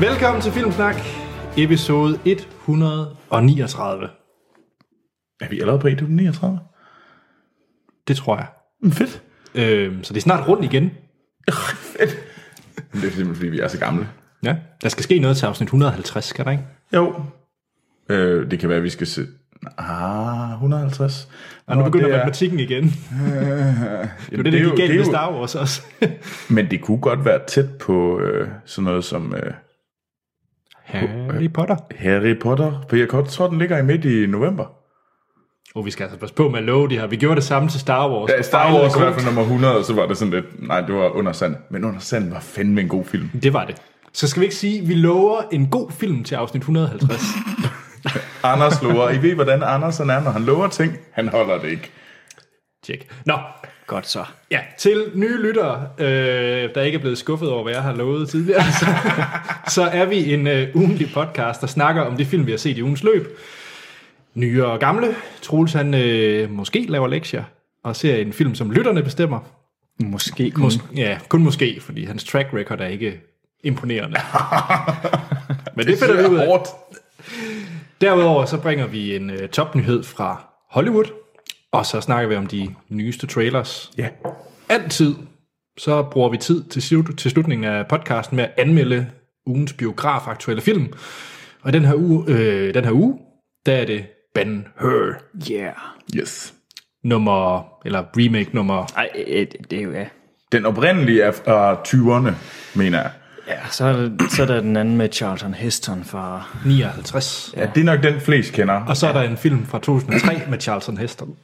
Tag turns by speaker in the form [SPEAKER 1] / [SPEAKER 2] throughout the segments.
[SPEAKER 1] Velkommen til Filmsnak, episode 139.
[SPEAKER 2] Er vi allerede på 139?
[SPEAKER 1] Det tror jeg.
[SPEAKER 2] Mm, Fedt.
[SPEAKER 1] Øhm, så det er snart rundt igen.
[SPEAKER 2] Men det er simpelthen, fordi vi er så gamle.
[SPEAKER 1] Ja. Der skal ske noget til afsnit 150, skal der ikke?
[SPEAKER 2] Jo. Øh, det kan være, at vi skal se... Ah, 150.
[SPEAKER 1] Og nu
[SPEAKER 2] Nå,
[SPEAKER 1] begynder
[SPEAKER 2] det er-
[SPEAKER 1] matematikken igen. Det var
[SPEAKER 2] Jamen,
[SPEAKER 1] det, der
[SPEAKER 2] jo-
[SPEAKER 1] gik galt
[SPEAKER 2] det
[SPEAKER 1] med
[SPEAKER 2] er jo-
[SPEAKER 1] Star Wars også.
[SPEAKER 2] Men det kunne godt være tæt på øh, sådan noget som øh,
[SPEAKER 1] Harry Potter.
[SPEAKER 2] Harry Potter. For jeg kan godt tror, den ligger i midt i november.
[SPEAKER 1] Og vi skal altså passe på med at love det her. Vi gjorde det samme til Star Wars.
[SPEAKER 2] Ja,
[SPEAKER 1] og
[SPEAKER 2] Star
[SPEAKER 1] fejlede
[SPEAKER 2] Wars i hvert
[SPEAKER 1] grumt.
[SPEAKER 2] fald nummer 100, og så var det sådan lidt... Nej, det var Under Sand. Men Under Sand var fandme en god film.
[SPEAKER 1] Det var det. Så skal vi ikke sige, at vi lover en god film til afsnit 150.
[SPEAKER 2] Anders lover. I ved, hvordan Anders han er, når han lover ting. Han holder det ikke.
[SPEAKER 1] Tjek. Nå,
[SPEAKER 3] Godt så.
[SPEAKER 1] ja. Til nye lyttere, øh, der ikke er blevet skuffet over, hvad jeg har lovet tidligere, så, så er vi en øh, ugentlig podcast, der snakker om de film, vi har set i ugens løb. Nye og gamle. Troels han øh, måske laver lektier og ser en film, som lytterne bestemmer.
[SPEAKER 3] Måske kun.
[SPEAKER 1] Mås- ja, kun måske, fordi hans track record er ikke imponerende. Men det finder vi ud af.
[SPEAKER 2] hårdt.
[SPEAKER 1] Derudover så bringer vi en øh, topnyhed fra Hollywood, og så snakker vi om de nyeste trailers.
[SPEAKER 2] Ja.
[SPEAKER 1] Altid så bruger vi tid til, slut, til slutningen af podcasten med at anmelde ugens biografaktuelle film. Og i den her uge, øh, den her uge der er det Ben Hur
[SPEAKER 3] Yeah.
[SPEAKER 2] Yes.
[SPEAKER 1] nummer, eller remake nummer.
[SPEAKER 3] Ej, øh, det det er jo, ja.
[SPEAKER 2] Den oprindelige er fra 20'erne, mener jeg.
[SPEAKER 3] Ja, så er, der, så er der den anden med Charlton Heston fra...
[SPEAKER 1] 59.
[SPEAKER 2] Ja. Det er nok den flest kender.
[SPEAKER 1] Og så er der en film fra 2003 med Charlton Heston.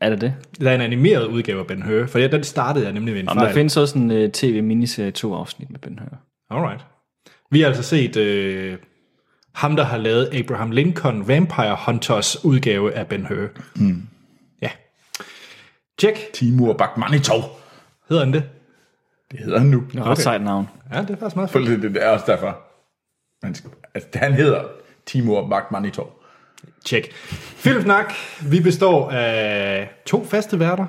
[SPEAKER 3] Er det det?
[SPEAKER 1] Der er en animeret udgave af Ben Hur, for den startede jeg nemlig ved en
[SPEAKER 3] Om der
[SPEAKER 1] fejl.
[SPEAKER 3] findes også en uh, tv-miniserie, to afsnit med Ben Hur.
[SPEAKER 1] Alright. Vi har altså set øh, ham, der har lavet Abraham Lincoln Vampire Hunters udgave af Ben Hur. Mm. Ja. Tjek,
[SPEAKER 2] Timur Bakmanitov.
[SPEAKER 1] hedder han det?
[SPEAKER 2] Det hedder han nu. Nå,
[SPEAKER 3] Okay. Ret sejt navn.
[SPEAKER 1] Ja, det er faktisk meget fedt.
[SPEAKER 2] Det, det, det er også derfor. Han, skal, altså, han hedder Timur Bakmanitov.
[SPEAKER 1] Tjek. Filmsnak, vi består af to faste værter.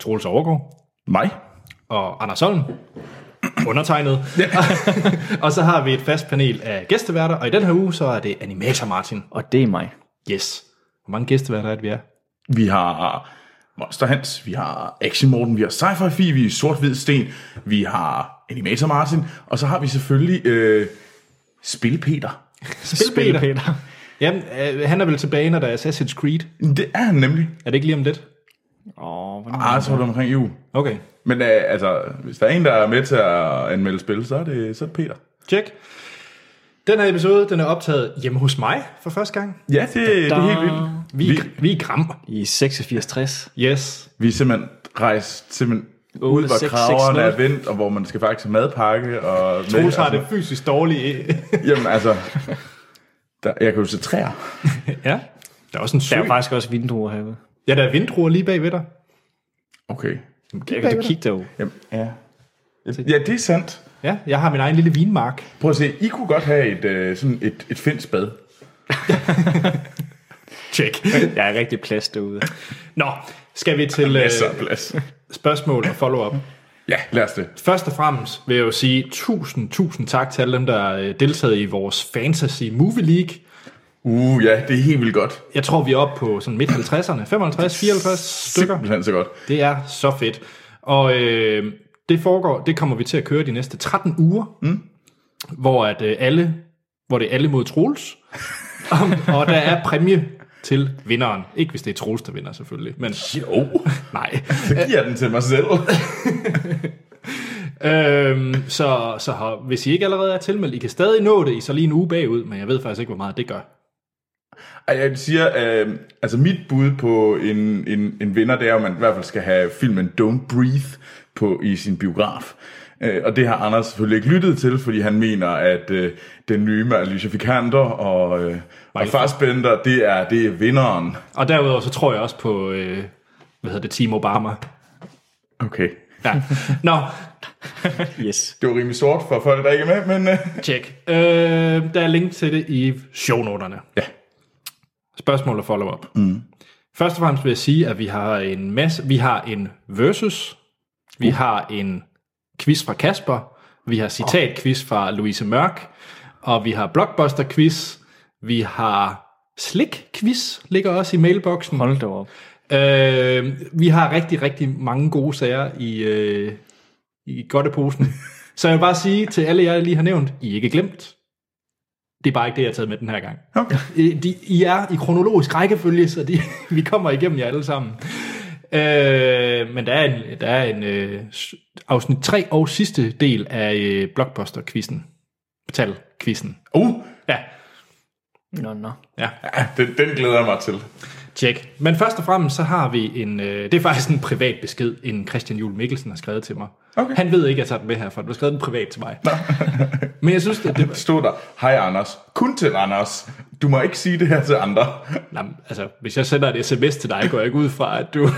[SPEAKER 1] Troels Overgaard
[SPEAKER 2] Mig?
[SPEAKER 1] og Anders Holm. Undertegnet. og så har vi et fast panel af gæsteværter, og i den her uge, så er det Animator Martin.
[SPEAKER 3] Og det er mig.
[SPEAKER 1] Yes. Hvor mange gæsteværter er det, vi er?
[SPEAKER 2] Vi har Monster Hans, vi har Action Morten, vi har Sci-Fi Fi, vi har Sort-Hvid Sten, vi har Animator Martin, og så har vi selvfølgelig øh, Spil Peter.
[SPEAKER 1] Spil Peter. Jamen, øh, han er vel tilbage, når der er Assassin's Creed.
[SPEAKER 2] Det er han nemlig.
[SPEAKER 1] Er det ikke lige om lidt?
[SPEAKER 3] Åh, oh,
[SPEAKER 2] Ah, så var det omkring jul.
[SPEAKER 1] Okay.
[SPEAKER 2] Men øh, altså, hvis der er en, der er med til at anmelde spil, så er det, så er det Peter.
[SPEAKER 1] Tjek. Den her episode, den er optaget hjemme hos mig for første gang.
[SPEAKER 2] Ja, det, det er helt vildt.
[SPEAKER 1] Vi, vi, vi er i Gram.
[SPEAKER 3] I 86-60.
[SPEAKER 1] Yes.
[SPEAKER 2] Vi er simpelthen rejst simpelthen ud,
[SPEAKER 3] Otte,
[SPEAKER 2] hvor
[SPEAKER 3] seks,
[SPEAKER 2] kraverne
[SPEAKER 3] seks,
[SPEAKER 2] er vendt, og hvor man skal faktisk have madpakke. Og
[SPEAKER 1] Troels har det fysisk dårligt.
[SPEAKER 2] Jamen altså, der, jeg kan jo se træer.
[SPEAKER 1] ja. Der er også en sø.
[SPEAKER 3] Der er jo faktisk også vinduer herude.
[SPEAKER 1] Ja, der er vindruer lige bagved dig.
[SPEAKER 2] Okay.
[SPEAKER 3] Jeg kan du kigge derud.
[SPEAKER 2] Jamen, ja. ja, det er sandt.
[SPEAKER 1] Ja, jeg har min egen lille vinmark.
[SPEAKER 2] Prøv at se, I kunne godt have et, øh, sådan et, et finsk bad.
[SPEAKER 1] Tjek.
[SPEAKER 3] Der er rigtig plads derude.
[SPEAKER 1] Nå, skal vi til øh,
[SPEAKER 2] Masser af Altså, plads.
[SPEAKER 1] spørgsmål og follow-up.
[SPEAKER 2] Ja, lad os det.
[SPEAKER 1] Først og fremmest vil jeg jo sige tusind, tusind tak til alle dem, der øh, deltagede i vores Fantasy Movie League.
[SPEAKER 2] Uh, ja, det er helt vildt godt.
[SPEAKER 1] Jeg tror, vi er oppe på sådan midt 50'erne. 55, 54 stykker.
[SPEAKER 2] Simpelthen så godt.
[SPEAKER 1] Det er så fedt. Og øh, det foregår, det kommer vi til at køre de næste 13 uger, mm. hvor at øh, alle, hvor det er alle mod Troels, og, og der er præmie til vinderen. Ikke hvis det er Troels, der vinder selvfølgelig, men
[SPEAKER 2] Jo,
[SPEAKER 1] nej.
[SPEAKER 2] så giver jeg den til mig selv.
[SPEAKER 1] Øhm, så så har, hvis I ikke allerede er tilmeldt, I kan stadig nå det, I er så lige en uge bagud, men jeg ved faktisk ikke, hvor meget det gør.
[SPEAKER 2] Ej, jeg siger, øh, altså mit bud på en, en, en vinder, det er, at man i hvert fald skal have filmen Don't Breathe på i sin biograf. Øh, og det har Anders selvfølgelig ikke lyttet til, fordi han mener, at øh, den nye med Alicia Vikander og, øh, og Farsbender, det er, det er vinderen.
[SPEAKER 1] Og derudover så tror jeg også på, øh, hvad hedder det, Team Obama.
[SPEAKER 2] Okay.
[SPEAKER 1] Ja. Nå,
[SPEAKER 3] Yes.
[SPEAKER 2] Det var rimelig sort for folk, der ikke er med, men øh,
[SPEAKER 1] Tjek. Øh, der er link til det i shownoterne.
[SPEAKER 2] Ja.
[SPEAKER 1] Spørgsmål og follow-up. Mm. Først og fremmest vil jeg sige, at vi har en masse, vi har en versus, vi har en quiz fra Kasper, Vi har citatquiz fra Louise Mørk, og vi har blockbuster-quiz, vi har slik-quiz, ligger også i mailboksen.
[SPEAKER 3] Hold da op.
[SPEAKER 1] Øh, vi har rigtig, rigtig mange gode sager i, øh, i godteposen. Så jeg vil bare sige til alle jer, jeg lige har nævnt, I er ikke glemt. Det er bare ikke det, jeg har taget med den her gang.
[SPEAKER 2] Okay.
[SPEAKER 1] Øh, De, I er i kronologisk rækkefølge, så de, vi kommer igennem jer alle sammen. Øh, men der er en, der er en øh, s- afsnit 3 og sidste del af øh, blockbuster-quizzen. Tal-quizzen.
[SPEAKER 2] Uh,
[SPEAKER 1] Ja,
[SPEAKER 3] Nå, nå.
[SPEAKER 1] ja.
[SPEAKER 2] ja, den, den glæder jeg mig til.
[SPEAKER 1] Tjek. Men først og fremmest så har vi en, øh, det er faktisk en privat besked, en Christian Juhl Mikkelsen har skrevet til mig.
[SPEAKER 2] Okay.
[SPEAKER 1] Han ved ikke, at jeg tager den med herfra. Du har skrevet den privat til mig. Men jeg synes, at det,
[SPEAKER 2] Der stod der, hej Anders, kun til Anders. Du må ikke sige det her til andre.
[SPEAKER 1] Nå, men, altså, hvis jeg sender et sms til dig, går jeg ikke ud fra, at du...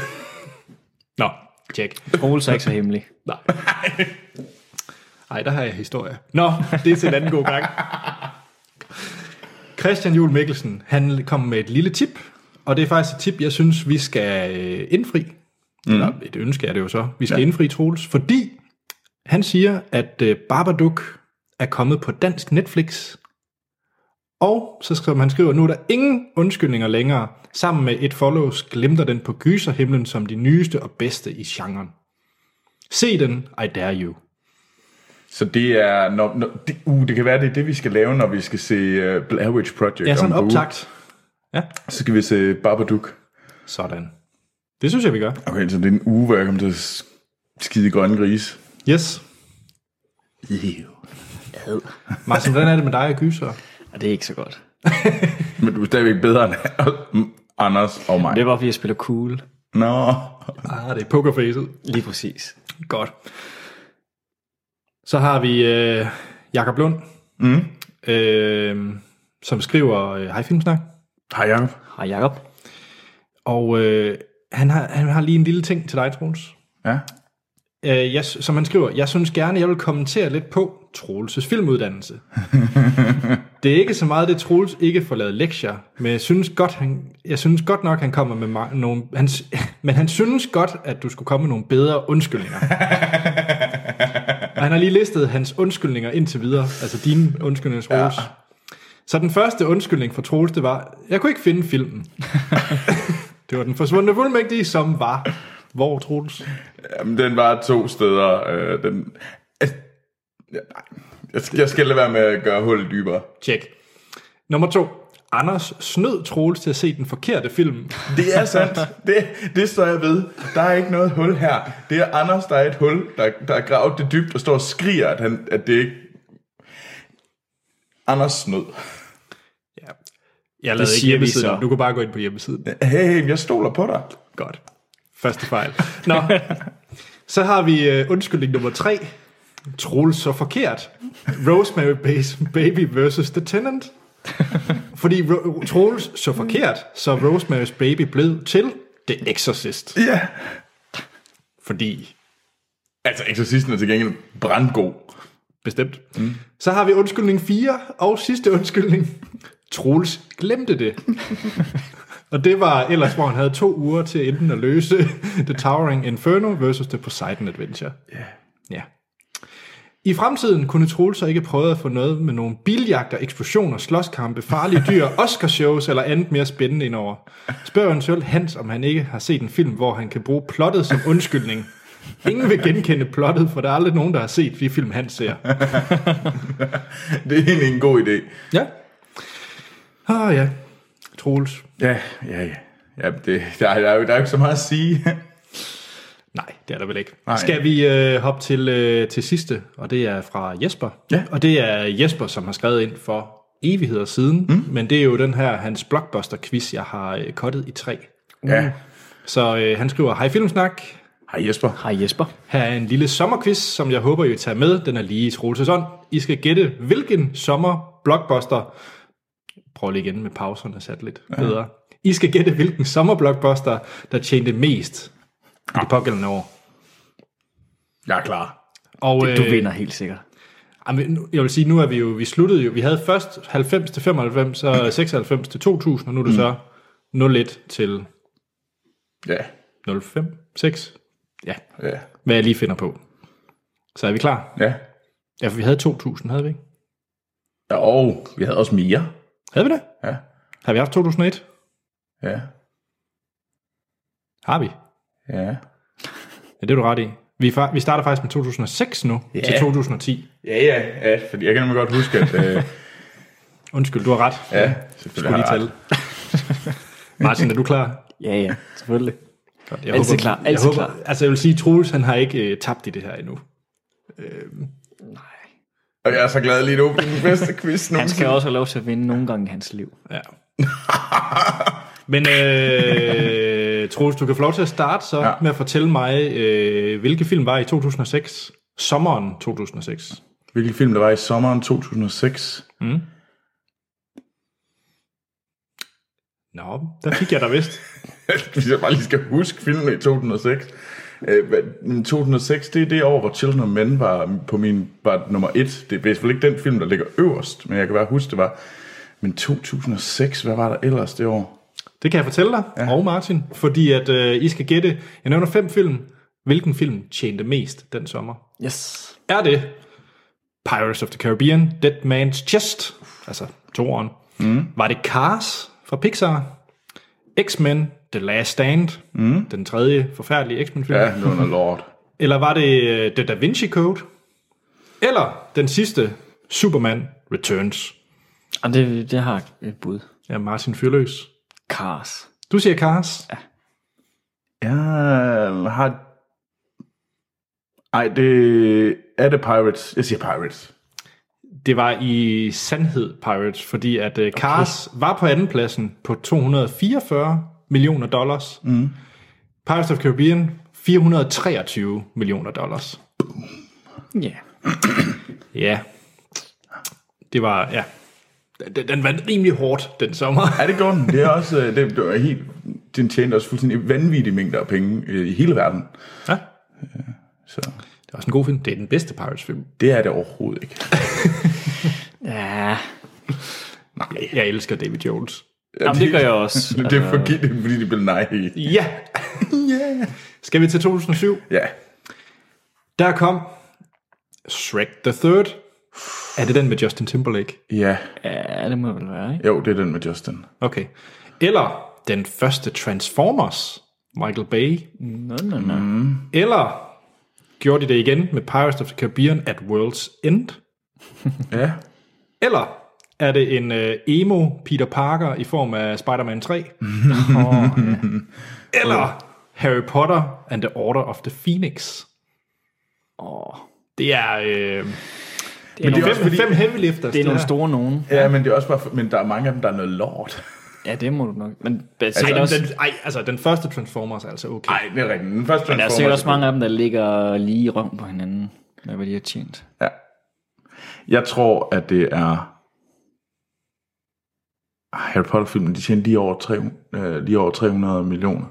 [SPEAKER 1] Nå, tjek.
[SPEAKER 3] Troels er ikke så hemmelig.
[SPEAKER 1] Nej. Ej, der har jeg historie. Nå, det er til en anden god gang. Christian Juhl Mikkelsen, han kom med et lille tip, og det er faktisk et tip, jeg synes, vi skal øh, indfri. Mm. Eller et ønske er det jo så. Vi skal ja. indfri Troels, fordi han siger, at øh, Babadook er kommet på dansk Netflix. Og så skriver han skriver, nu er der ingen undskyldninger længere. Sammen med et follows glimter den på gyserhimlen som de nyeste og bedste i genren. Se den, I dare you.
[SPEAKER 2] Så det er, når, når, det, uh, det kan være, det er det, vi skal lave, når vi skal se uh, Blair Witch Project.
[SPEAKER 1] Ja, sådan
[SPEAKER 2] om en uge.
[SPEAKER 1] optagt. Ja,
[SPEAKER 2] Så skal vi se Babadook.
[SPEAKER 1] sådan. Det synes jeg, vi gør.
[SPEAKER 2] Okay, så det er en uge, hvor jeg kommer til at s- skide grønne gris.
[SPEAKER 1] Yes.
[SPEAKER 3] Ad.
[SPEAKER 1] Martin, hvordan er det med dig og gyser?
[SPEAKER 3] Og det er ikke så godt.
[SPEAKER 2] Men du er stadigvæk bedre end Anders og mig.
[SPEAKER 3] Det var, fordi jeg spiller cool.
[SPEAKER 2] Nå,
[SPEAKER 1] Ah, det er pokerfacet.
[SPEAKER 3] Lige præcis.
[SPEAKER 1] Godt. Så har vi øh, Jakob Lund, mm. øh, som skriver øh, Hej Filmsnak.
[SPEAKER 2] hej Jacob.
[SPEAKER 3] Hej Jacob.
[SPEAKER 1] Og øh, han, har, han har lige en lille ting til dig, Troels.
[SPEAKER 2] Ja.
[SPEAKER 1] Øh, jeg, som han skriver, jeg synes gerne, jeg vil kommentere lidt på Troelses filmuddannelse. det er ikke så meget, det Troels ikke får lavet lektier, men jeg synes godt, han, jeg synes godt nok, han kommer med ma- nogle... Han, s- men han synes godt, at du skulle komme med nogle bedre undskyldninger. Og han har lige listet hans undskyldninger indtil videre, altså dine undskyldninger, Troels. Ja. Så den første undskyldning fra Troels, det var, jeg kunne ikke finde filmen. det var den forsvundne fuldmægtige, som var... Hvor, Troels?
[SPEAKER 2] Jamen, den var to steder. Øh, den, altså, ja, nej. jeg, skal, jeg skal lade være med at gøre hullet dybere.
[SPEAKER 1] Tjek. Nummer to. Anders snød Troels til at se den forkerte film.
[SPEAKER 2] Det er sandt. Det, det står jeg ved. Der er ikke noget hul her. Det er Anders, der er et hul, der, der er gravet det dybt og står og skriger, at, han, at det ikke... Anders snød.
[SPEAKER 1] Ja. Jeg lavede ikke
[SPEAKER 3] siger vi
[SPEAKER 1] hjemmesiden
[SPEAKER 3] så.
[SPEAKER 1] om. Du kunne bare gå ind på hjemmesiden.
[SPEAKER 2] Hey, hey, jeg stoler på dig.
[SPEAKER 1] Godt. Første fejl. Nå. Så har vi øh, undskyldning nummer tre. Troels så forkert. Rosemary Bas- Baby versus The Tenant. Fordi Ro- Troels så forkert, så Rosemary's Baby blev til The Exorcist.
[SPEAKER 2] Ja.
[SPEAKER 1] Fordi
[SPEAKER 2] Altså, eksorcisten er til gengæld brandgod.
[SPEAKER 1] Bestemt. Mm. Så har vi undskyldning 4, og sidste undskyldning. Troels glemte det. og det var ellers, hvor han havde to uger til enten at løse The Towering Inferno versus The Poseidon Adventure. Yeah. Ja. I fremtiden kunne Troels så ikke prøve at få noget med nogle biljagter, eksplosioner, slåskampe, farlige dyr, Oscarshows eller andet mere spændende indover. Spørg eventuelt Hans, om han ikke har set en film, hvor han kan bruge plottet som undskyldning. Ingen vil genkende plottet, for der er aldrig nogen, der har set de film, han ser.
[SPEAKER 2] Det er egentlig en god idé.
[SPEAKER 1] Ja. Ah ja, Troels.
[SPEAKER 2] Ja, ja, ja. ja det, der, er- der, er jo, der er jo ikke så meget at sige.
[SPEAKER 1] Nej, det er der vel ikke.
[SPEAKER 2] Nej.
[SPEAKER 1] Nej. Skal vi øh, hoppe til, øh, til sidste, og det er fra Jesper.
[SPEAKER 2] Ja.
[SPEAKER 1] Og det er Jesper, som har skrevet ind for evigheder siden, mm. men det er jo den her, hans blockbuster-quiz, jeg har øh, kottet i tre.
[SPEAKER 2] ja.
[SPEAKER 1] Så øh, han skriver, hej Filmsnak,
[SPEAKER 2] Hej Jesper.
[SPEAKER 3] Hej Jesper.
[SPEAKER 1] her er en lille sommerquiz, som jeg håber, I vil tage med. Den er lige i Troelses ånd. I skal gætte, hvilken sommer blockbuster... Prøv lige igen med pauserne sat lidt bedre. I skal gætte, hvilken sommerblockbuster, der tjente mest i
[SPEAKER 3] Ah.
[SPEAKER 1] det pågældende år.
[SPEAKER 2] Jeg er klar.
[SPEAKER 1] Og,
[SPEAKER 3] Du
[SPEAKER 1] øh,
[SPEAKER 3] vinder helt sikkert.
[SPEAKER 1] ej, men nu- Jeg vil sige, nu er vi jo, vi sluttede jo, vi havde først 90 til 95,
[SPEAKER 3] Mm.
[SPEAKER 1] så 96 til 2000, og nu er det så 01 til
[SPEAKER 2] Ja,
[SPEAKER 1] 05, 6. Ja,
[SPEAKER 2] ja,
[SPEAKER 1] hvad jeg lige finder på. Så er vi klar?
[SPEAKER 2] ja.
[SPEAKER 1] Ja, for vi havde 2000, havde vi ikke?
[SPEAKER 2] Ja, og vi havde også mere.
[SPEAKER 1] Havde vi det?
[SPEAKER 2] Ja,
[SPEAKER 1] Har vi haft 2001?
[SPEAKER 2] ja,
[SPEAKER 1] Har vi.
[SPEAKER 2] ja.
[SPEAKER 1] Ja, det er du ret i. Vi, er fa- vi starter faktisk med 2006 nu, yeah. til 2010.
[SPEAKER 2] Ja, ja, ja, fordi jeg kan nemlig godt huske, at... Øh,
[SPEAKER 1] Undskyld, du har ret.
[SPEAKER 2] ja,
[SPEAKER 1] Du
[SPEAKER 2] selvfølgelig
[SPEAKER 1] lige
[SPEAKER 2] har jeg
[SPEAKER 1] tælle. Martin, er du klar?
[SPEAKER 3] Ja, ja, selvfølgelig.
[SPEAKER 1] Godt, Jeg
[SPEAKER 3] Altid klar,
[SPEAKER 1] jeg
[SPEAKER 3] altid
[SPEAKER 1] håber,
[SPEAKER 3] klar.
[SPEAKER 1] Altså, jeg vil sige, Troels, han har ikke øh, tabt i det her endnu.
[SPEAKER 2] ret. Og jeg er så glad lige nu for den bedste quiz
[SPEAKER 3] Han skal
[SPEAKER 2] nogensinde.
[SPEAKER 3] også have lov til at vinde nogle gange i hans liv.
[SPEAKER 1] Ja. Men øh, Troels, du kan få lov til at starte så ja.
[SPEAKER 2] Ja.
[SPEAKER 1] med at fortælle mig, øh, hvilke film var i 2006? Sommeren 2006.
[SPEAKER 2] Hvilken film der var i sommeren 2006?
[SPEAKER 1] Nå, der fik jeg da vist.
[SPEAKER 2] Hvis jeg bare lige skal huske filmen i 2006. Øh, hvad- 2006, det er det år, hvor Children of Men var på min var nummer et. Det er i hvert fald ikke den film, der ligger øverst, men jeg kan bare huske, det var... Men 2006, hvad var der ellers det år?
[SPEAKER 1] Det kan jeg fortælle dig, ja. og Martin, fordi at øh, I skal gætte, jeg nævner fem film, hvilken film tjente mest den sommer?
[SPEAKER 3] Yes.
[SPEAKER 1] Er det Pirates of the Caribbean, Dead Man's Chest, altså toeren? Mm. Var det Cars fra Pixar? X-Men, The Last Stand, mm. den tredje forfærdelige X-Men-film?
[SPEAKER 2] Ja, det var noget lort.
[SPEAKER 1] Eller var det øh, The Da Vinci Code? Eller den sidste, Superman Returns?
[SPEAKER 3] Og det, det har et bud.
[SPEAKER 1] Ja, Martin Fyrløs.
[SPEAKER 3] Cars.
[SPEAKER 1] Du siger Cars. Ja.
[SPEAKER 2] Jeg har... Ej, det... Er det Pirates? Jeg siger Pirates.
[SPEAKER 1] Det var i sandhed Pirates, fordi at uh, Cars okay. var på andenpladsen på 244 millioner dollars. Mm. Pirates of Caribbean 423 millioner dollars.
[SPEAKER 3] Ja. Yeah.
[SPEAKER 1] Ja. Det var, ja. Den, den vandt rimelig hårdt den sommer.
[SPEAKER 2] Ja, det gjorde den. Det er også... øh, Det, det var helt... Den tjente også fuldstændig vanvittige mængder af penge øh, i hele verden.
[SPEAKER 1] Ja.
[SPEAKER 2] Så
[SPEAKER 1] Det var også en god film. Det er den bedste Pirates-film.
[SPEAKER 2] det er det overhovedet ikke. Altså,
[SPEAKER 3] Ja.
[SPEAKER 1] Jeg elsker David Jones.
[SPEAKER 3] Jamen, det gør jeg også.
[SPEAKER 2] Det er fordi, det er, fordi de blev nej i.
[SPEAKER 1] Ja. yeah. Skal vi til 2007?
[SPEAKER 2] Ja.
[SPEAKER 1] Der kom Shrek the Third. Er det den med Justin Timberlake?
[SPEAKER 2] Ja.
[SPEAKER 3] Ja, det må vel være, ikke?
[SPEAKER 2] Jo, det er den med Justin.
[SPEAKER 1] Okay. Eller den første Transformers, Michael Bay.
[SPEAKER 3] Nå, nå, nå. Mm.
[SPEAKER 1] Eller gjorde de det igen med Pirates of the Caribbean at World's End?
[SPEAKER 2] Ja.
[SPEAKER 1] Eller er det en øh, emo Peter Parker i form af Spider-Man 3? Eller Harry Potter and the Order of the Phoenix?
[SPEAKER 3] Åh.
[SPEAKER 1] Det er, øh,
[SPEAKER 3] Det er,
[SPEAKER 1] det
[SPEAKER 3] nogle,
[SPEAKER 1] er
[SPEAKER 2] også
[SPEAKER 1] fem,
[SPEAKER 2] fordi-
[SPEAKER 1] fem heavy lifters.
[SPEAKER 3] det er nogle
[SPEAKER 1] her.
[SPEAKER 3] store nogen.
[SPEAKER 2] Ja, men det er også bare... Men der er mange af dem, der er noget lort.
[SPEAKER 3] Ja, det må du nok. Men der
[SPEAKER 1] Ej,
[SPEAKER 3] er sikkert
[SPEAKER 1] den,
[SPEAKER 3] også,
[SPEAKER 1] den, ej, altså den første Transformers er altså okay. Ej.
[SPEAKER 2] Nej, det er rigtigt. Den første
[SPEAKER 3] der er
[SPEAKER 2] Transformers-
[SPEAKER 3] sikkert også mange af dem, der ligger lige i røven på hinanden. Med hvad de har tjent.
[SPEAKER 2] Ja. Jeg tror, at det er... Ah, Harry Potter-filmen, de tjente lige over, 300, øh, lige over 300 millioner.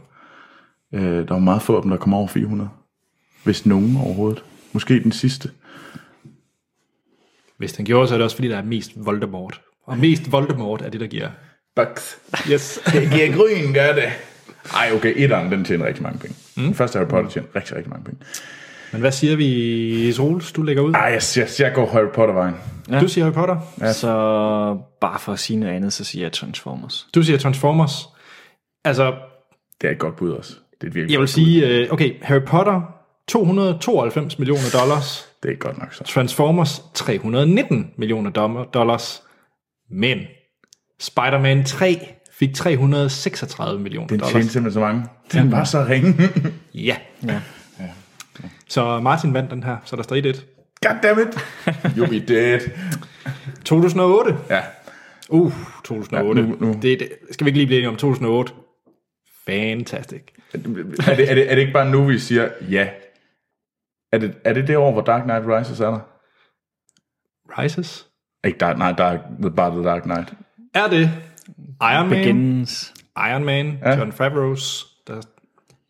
[SPEAKER 2] Øh, der var meget få af dem, der kom over 400. Hvis nogen overhovedet. Måske den sidste.
[SPEAKER 1] Hvis den gjorde, så er det også fordi, der er mest Voldemort. Og mest Voldemort er det, der giver.
[SPEAKER 2] Bugs.
[SPEAKER 1] Yes.
[SPEAKER 2] Det giver grøn, gør det. Ej, okay, etteren, den tjener rigtig mange penge. Mm. Den første Harry Potter tjener rigtig, rigtig mange penge.
[SPEAKER 1] Men hvad siger vi, Troels? Du lægger ud.
[SPEAKER 2] Ej, jeg, jeg, jeg går Harry Potter-vejen.
[SPEAKER 1] Ja. Du siger Harry Potter.
[SPEAKER 3] Ja. Så bare for at sige noget andet, så siger jeg Transformers.
[SPEAKER 1] Du siger Transformers. Altså,
[SPEAKER 2] Det er et godt bud også. Det er et virkelig
[SPEAKER 1] jeg vil
[SPEAKER 2] godt
[SPEAKER 1] sige, øh, okay, Harry Potter, 292 millioner dollars.
[SPEAKER 2] bud. Det er godt nok så.
[SPEAKER 1] Transformers, 319 millioner dom- dollars. Men Spider-Man 3 fik 336 millioner
[SPEAKER 2] Den
[SPEAKER 1] dollars.
[SPEAKER 2] tjente simpelthen så mange. Den var så ringe.
[SPEAKER 1] Ja.
[SPEAKER 3] Ja.
[SPEAKER 1] Så Martin vandt den her, så der står 1
[SPEAKER 2] Goddammit. You be dead.
[SPEAKER 1] 2008.
[SPEAKER 2] Ja.
[SPEAKER 1] Uh, 2008.
[SPEAKER 2] Ja,
[SPEAKER 1] Ja,
[SPEAKER 2] nu- nu.
[SPEAKER 1] Det, det, skal vi ikke lige blive enige om 2008? Fantastic.
[SPEAKER 2] Er det, er, det, er det ikke bare nu, vi siger ja? Er det er det, det år, hvor Dark Knight Rises er der?
[SPEAKER 1] Rises.
[SPEAKER 2] Ikke Dark Knight, Dark, The bare The Dark Knight.
[SPEAKER 1] Er det Iron Man?
[SPEAKER 3] Begins.
[SPEAKER 1] Iron Man, ja. John Favreau's. Der...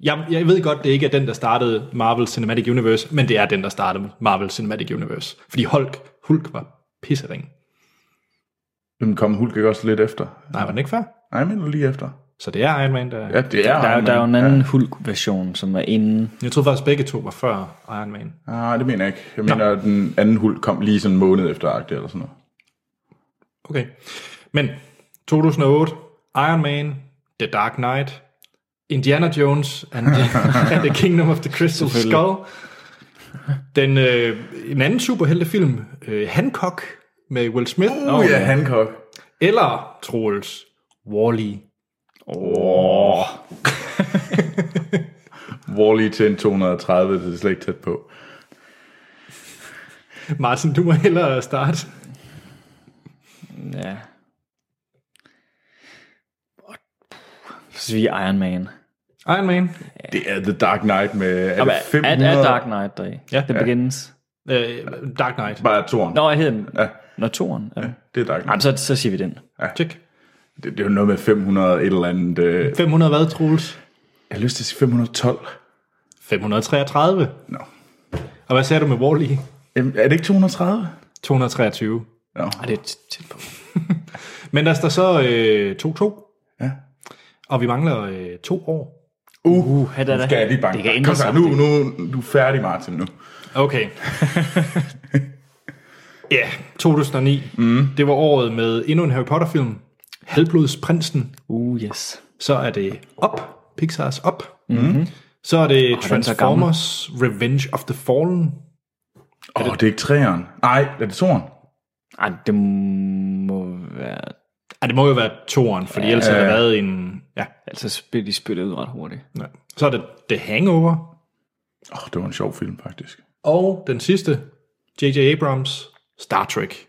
[SPEAKER 1] Jeg, jeg ved godt, det ikke er den, der startede Marvel Cinematic Universe, men det er den, der startede Marvel Cinematic Universe. Fordi Hulk, Hulk var pissering.
[SPEAKER 2] Den kom Hulk ikke også lidt efter?
[SPEAKER 1] Nej, var den ikke før?
[SPEAKER 2] Nej, men lige efter.
[SPEAKER 1] Så det er Iron Man, der...
[SPEAKER 2] Ja, det er
[SPEAKER 3] Der, er-
[SPEAKER 2] Iron
[SPEAKER 3] der er jo en
[SPEAKER 2] Man.
[SPEAKER 3] anden Hulk-version, som er inden.
[SPEAKER 1] Jeg troede faktisk, begge to var før Iron Man.
[SPEAKER 2] Ja. Ah, det mener jeg ikke. Jeg mener, at den anden hul kom lige sådan en måned efter Agde eller sådan noget.
[SPEAKER 1] Okay. Men 2008, Iron Man, The Dark Knight, Indiana Jones and the, and the Kingdom of the Crystal Skull. Den, øh, en anden superheltefilm, øh, Hancock med Will Smith.
[SPEAKER 2] Uh, ja, Hancock.
[SPEAKER 1] Eller, Troels, Wall-E.
[SPEAKER 2] Åh. Wall-E til en 230, det er slet ikke tæt på.
[SPEAKER 1] Martin, du må hellere starte.
[SPEAKER 3] Ja. Så vi er Iron Man.
[SPEAKER 1] Iron Man.
[SPEAKER 2] Det er The Dark Knight med er
[SPEAKER 3] Jamen,
[SPEAKER 2] det
[SPEAKER 3] er, er,
[SPEAKER 2] 500...
[SPEAKER 3] er Dark Knight der i?
[SPEAKER 1] Ja.
[SPEAKER 3] Det
[SPEAKER 1] Ja.
[SPEAKER 3] begyndes.
[SPEAKER 1] Øh, Dark Knight.
[SPEAKER 2] Bare toren.
[SPEAKER 3] Nå, jeg hedder den.
[SPEAKER 2] Ja.
[SPEAKER 3] Når toren. Ja. Jamen,
[SPEAKER 2] Det er Dark Knight.
[SPEAKER 3] så, så siger vi den.
[SPEAKER 1] Tjek.
[SPEAKER 2] Det, det er jo noget med 500 et eller andet... Øh, jeg
[SPEAKER 1] 500 hvad, Troels?
[SPEAKER 2] har lyst til at sige 512.
[SPEAKER 1] 533.
[SPEAKER 2] Nå.
[SPEAKER 1] Og hvad sagde du med Wall-E?
[SPEAKER 2] Jamen, Er det ikke 230?
[SPEAKER 1] 223.
[SPEAKER 2] Nå.
[SPEAKER 3] Ej, det er tæt på.
[SPEAKER 1] Men der står så øh, 2-2.
[SPEAKER 2] Ja.
[SPEAKER 1] Og vi mangler øh, to år.
[SPEAKER 2] Uh,
[SPEAKER 3] Uha, der, der.
[SPEAKER 2] skal jeg lige banke
[SPEAKER 3] Det kan
[SPEAKER 2] dig.
[SPEAKER 3] ændre
[SPEAKER 2] Kom så,
[SPEAKER 3] sig.
[SPEAKER 2] Nu, nu, du er færdig, Martin, nu.
[SPEAKER 1] Okay. ja, 2009. Mm. Det var året med endnu en Harry Potter-film. Halvblodsprinsen.
[SPEAKER 3] Uh, yes.
[SPEAKER 1] Så er det Up. Pixars Up. Mm-hmm. Så er det
[SPEAKER 3] den er så gammel.
[SPEAKER 1] Transformers Revenge of the Fallen.
[SPEAKER 2] Åh, oh, det er ikke træeren. Nej, er det toren?
[SPEAKER 3] Ej, det må være...
[SPEAKER 1] Ej, det må jo være toeren, fordi ellers har der været en... Ja.
[SPEAKER 3] Altså, bliver de spillet ud ret hurtigt.
[SPEAKER 1] ja. Så er det The Hangover.
[SPEAKER 2] Åh, oh, det var en sjov film, faktisk.
[SPEAKER 1] Og den sidste, J.J. Abrams, Star Trek.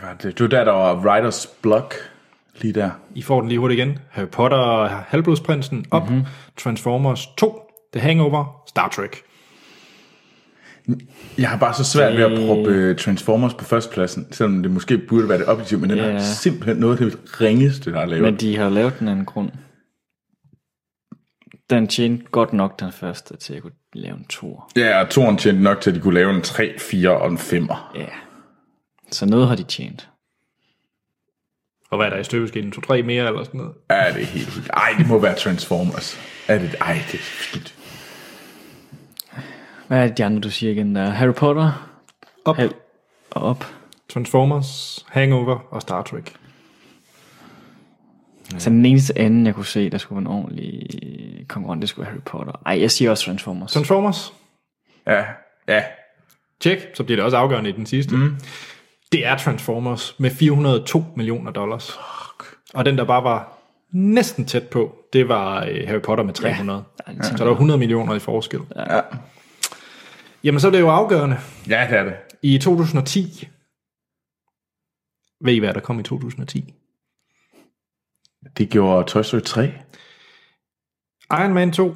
[SPEAKER 2] Hvad var det? Det var der, der var Writer's Block lige der.
[SPEAKER 1] I får den lige hurtigt igen. Harry Potter og Halvblodsprinsen op. Mm-hmm. Transformers 2. The Hangover. Star Trek.
[SPEAKER 2] Jeg har bare så svært ved at proppe øh, Transformers på førstepladsen, selvom det måske burde være det objektive, men den
[SPEAKER 3] Ja.
[SPEAKER 2] er simpelthen noget af det ringeste, der er lavet.
[SPEAKER 3] Men de har lavet den af en grund. Den tjente godt nok den første til at kunne lave en tour.
[SPEAKER 2] Ja, og toren tjente nok til, at de kunne lave en 3, 4 og en 5'er.
[SPEAKER 3] Ja. Så noget har de tjent.
[SPEAKER 1] Og hvad er der i støbeskeen? 2-3 mere eller sådan noget.
[SPEAKER 2] Ja, det er helt vildt. Ej, det må være Transformers. Er det, ej, det er skidt.
[SPEAKER 3] Hvad er det de andre, du siger igen? Der er Harry Potter
[SPEAKER 1] Op.
[SPEAKER 3] Hal- og op.
[SPEAKER 1] Transformers, Hangover og Star Trek.
[SPEAKER 3] Så den eneste anden, jeg kunne se, der skulle være en ordentlig konkurrent, det skulle være Harry Potter. Ej, jeg siger også Transformers.
[SPEAKER 1] Transformers.
[SPEAKER 2] Ja, ja.
[SPEAKER 1] Tjek. Så bliver det også afgørende i den sidste. Mm. Det er Transformers med 402 millioner dollars. Fuck. Og den, der bare var næsten tæt på, det var øh, Harry Potter med 300.
[SPEAKER 3] Ej,
[SPEAKER 1] Ja. Så der var 100 millioner i forskel.
[SPEAKER 2] Ja,
[SPEAKER 1] Jamen, så er det jo afgørende.
[SPEAKER 2] ja det er det.
[SPEAKER 1] I 2010. Ved I, hvad der kom i 2010?
[SPEAKER 2] Det gjorde Toy Story 3.
[SPEAKER 1] Iron Man 2,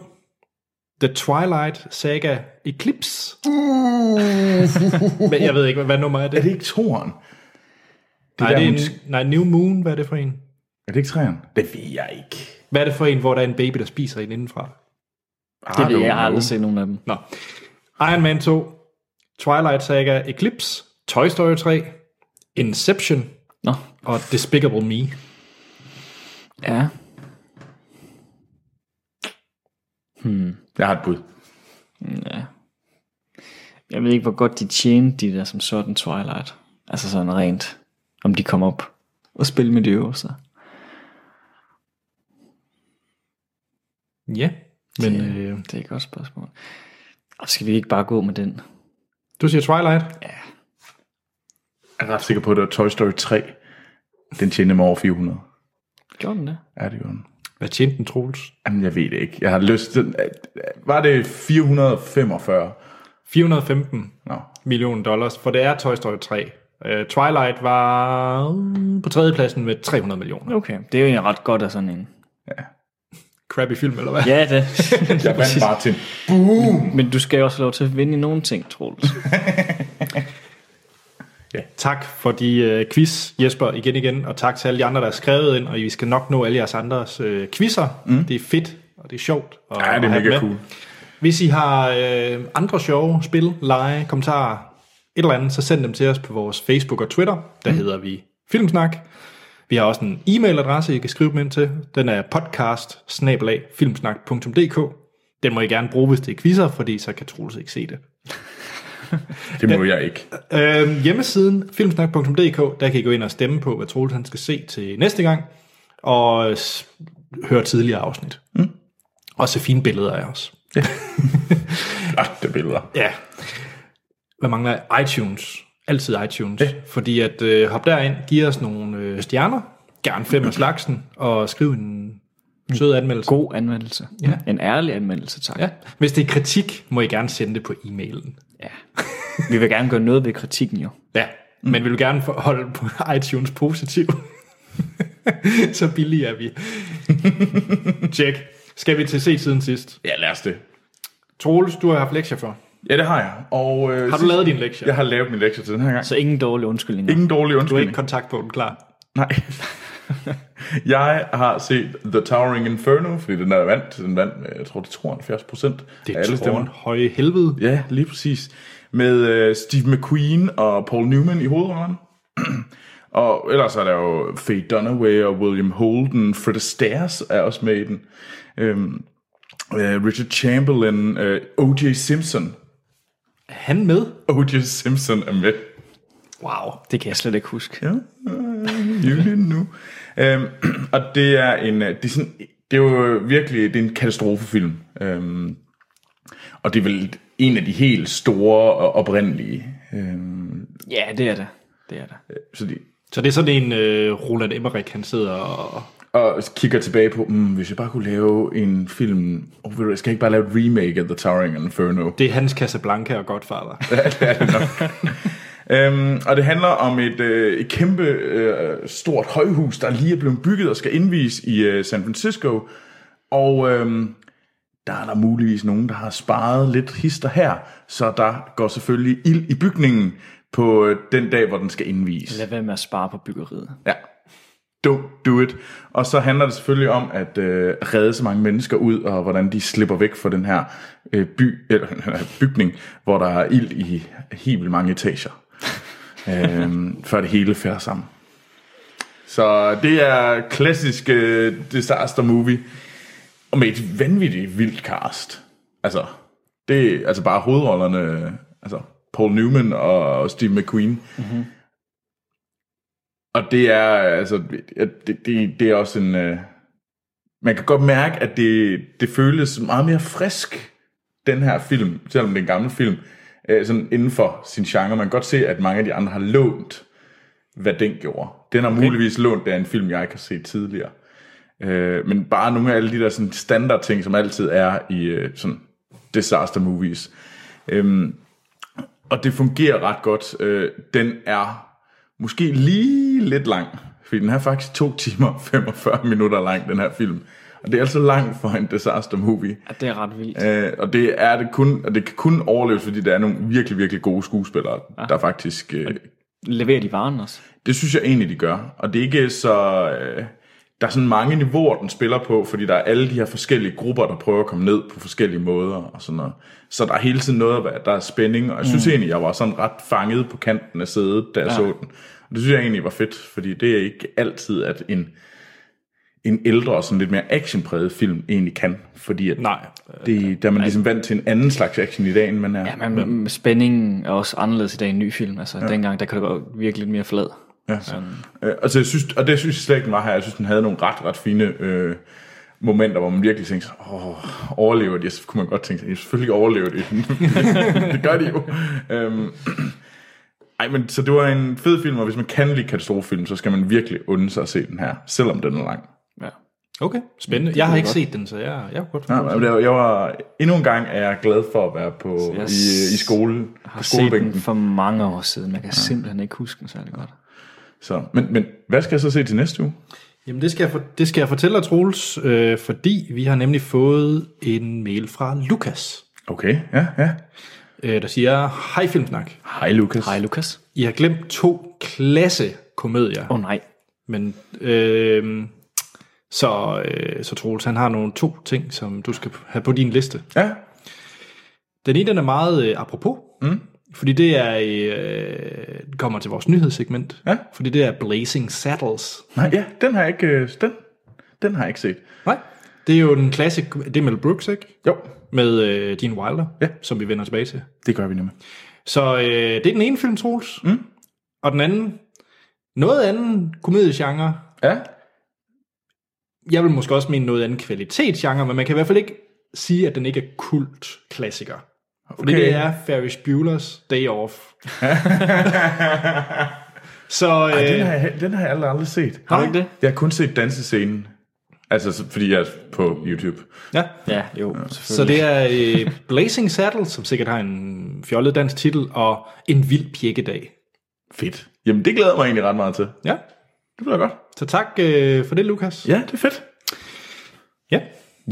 [SPEAKER 1] The Twilight Saga Eclipse. Men jeg ved ikke, hvad nummer Uh. er det?
[SPEAKER 2] Er det ikke toren? Det
[SPEAKER 1] nej,
[SPEAKER 2] der,
[SPEAKER 1] det er
[SPEAKER 2] hun-
[SPEAKER 1] en, nej, New Moon, hvad er det for en?
[SPEAKER 2] er det ikke træeren? Det ved jeg ikke.
[SPEAKER 1] Hvad er det for en, hvor der er en baby, der spiser en indenfra?
[SPEAKER 3] Det ved
[SPEAKER 2] Arlo.
[SPEAKER 3] jeg, jeg har aldrig set nogen af dem.
[SPEAKER 1] Nå. Iron Man 2, Twilight Saga Eclipse, Toy Story 3, Inception
[SPEAKER 3] Nå,
[SPEAKER 1] og Despicable Me.
[SPEAKER 3] ja.
[SPEAKER 2] Jeg har et bud.
[SPEAKER 3] Jeg ved ikke, hvor godt de tjente de der som sådan Twilight. Altså sådan rent, om de kom op og spille med de øvelser.
[SPEAKER 1] Ja, men
[SPEAKER 3] Det-
[SPEAKER 1] øh,
[SPEAKER 3] Det er et godt spørgsmål. Og skal vi ikke bare gå med den?
[SPEAKER 1] du siger Twilight?
[SPEAKER 2] Jeg er ret sikker på, at det var Toy Story 3. Den tjente mig over 400.
[SPEAKER 3] Gjorde den det?
[SPEAKER 2] Er det jo den?
[SPEAKER 1] Hvad tjente den, Troels?
[SPEAKER 2] Jamen, jeg ved det ikke. Jeg har lyst til... Var det 445?
[SPEAKER 1] 415
[SPEAKER 2] Nå.
[SPEAKER 1] millioner dollars, for det er Toy Story 3. Øh, Twilight var på tredjepladsen med 300 millioner.
[SPEAKER 3] Okay, det er jo egentlig ret godt af sådan en.
[SPEAKER 1] Crappy film, eller hvad?
[SPEAKER 3] Ja, det.
[SPEAKER 2] Jeg vandt Martin.
[SPEAKER 3] Men du skal jo også have lov til at vinde i nogle ting, Troels.
[SPEAKER 1] Tak for de øh, quiz, Jesper, igen igen, og tak til alle de andre, der har skrevet ind, og vi skal nok nå alle jeres andres øh, quizzer. Mm. Det er fedt, og det er sjovt. Og,
[SPEAKER 2] Ja, det er mega cool.
[SPEAKER 1] Hvis I har øh, andre sjove spil, lege, kommentarer, et eller andet, så send dem til os på vores Facebook og Twitter. Der mm. hedder vi Filmsnak. Vi har også en e-mailadresse, I kan skrive dem ind til. Den er podcast Den må I gerne bruge, hvis det er quizzer, fordi så kan Troels ikke se det.
[SPEAKER 2] Det må jeg ikke.
[SPEAKER 1] Øhm, hjemmesiden filmsnak.dk, der kan I gå ind og stemme på, hvad Troels han skal se til næste gang, og s- høre tidligere afsnit. Mm. Og så fine billeder af os.
[SPEAKER 2] Ah, det er billeder.
[SPEAKER 1] Ja. Hvad mangler jeg? iTunes. Altid iTunes. Ja. Fordi at øh, hop derind, giv os nogle øh, stjerner, gerne fem af slagsen, og skriv en sød anmeldelse.
[SPEAKER 3] God anmeldelse. Ja. En ærlig anmeldelse, tak.
[SPEAKER 1] Ja. Hvis det er kritik, må I gerne sende det på e-mailen.
[SPEAKER 3] ja. Vi vil gerne gøre noget ved kritikken jo.
[SPEAKER 1] Ja, mm. men vi vil gerne for- holde på iTunes positiv. så billige er vi. Tjek. Skal vi til se siden sidst?
[SPEAKER 2] Ja, lad os det.
[SPEAKER 1] Troels, du har haft lektier for.
[SPEAKER 2] Ja, det har jeg. Og, øh,
[SPEAKER 1] Har du
[SPEAKER 2] sidst-
[SPEAKER 1] lavet din lektie?
[SPEAKER 2] Jeg har lavet min lektie til den her gang.
[SPEAKER 3] Så ingen dårlige undskyldninger.
[SPEAKER 2] Ingen dårlig
[SPEAKER 1] Du har ikke
[SPEAKER 2] undskyldning.
[SPEAKER 1] kontakt på den klar.
[SPEAKER 2] Nej. jeg har set The Towering Inferno, fordi den er vandt. Den vandt, med, jeg tror, det er 72 procent
[SPEAKER 1] Det er Troels høje helvede.
[SPEAKER 2] Ja, lige præcis. Med øh, Steve McQueen og Paul Newman i hovedrollerne. og ellers er der jo Faye Dunaway og William Holden. Fred Astaire er også med i den. Øhm, øh, Richard Chamberlain, øh, O.J. Simpson.
[SPEAKER 1] Er han med?
[SPEAKER 2] O.J. Simpson er med.
[SPEAKER 1] Wow.
[SPEAKER 3] Det kan jeg slet ikke huske.
[SPEAKER 2] Ja, øh, juli nu. Øhm, og det er en, øh, det er, sådan, det er jo virkelig, det er en katastrofefilm. Øhm, og det er vel en af de helt store og oprindelige. Øhm,
[SPEAKER 3] Ja, det er det. Det er det.
[SPEAKER 2] så de,
[SPEAKER 1] Så det er sådan en øh, Roland Emmerich, han sidder og...
[SPEAKER 2] og kigger tilbage på, mm, hvis jeg bare kunne lave en film, oh, ved du, jeg skal ikke bare lave et remake af The Towering Inferno.
[SPEAKER 1] Det er hans Casablanca og Godfather.
[SPEAKER 2] Øhm, og det handler om et, øh, et kæmpe øh, stort højhus, der lige er blevet bygget og skal indvies i øh, San Francisco. Og øhm, der er der muligvis nogen, der har sparet lidt hister her, så der går selvfølgelig ild i bygningen på øh, den dag, hvor den skal indvies.
[SPEAKER 3] Lad være med at spare på byggeriet.
[SPEAKER 2] Ja. Don't do it. Og så handler det selvfølgelig om at øh, redde så mange mennesker ud, og hvordan de slipper væk fra den her øh, by, eller, bygning, hvor der er ild i helt vildt mange etager. øhm, før det hele falder sammen. Så det er klassisk øh, disaster movie. Og med et vanvittigt vildt cast. Altså, det altså bare hovedrollerne, øh, altså Paul Newman og, og Steve McQueen. Mm-hmm. Og det er, altså, det, det, det er også en... Øh, man kan godt mærke, at det, det føles meget mere frisk, den her film, selvom det er en gammel film, øh, sådan inden for sin genre. Man kan godt se, at mange af de andre har lånt, hvad den gjorde. Den har okay. muligvis lånt af en film, jeg ikke har set tidligere. Øh, men bare nogle af alle de der sådan standard ting, som altid er i øh, sådan disaster movies. Øhm, og det fungerer ret godt. Øh, den er måske lige lidt lang, fordi den er faktisk 2 timer og 45 minutter lang, den her film. Og det er altså langt for en disaster movie.
[SPEAKER 3] Ja, det er ret vildt.
[SPEAKER 2] Øh, og det er det kun, og det kan kun overleves, fordi der er nogle virkelig, virkelig gode skuespillere, der faktisk øh,
[SPEAKER 3] Leverer de varen også?
[SPEAKER 2] det synes jeg egentlig, de gør. Og det er ikke så... Øh, der er sådan mange niveauer, den spiller på, fordi der er alle de her forskellige grupper, der prøver at komme ned på forskellige måder og sådan noget. Så der er hele tiden noget, hvad- der er spænding, og jeg synes mm. egentlig, jeg var sådan ret fanget på kanten af sædet, da jeg ja. så den. Og det synes jeg egentlig var fedt, fordi det er ikke altid, at en, en ældre og sådan lidt mere actionpræget film egentlig kan, fordi at
[SPEAKER 1] Nej.
[SPEAKER 2] det, der er man ligesom vant til en anden slags action i dag, end man er.
[SPEAKER 3] Ja, men men spændingen er også anderledes i dag i en ny film. Altså, ja. dengang, der kan det godt virke lidt mere flad. Ja. Sådan.
[SPEAKER 2] Øh, altså, jeg synes, og det synes jeg slet ikke, den var her. Jeg synes, den havde nogle ret, ret fine øh, momenter, hvor man virkelig tænkte, sådan, åh, overlever de? Så kunne man godt tænke, sig, "Ja, selvfølgelig overlever de. det gør de jo. Øhm, ej, men så det var en fed film, og hvis man kan lide katastrofefilm, så skal man virkelig unde sig at se den her, selvom den er lang.
[SPEAKER 3] Ja.
[SPEAKER 1] Okay, spændende. Jeg har ikke set den, så jeg, jeg er godt.
[SPEAKER 2] Ja, men jeg, jeg var, endnu en gang er jeg glad for at være på,
[SPEAKER 3] jeg
[SPEAKER 2] i, i skole,
[SPEAKER 3] Har
[SPEAKER 2] på
[SPEAKER 3] set den
[SPEAKER 2] skolebænken.
[SPEAKER 3] for mange år siden. Man kan ja. simpelthen ikke huske den særlig godt.
[SPEAKER 2] Så, men, men hvad skal jeg så se til næste uge?
[SPEAKER 1] Jamen det skal jeg, for, det skal jeg fortælle dig, Troels, øh, fordi vi har nemlig fået en mail fra Lukas,
[SPEAKER 2] Okay, ja, ja.
[SPEAKER 1] øh, der siger, hej Filmsnak,
[SPEAKER 2] Hej, Lukas.
[SPEAKER 3] Hej, Lukas.
[SPEAKER 1] I har glemt to klasse komedier,
[SPEAKER 3] Åh oh, nej.
[SPEAKER 1] men øh, så, øh, så Troels, han har nogle to ting, som du skal have på din liste.
[SPEAKER 2] Ja,
[SPEAKER 1] Den ene, den er meget øh, apropos, mm. Fordi det er øh, kommer til vores nyhedssegment.
[SPEAKER 2] Ja.
[SPEAKER 1] Fordi det er Blazing Saddles.
[SPEAKER 2] Nej, ja, den har jeg ikke, øh, den, den har jeg ikke set.
[SPEAKER 1] Nej. Det er jo den klassik, det er Mel Brooks, ikke?
[SPEAKER 2] Jo,
[SPEAKER 1] Med øh, Gene Wilder,
[SPEAKER 2] Ja.
[SPEAKER 1] som vi vender tilbage til.
[SPEAKER 2] det gør vi nemlig.
[SPEAKER 1] Så øh, det er den ene film, Troels. Mm. Og den anden, noget anden komediegenre.
[SPEAKER 2] Ja,
[SPEAKER 1] Jeg vil måske også mene noget anden kvalitetsgenre, men man kan i hvert fald ikke sige, at den ikke er kult klassiker. Fordi
[SPEAKER 2] Okay.
[SPEAKER 1] det er Ferris Bueller's Day Off. Så øh,
[SPEAKER 2] Ej, den, har jeg, den har jeg aldrig, aldrig set.
[SPEAKER 3] Har du ikke det?
[SPEAKER 2] Jeg har kun set dansescenen. Altså, så- fordi jeg er på YouTube.
[SPEAKER 1] ja.
[SPEAKER 3] Ja, jo,
[SPEAKER 1] Så det er øh, Blazing Saddle, som sikkert har en fjollet dansk titel, og En vild pjekkedag.
[SPEAKER 2] Fedt. Jamen, det glæder jeg mig egentlig ret meget til.
[SPEAKER 1] Ja,
[SPEAKER 2] Det bliver godt.
[SPEAKER 1] så tak øh, for det, Lukas.
[SPEAKER 2] Ja, det er fedt.
[SPEAKER 1] ja.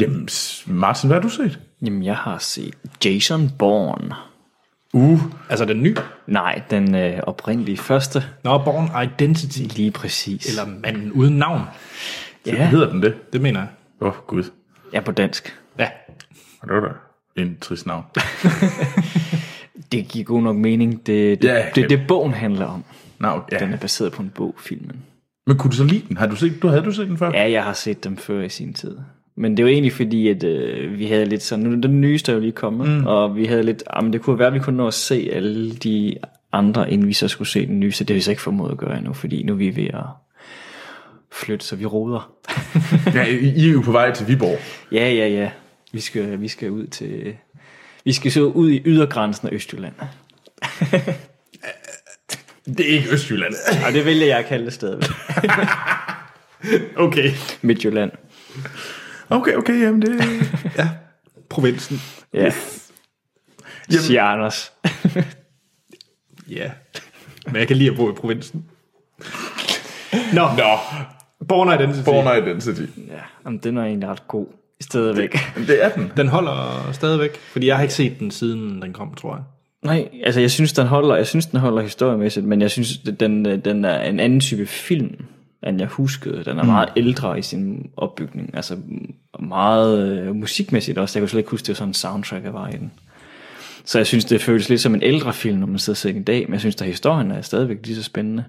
[SPEAKER 2] Jamen, s- Martin, hvad har du set?
[SPEAKER 3] Jamen, jeg har set Jason Bourne.
[SPEAKER 2] Uh,
[SPEAKER 1] Altså den nye.
[SPEAKER 3] Nej, den øh, oprindelige første.
[SPEAKER 1] Nå, Born Identity.
[SPEAKER 3] Lige præcis.
[SPEAKER 1] Eller manden uden navn.
[SPEAKER 2] ja.
[SPEAKER 3] ja,
[SPEAKER 2] hedder den det?
[SPEAKER 1] Det mener jeg.
[SPEAKER 2] Åh, oh, gud.
[SPEAKER 3] ja, på dansk.
[SPEAKER 1] Ja.
[SPEAKER 2] Og det var da en trist navn.
[SPEAKER 3] Det giver god nok mening. Det det,
[SPEAKER 2] Ja,
[SPEAKER 3] det, det, det bogen handler om.
[SPEAKER 2] Navn, ja.
[SPEAKER 3] Den er baseret på en bog, filmen.
[SPEAKER 2] Men kunne du så lide den? Har du set, du, havde du set den før?
[SPEAKER 3] Ja, jeg har set dem før i sin tid. Men det var egentlig fordi, at øh, vi havde lidt sådan, nu den nyeste er jo lige kommet, mm. og vi havde lidt, jamen det kunne være, at vi kunne nå at se alle de andre, inden vi så skulle se den nye, så det har vi så ikke formået at gøre endnu, fordi nu er vi ved at flytte, så vi roder.
[SPEAKER 2] ja I, I er jo på vej til Viborg.
[SPEAKER 3] Ja, ja, ja. Vi skal, vi skal ud til, vi skal så ud i ydergrænsen af Østjylland.
[SPEAKER 2] Det er ikke Østjylland.
[SPEAKER 3] Og det vælger jeg at kalde det stadigvæk.
[SPEAKER 1] Okay.
[SPEAKER 3] Midtjylland.
[SPEAKER 2] Okay, okay, jamen det...
[SPEAKER 1] Ja. Provinsen.
[SPEAKER 3] Ja.
[SPEAKER 2] Jamen-
[SPEAKER 3] Siger Anders.
[SPEAKER 1] Ja. Men jeg kan lide at bo i provinsen. Nå,
[SPEAKER 2] Nå,
[SPEAKER 1] Born Identity.
[SPEAKER 2] Born Identity.
[SPEAKER 3] Ja, jamen, den er egentlig ret god stadigvæk.
[SPEAKER 2] Jamen, Det er den.
[SPEAKER 1] Den holder stadigvæk, fordi jeg har ikke set den siden den kom, tror jeg.
[SPEAKER 3] Nej, altså jeg synes, den holder, jeg synes, den holder historiemæssigt, men jeg synes, at den, øh, den er en anden type film, end jeg huskede. Den er meget ældre i sin opbygning, altså m- meget øh, musikmæssigt også. Jeg kunne slet ikke huske, det var sådan en soundtrack, der var i den. Så jeg synes, det føles lidt som en ældre film, når man sidder og ser den i dag, men jeg synes, at historien er stadigvæk lige så spændende.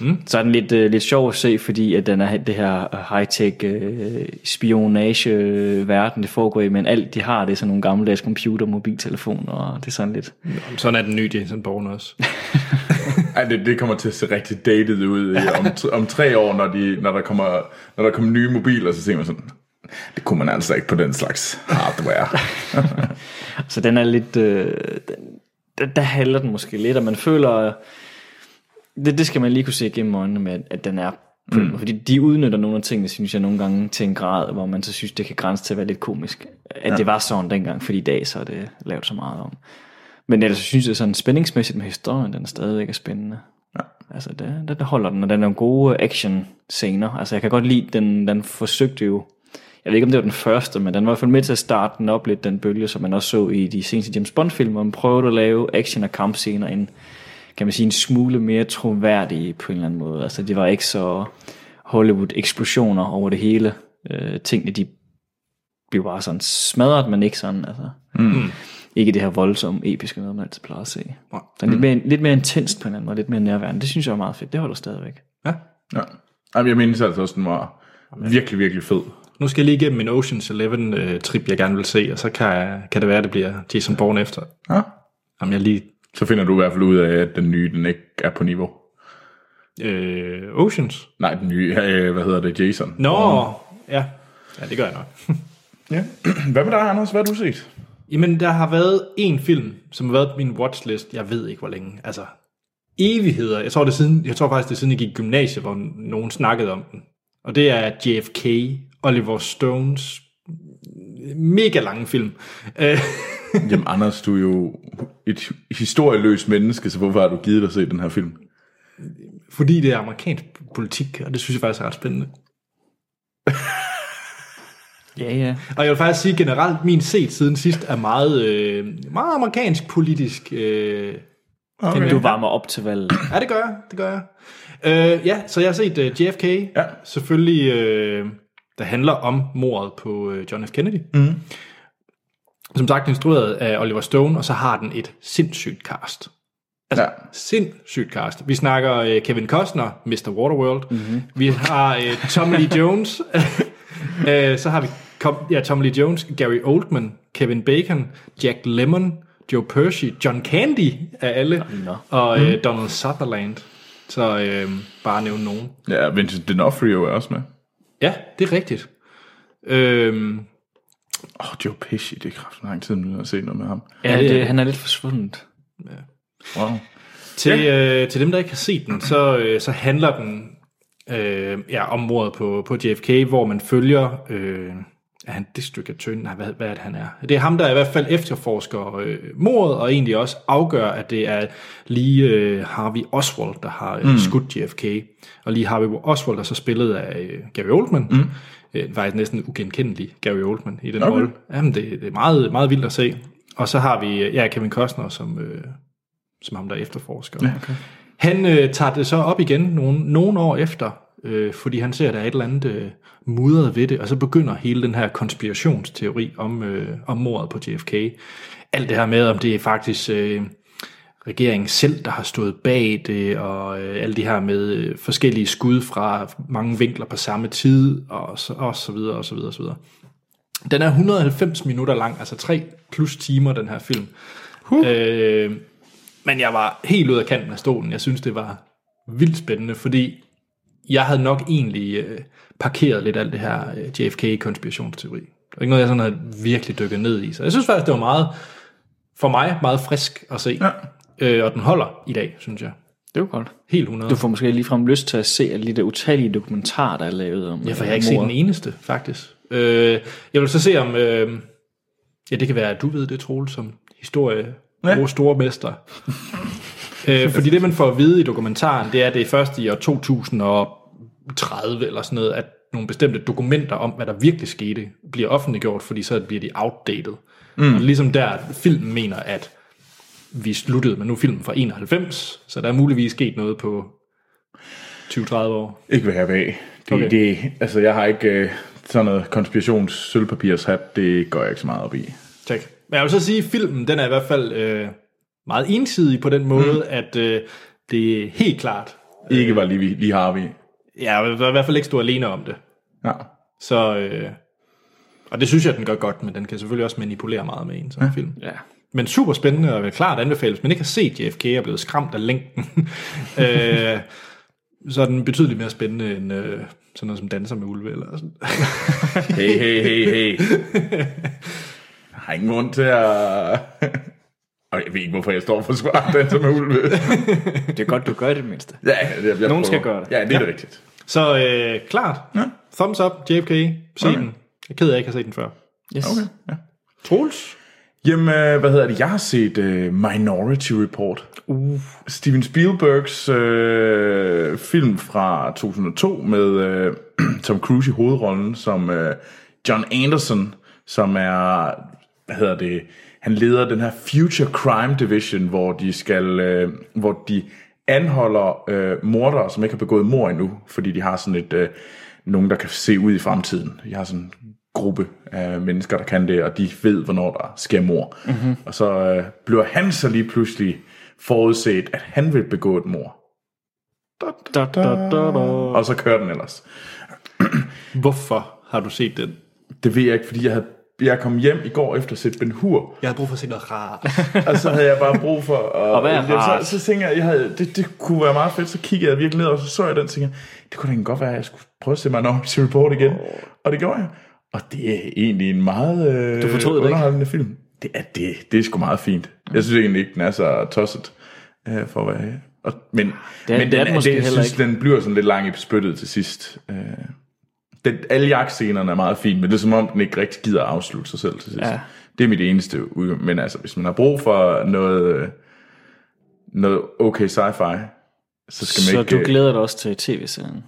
[SPEAKER 3] Mm. Så er den lidt, øh, lidt sjov at se, fordi at den er det her high-tech øh, spionage-verden, det foregår i, men alt de har, det er sådan nogle gammeldags computer, mobiltelefoner, og det er sådan lidt...
[SPEAKER 1] Sådan er den nye Jason Bourne også.
[SPEAKER 2] Ej, det, det kommer til at se rigtig dated ud i, om, t- om tre år, når, de, når, der kommer, når der kommer nye mobiler, så ser man sådan, det kunne man altså ikke på den slags hardware.
[SPEAKER 3] Så den er lidt... Øh, den, der, der handler den måske lidt, og man føler... Det, det skal man lige kunne se igennem øjnene med, at- at den er på mm. Fordi de udnytter nogle af tingene, synes jeg, nogle gange til en grad, hvor man så synes, det kan grænse til at være lidt komisk. At ja. det var sådan dengang, fordi i dag så er det lavet så meget om. Men ellers så synes jeg sådan spændingsmæssigt med historien, den er stadigvæk er spændende. Ja. Altså, det, det, det holder den, og den er nogle gode action scener. Altså, jeg kan godt lide, den, den forsøgte jo, jeg ved ikke, om det var den første, men den var i hvert fald med til at starte den op lidt, den bølge, som man også så i de seneste James Bond-film, hvor man prøvede at lave action- og kampscener en, kan man sige, en smule mere troværdige på en eller anden måde. Altså, det var ikke så Hollywood-eksplosioner over det hele. Øh, tingene, de blev bare sådan smadret, men ikke sådan, altså. Mm. Ikke det her voldsomme, episke noget, man altid plejer at se.
[SPEAKER 1] Nej.
[SPEAKER 3] Den er lidt, mere, lidt mere intenst på en eller anden måde, lidt mere nærværende. Det synes jeg er meget fedt. Det holder stadigvæk.
[SPEAKER 1] Ja.
[SPEAKER 2] Ja. Jamen, jeg mindes altså også, den var virkelig, virkelig fed.
[SPEAKER 1] Nu skal jeg lige igennem min Ocean's Eleven-trip, jeg gerne vil se, og så kan, jeg- kan det være, at det bliver Jason Bourne efter.
[SPEAKER 2] Ja.
[SPEAKER 1] Jamen, jeg lige...
[SPEAKER 2] Så finder du i hvert fald ud af, at den nye, den ikke er på niveau.
[SPEAKER 1] Øh, Oceans?
[SPEAKER 2] Nej, den nye, øh, hvad hedder det, Jason.
[SPEAKER 1] Nå, oh. ja. Ja, det gør jeg nok.
[SPEAKER 2] Ja. Hvad med dig, Anders? Hvad har du set?
[SPEAKER 1] Jamen, der har været en film, som har været på min watchlist, jeg ved ikke hvor længe, altså evigheder. Jeg tror, det er siden, jeg tror faktisk, det er siden, jeg gik i gymnasiet, hvor nogen snakkede om den. Og det er JFK, Oliver Stones mega lange film. Øh,
[SPEAKER 2] Jamen, Anders, du er jo et historieløst menneske, så hvorfor har du givet dig at se den her film?
[SPEAKER 1] fordi det er amerikansk politik, og det synes jeg faktisk er ret spændende.
[SPEAKER 3] Ja, ja.
[SPEAKER 1] Og jeg vil faktisk sige generelt, min set siden sidst er meget, øh, meget amerikansk politisk. Øh,
[SPEAKER 3] Okay. Du varmer op til valget.
[SPEAKER 1] ja, det gør jeg, det gør jeg. Øh, ja, så jeg har set øh, JFK, ja. selvfølgelig, øh, der handler om mordet på øh, John F. Kennedy. Mm. Som sagt instrueret af Oliver Stone, og så har den et sindssygt cast. Altså,
[SPEAKER 2] Ja.
[SPEAKER 1] ja. sindssygt cast. Vi snakker øh, Kevin Costner, Mr. Waterworld. Mm-hmm. Vi har øh, Tom Lee Jones. øh, så har vi kom, ja, Tom Lee Jones, Gary Oldman, Kevin Bacon, Jack Lemmon, Joe Pesci, John Candy af alle,
[SPEAKER 3] nå.
[SPEAKER 1] og øh, Donald Sutherland. Så øh, bare nævne nogen.
[SPEAKER 2] Ja, Vincent D'Onofrio er også med.
[SPEAKER 1] Ja, det er rigtigt. Øh,
[SPEAKER 2] Åh, oh, Joe Pesci, det er kraften lang tid, nu har set noget med ham.
[SPEAKER 3] Ja,
[SPEAKER 1] det er
[SPEAKER 3] det,
[SPEAKER 1] det.
[SPEAKER 3] han er lidt forsvundet.
[SPEAKER 2] Wow.
[SPEAKER 1] Til, ja. øh, til dem, der ikke har set den, så, øh, så handler den øh, ja, om mordet på, på JFK, hvor man følger... Øh, er han det stykke af tønden? Nej, hvad, hvad er det, han er? Det er ham, der i hvert fald efterforsker øh, mordet, og egentlig også afgør, at det er lige øh, Harvey Oswald, der har øh, mm. skudt JFK. Og lige Harvey Oswald, der så spillet af øh, Gary Oldman. Mm. Øh, faktisk næsten ugenkendelig Gary Oldman i den okay. rolle. Jamen, det, det er meget, meget vildt at se. Og så har vi øh, ja, Kevin Costner som... Øh, som ham, der efterforsker. Ja, okay. Han øh, tager det så op igen nogle, nogle år efter, øh, fordi han ser, at der er et eller andet øh, mudret ved det, og så begynder hele den her konspirationsteori om, øh, om mordet på JFK. Alt det her med, om det er faktisk øh, regeringen selv, der har stået bag det, og øh, alt det her med øh, forskellige skud fra mange vinkler på samme tid, og så, og så videre, og så videre, og så videre. Den er 190 minutter lang, altså 3 plus timer, den her film. Huh. Øh, men jeg var helt ud af kanten af stolen. Jeg synes, det var vildt spændende, fordi jeg havde nok egentlig øh, parkeret lidt alt det her øh, JFK-konspirationsteori. Det var ikke noget, jeg sådan havde virkelig dykket ned i. Så jeg synes faktisk, det var meget, for mig, meget frisk at se. Ja. Øh, og den holder i dag, synes jeg.
[SPEAKER 3] Det var godt.
[SPEAKER 1] Helt 100.
[SPEAKER 3] Du får måske ligefrem lyst til at se alle de der utallige dokumentarer, der er lavet om øh,
[SPEAKER 1] Ja, for jeg har ikke set den eneste, faktisk. Øh, jeg vil så se om... Øh, ja, det kan være, at du ved det, Troel, som historie
[SPEAKER 2] Ja.
[SPEAKER 1] ja. store mester. øh, fordi det, man får at vide i dokumentaren, det er, at det er først i år 2030 eller sådan noget, at nogle bestemte dokumenter om, hvad der virkelig skete, bliver offentliggjort, fordi så bliver de outdated. Mm. Og ligesom der, filmen mener, at vi sluttede med nu er filmen fra 91, så der er muligvis sket noget på 20-30 år.
[SPEAKER 2] Ikke hvad jeg ved. Det, okay.
[SPEAKER 1] Okay.
[SPEAKER 2] det, altså, jeg har ikke øh, sådan noget konspirations sølvpapirshat, det går jeg ikke så meget op i.
[SPEAKER 1] Tak. Men jeg vil så sige, at filmen den er i hvert fald øh, meget ensidig på den måde, mm. at øh, det er helt klart.
[SPEAKER 2] Ikke var lige, vi- lige har vi.
[SPEAKER 1] Jeg vil i hvert fald ikke stå alene om det.
[SPEAKER 2] Ja.
[SPEAKER 1] Så, øh, og det synes jeg, den gør godt, men den kan selvfølgelig også manipulere meget med en sådan ja. film.
[SPEAKER 3] Ja.
[SPEAKER 1] Men super spændende og vil klart anbefales. Hvis man ikke har set JFK og er blevet skræmt af længden, øh, så er den betydeligt mere spændende end øh, sådan noget som Danser med Ulve. Eller sådan.
[SPEAKER 2] Hey, hey, hey, hey. Jeg har ingen grund til at... Og jeg ved ikke, hvorfor jeg står og forsvarer den som ulve.
[SPEAKER 3] Det er godt, du gør det, det mindste.
[SPEAKER 2] Ja, jeg, jeg
[SPEAKER 3] Nogen skal
[SPEAKER 2] prøver.
[SPEAKER 3] gøre det.
[SPEAKER 2] Ja, det er ja. rigtigt.
[SPEAKER 1] Så øh, klart. Ja. Thumbs up, JFK. Se
[SPEAKER 2] Okay.
[SPEAKER 1] okay. den. Jeg er ked af, at jeg ikke har set den før.
[SPEAKER 3] Yes.
[SPEAKER 2] Okay, ja.
[SPEAKER 1] Troels?
[SPEAKER 2] Jamen, øh, hvad hedder det? Jeg har set øh, Minority Report. Uh. Steven Spielbergs øh, film fra 2002 med øh, Tom Cruise i hovedrollen som øh, John Anderson, som er, hvad hedder det, han leder den her Future Crime Division, hvor de skal, øh, hvor de anholder øh, mordere, som ikke har begået mord endnu, fordi de har sådan et, øh, nogen der kan se ud i fremtiden. De har sådan en gruppe af mennesker, der kan det, og de ved, hvornår der sker mord. Mm-hmm. Og så øh, bliver han så lige pludselig forudset, at han vil begå et mord.
[SPEAKER 3] Da, da, da, da.
[SPEAKER 2] Og så kører den ellers.
[SPEAKER 1] Hvorfor har du set den?
[SPEAKER 2] Det ved jeg ikke, fordi jeg, havde, jeg kom hjem i går efter at set Ben Hur,
[SPEAKER 1] Jeg har brug for at se noget rart.
[SPEAKER 2] og så havde jeg bare brug for... Og,
[SPEAKER 3] hvad er
[SPEAKER 2] så,
[SPEAKER 3] rart?
[SPEAKER 2] så tænkte jeg, jeg havde, det, det kunne være meget fedt, så kiggede jeg virkelig ned, og så så jeg den, og tænkte jeg, det kunne da egentlig godt være, at jeg skulle prøve at se Minority Report igen. Og det gjorde jeg. Og det er egentlig en meget øh,
[SPEAKER 3] Du fortrød det ikke? Mm.
[SPEAKER 2] underholdende film. Det er, det, det er sgu meget fint. Jeg synes egentlig ikke, den er så tosset øh, for at være... Og, men
[SPEAKER 3] Det er-
[SPEAKER 2] men
[SPEAKER 3] det er den måske
[SPEAKER 2] jeg
[SPEAKER 3] heller
[SPEAKER 2] synes, den bliver sådan lidt lang i spyttet til sidst. Øh, den, alle jagtscenerne er meget fint, men det er som om, den ikke rigtig gider at afslutte sig selv til sidst. Ja.
[SPEAKER 3] Ja.
[SPEAKER 2] Det er mit eneste ud. Men altså, hvis man har brug for noget, øh, noget okay sci-fi, så skal man
[SPEAKER 3] Så
[SPEAKER 2] ikke... øh,
[SPEAKER 3] du glæder dig også til tv-serien?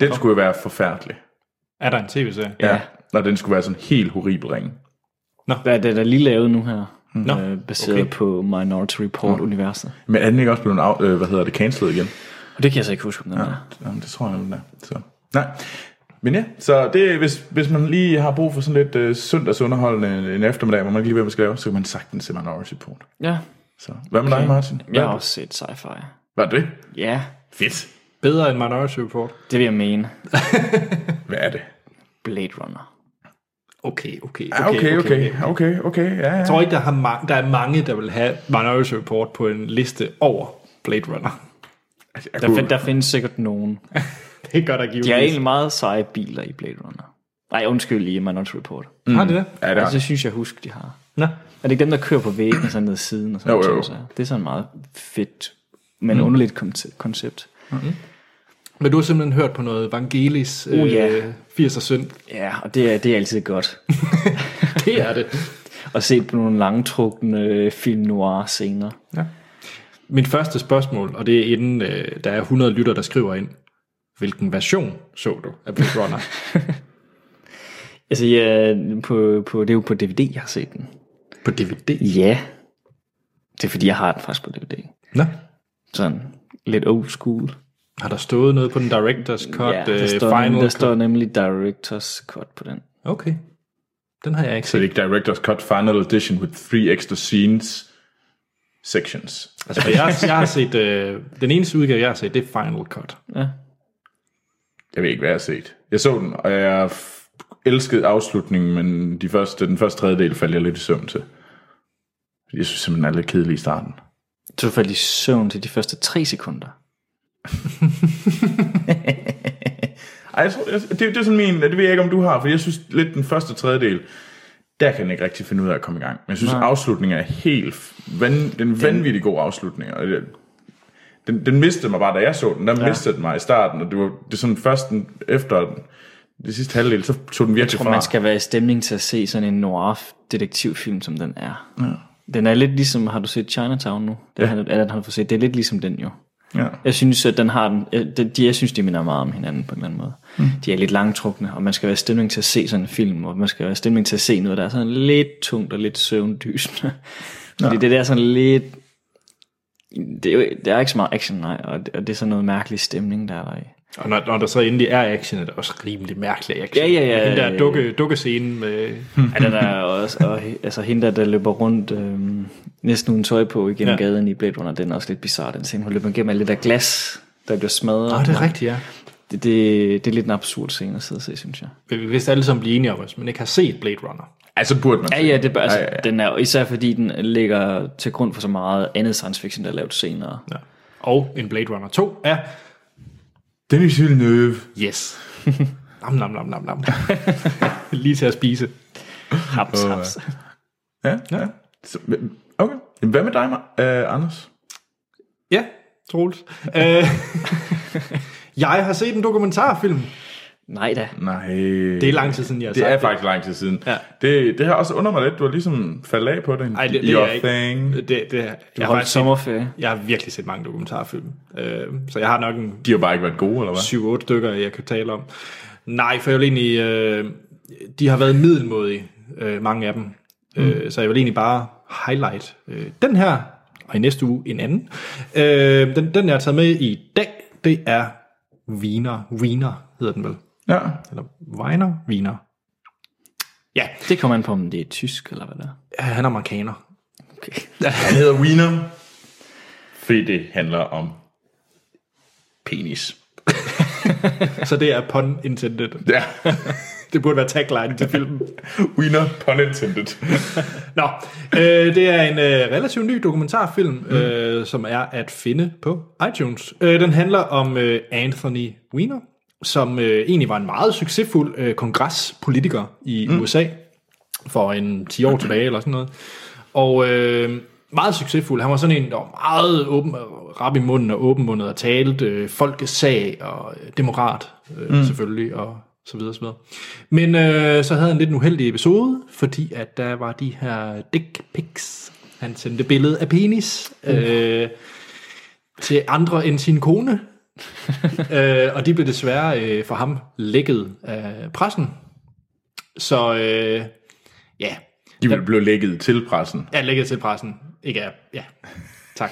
[SPEAKER 2] den skulle jo være forfærdelig.
[SPEAKER 1] er der en tv-serie?
[SPEAKER 2] Ja. Og den skulle være sådan helt horribel ring.
[SPEAKER 3] Hvad er det, der lige lavet nu her?
[SPEAKER 1] Nå,
[SPEAKER 3] Øh, baseret okay. på Minority Report-universet.
[SPEAKER 2] Men er den ikke også blevet, af, øh, hvad hedder det, cancelled igen?
[SPEAKER 3] Og det kan jeg så ikke huske, om den ja. er.
[SPEAKER 2] Jamen, det tror jeg, den er. Så. Nej. Men ja, så det, hvis, hvis man lige har brug for øh, sådan lidt øh, søndagsunderholdende en eftermiddag, hvor man ikke lige ved, hvad man skal lave, så kan man sagtens se Minority Report.
[SPEAKER 3] Ja,
[SPEAKER 2] Så. Hvad med dig, Martin? Hvad
[SPEAKER 3] Jeg har
[SPEAKER 2] er du?
[SPEAKER 3] også set sci-fi.
[SPEAKER 2] Hvad er det?
[SPEAKER 3] Ja,
[SPEAKER 2] Fedt.
[SPEAKER 1] Bedre end Minority Report.
[SPEAKER 3] det vil jeg mene.
[SPEAKER 2] Hvad er det?
[SPEAKER 3] Blade Runner.
[SPEAKER 1] Okay, okay,
[SPEAKER 2] Ja, Ah, okay, okay, okay, okay, ja, ja.
[SPEAKER 1] Jeg tror ikke, der, har ma- der er mange, der vil have Minority Report på en liste over Blade Runner.
[SPEAKER 2] Altså, jeg
[SPEAKER 3] Der,
[SPEAKER 2] kunne-
[SPEAKER 3] find, der findes sikkert nogen.
[SPEAKER 1] Det gør der givetvis.
[SPEAKER 3] De har egentlig meget seje biler i Blade Runner. Nej, undskyld i Minority Report.
[SPEAKER 1] Mm. Har de det?
[SPEAKER 2] Ja, det
[SPEAKER 3] Altså,
[SPEAKER 2] har.
[SPEAKER 3] det synes jeg husk, de har.
[SPEAKER 1] Nå.
[SPEAKER 3] Er det ikke dem, der kører på væggen og sådan ned siden? Og sådan
[SPEAKER 2] Jo,
[SPEAKER 3] nogle
[SPEAKER 2] jo,
[SPEAKER 3] ting,
[SPEAKER 2] jo.
[SPEAKER 3] så? Det er sådan meget fedt, men mm. underligt konce- koncept.
[SPEAKER 1] Men du har simpelthen hørt på noget Vangelis
[SPEAKER 3] Uh, ja.
[SPEAKER 1] øh, 80'er synd.
[SPEAKER 3] Ja, og det er, det er altid godt.
[SPEAKER 1] Det er det.
[SPEAKER 3] at se på nogle langtrukne øh, film noir scener.
[SPEAKER 1] Mit første spørgsmål, og det er inden øh, der er 100 lytter, der skriver ind. Hvilken version så du af Blade Runner?
[SPEAKER 3] Altså, ja, på, på, det er jo på DVD, jeg har set den.
[SPEAKER 1] på DVD?
[SPEAKER 3] Ja. Det er fordi, jeg har den faktisk på DVD.
[SPEAKER 1] Nå.
[SPEAKER 3] Sådan lidt old school.
[SPEAKER 1] Har der stået noget på den Director's Cut?
[SPEAKER 3] ja, der,
[SPEAKER 1] øh,
[SPEAKER 3] står,
[SPEAKER 1] final
[SPEAKER 3] der
[SPEAKER 1] cut?
[SPEAKER 3] står nemlig Directors Cut på den.
[SPEAKER 1] Okay. Den har jeg ikke
[SPEAKER 2] Så det
[SPEAKER 1] set.
[SPEAKER 2] er ikke Director's Cut Final Edition with three extra scenes sections.
[SPEAKER 1] Altså, for jeg, jeg har set, øh, den eneste udgave, jeg har set, det er Final Cut.
[SPEAKER 3] Ja.
[SPEAKER 2] Jeg ved ikke, hvad jeg har set. Jeg så den, og jeg f- elskede afslutningen, men de første, den første tredjedel faldt jeg lidt i søvn til. Jeg synes simpelthen, den er lidt kedelig i starten.
[SPEAKER 3] Så du faldt i søvn til de første tre sekunder.
[SPEAKER 2] Ej, jeg tror, jeg, det, det, er sådan min, det ved jeg ikke, om du har, for jeg synes lidt den første tredjedel, der kan den ikke rigtig finde ud af at komme i gang. Men jeg synes, Nej. afslutningen er helt, f- van, den er vanvittig god afslutning. Og det- Den, den mistede mig bare, da jeg så den. Der ja. mistede den mig i starten, og det var det er sådan først den, efter den, det sidste halvdel, så tog den virkelig
[SPEAKER 3] Jeg tror,
[SPEAKER 2] fra.
[SPEAKER 3] man skal være i stemning til at se sådan en noir detektivfilm, som den er. Ja. Den er lidt ligesom, har du set Chinatown nu? Den, ja. eller den har du fået set, det er lidt ligesom den jo.
[SPEAKER 2] Ja.
[SPEAKER 3] Jeg synes, at den har den, øh, de, de- jeg synes, de minder meget om hinanden på en eller anden måde. Mm. De er lidt langtrukne, og man skal være i stemning til at se sådan en film, og man skal være i stemning til at se noget, der er sådan lidt tungt og lidt søvndysende. Fordi det der er sådan lidt... Det er, jo, der er ikke så meget action, nej, og det, og det er sådan noget mærkelig stemning, der er der i.
[SPEAKER 1] Og når, når der så endelig er action, er det også rimelig mærkelig action.
[SPEAKER 3] Ja, ja, ja,
[SPEAKER 1] Med Den
[SPEAKER 3] ja,
[SPEAKER 1] der
[SPEAKER 3] ja.
[SPEAKER 1] dukke, dukkescene med...
[SPEAKER 3] Ja, den er også, og he- altså hende der, der løber rundt øhm, næsten uden tøj på igennem
[SPEAKER 1] Ja.
[SPEAKER 3] ja. gaden i Blade Runner, den er også lidt bizarre, den scene. Hun løber igennem alt det der glas, der bliver smadret.
[SPEAKER 1] Nå, det er rigtigt, ja.
[SPEAKER 3] Det, det, det er lidt en absurd scene at sidde og se, synes jeg.
[SPEAKER 1] Vi vil vist alle sammen blive enige om, hvis man ikke har set Blade Runner.
[SPEAKER 2] Altså burde man.
[SPEAKER 3] Ja,
[SPEAKER 2] se
[SPEAKER 3] ja,
[SPEAKER 2] den.
[SPEAKER 3] det bør, altså,
[SPEAKER 2] ja, ja.
[SPEAKER 3] Den er, især fordi den ligger til grund for så meget andet science fiction, der er lavet senere.
[SPEAKER 1] Ja. Og en Blade Runner 2 er...
[SPEAKER 2] Dennis Villeneuve.
[SPEAKER 1] Yes. nam, nam, nam, nam, nam. Lige til at spise.
[SPEAKER 3] Haps, haps.
[SPEAKER 2] Ja, ja. Så, men- okay. Jamen, Hvad med dig, uh, Anders?
[SPEAKER 1] Ja, Troels. Øh, jeg har set en dokumentarfilm.
[SPEAKER 3] Nej da.
[SPEAKER 2] Nej.
[SPEAKER 1] Det er lang tid siden, jeg har
[SPEAKER 2] Det
[SPEAKER 1] sagt
[SPEAKER 2] er faktisk lang tid siden.
[SPEAKER 1] Ja.
[SPEAKER 2] Det, det har også undret mig lidt. Du har ligesom faldet af på det.
[SPEAKER 1] Ej, det, det
[SPEAKER 2] Your
[SPEAKER 1] er jeg
[SPEAKER 2] thing.
[SPEAKER 1] ikke. Det, det, jeg,
[SPEAKER 3] Jeg
[SPEAKER 1] har
[SPEAKER 3] holdt
[SPEAKER 1] faktisk set,
[SPEAKER 3] sommerferie.
[SPEAKER 1] jeg har virkelig set mange dokumentarfilm. Øh, så jeg har nok en
[SPEAKER 2] De har bare ikke været gode, eller hvad?
[SPEAKER 1] 7-8 stykker, jeg kan tale om. Nej, for jeg vil egentlig... Øh, de har været middelmodige, øh, mange af dem. Mm. Øh, så jeg vil egentlig bare highlight øh, den her, og i næste uge en anden. Øh, den, den, jeg har taget med i dag, det er Wiener. Wiener hedder den vel?
[SPEAKER 2] Ja.
[SPEAKER 1] Eller Weiner? Wiener. Ja,
[SPEAKER 3] Det kommer an på, om det er tysk eller hvad der.
[SPEAKER 1] øh, han er amerikaner.
[SPEAKER 3] Okay.
[SPEAKER 2] Han hedder Wiener. Fordi det handler om penis.
[SPEAKER 1] Så det er pun intended.
[SPEAKER 2] Ja.
[SPEAKER 1] Det burde være tagline til filmen.
[SPEAKER 2] Wiener pun intended.
[SPEAKER 1] Nå, øh, det er en øh, relativt ny dokumentarfilm, øh, som er at finde på iTunes. Øh, den handler om øh, Anthony Weiner, som øh, egentlig var en meget succesfuld øh, kongrespolitiker i mm. USA for en 10 år tilbage eller sådan noget. Og øh, meget succesfuld. Han var sådan en, der var meget åben, rap i munden og åbenmundet og talte øh, folkesag og øh, demokrat øh, mm. selvfølgelig og så videre, så videre. Men øh, så havde han lidt en uheldig episode, fordi at der var de her dick pics. Han sendte billede af penis øh, til andre end sin kone. øh, og de blev desværre øh, for ham lækket af pressen. Så øh, ja,
[SPEAKER 2] De vil blive lækket til pressen.
[SPEAKER 1] Ja, lægget til pressen. Ikke af, ja. Tak.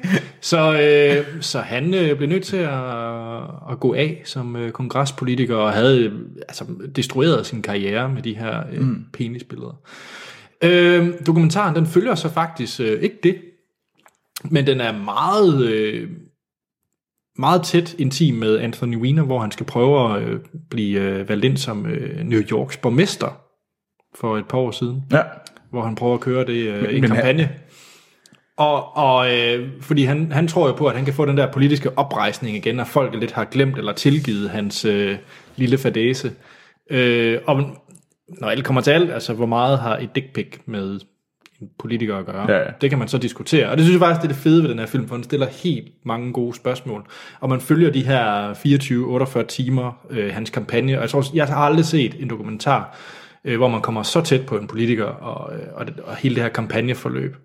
[SPEAKER 1] så, øh, så han øh, blev nødt til at, at gå af som øh, kongrespolitiker og havde øh, altså, destrueret sin karriere med de her øh, penisbilleder. Øh, dokumentaren den følger så faktisk øh, ikke det, Men den er meget, øh, meget tæt intim med Anthony Weiner, hvor han skal prøve at øh, blive øh, valgt ind som øh, New Yorks borgmester for et par år siden,
[SPEAKER 2] Ja.
[SPEAKER 1] hvor han prøver at køre det øh, i en
[SPEAKER 2] men han-
[SPEAKER 1] kampagne. Og, og øh, fordi han, han tror jo på, at han kan få den der politiske oprejsning igen, at folk lidt har glemt eller tilgivet hans øh, lille fadese. Øh, og når alt kommer til alt, altså hvor meget har et dick pic med en politiker at gøre?
[SPEAKER 2] Ja, ja.
[SPEAKER 1] Det kan man så diskutere. Og det synes jeg faktisk, det er det fede ved den her film, for den stiller helt mange gode spørgsmål. Og man følger de her 24-48 timer, øh, hans kampagne. Og jeg, tror, også- jeg har aldrig set en dokumentar, øh, hvor man kommer så tæt på en politiker og, øh, og, og hele det her kampagneforløb.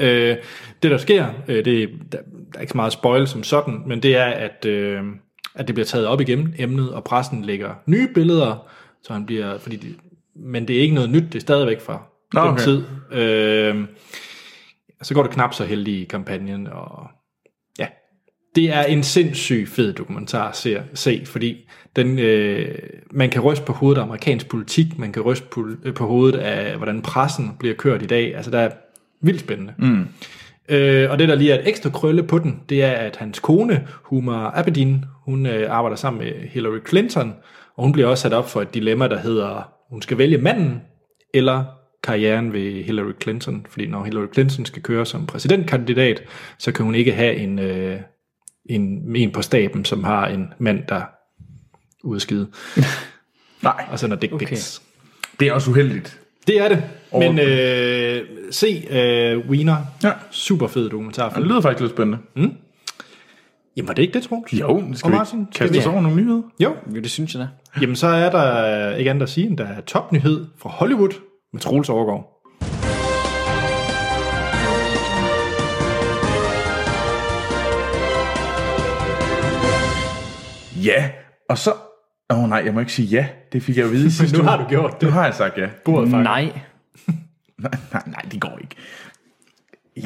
[SPEAKER 1] Øh, det der sker, øh, det, der, der er ikke så meget spoil som sådan, men det er, at, øh, at det bliver taget op igen, emnet, og pressen lægger nye billeder, så han bliver, fordi de, men det er ikke noget nyt, det er stadigvæk fra
[SPEAKER 2] Nå,
[SPEAKER 1] okay. den
[SPEAKER 2] okay.
[SPEAKER 1] tid. Øh, så går det knap så heldigt i kampagnen, og ja, det er en sindssyg fed dokumentar at se, se fordi den, øh, man kan ryste på hovedet af amerikansk politik, man kan ryste på, øh, på hovedet af, hvordan pressen bliver kørt i dag. Altså, der er vildt spændende. Mm. Øh, og det, der lige er et ekstra krølle på den, det er, at hans kone, Huma Abedin, hun øh, arbejder sammen med Hillary Clinton, og hun bliver også sat op for et dilemma, der hedder, hun skal vælge manden eller karrieren ved Hillary Clinton. Fordi når Hillary Clinton skal køre som præsidentkandidat, så kan hun ikke have en... Øh, en, en på staben, som har en mand, der udskide,
[SPEAKER 2] Nej,
[SPEAKER 1] og sender dick
[SPEAKER 3] Okay.
[SPEAKER 1] pics. Okay.
[SPEAKER 2] det er også uheldigt.
[SPEAKER 1] Det er det. Men øh, se øh, Wiener.
[SPEAKER 2] Ja.
[SPEAKER 1] Super fed dokumentarfilm.
[SPEAKER 2] Det lyder faktisk lidt spændende.
[SPEAKER 1] Jamen var det ikke det, Troels?
[SPEAKER 2] Jo, skal
[SPEAKER 1] Mm. Og
[SPEAKER 2] vi
[SPEAKER 1] Martin,
[SPEAKER 2] ikke
[SPEAKER 1] skal
[SPEAKER 2] kaste
[SPEAKER 1] vi-
[SPEAKER 2] os over nogle nyheder?
[SPEAKER 1] Jo.
[SPEAKER 3] Jo, det synes jeg da.
[SPEAKER 1] Jamen så er der ikke andet at sige, end der er topnyhed fra Hollywood med Troels Overgaard.
[SPEAKER 2] Ja, og så... Åh oh, nej, jeg må ikke sige ja. Det fik jeg at vide i sidste
[SPEAKER 1] nu har
[SPEAKER 2] uge.
[SPEAKER 1] du gjort det.
[SPEAKER 2] Nu har jeg sagt ja.
[SPEAKER 1] Bordet faktisk.
[SPEAKER 3] Nej.
[SPEAKER 2] Nej, nej, nej, det går ikke.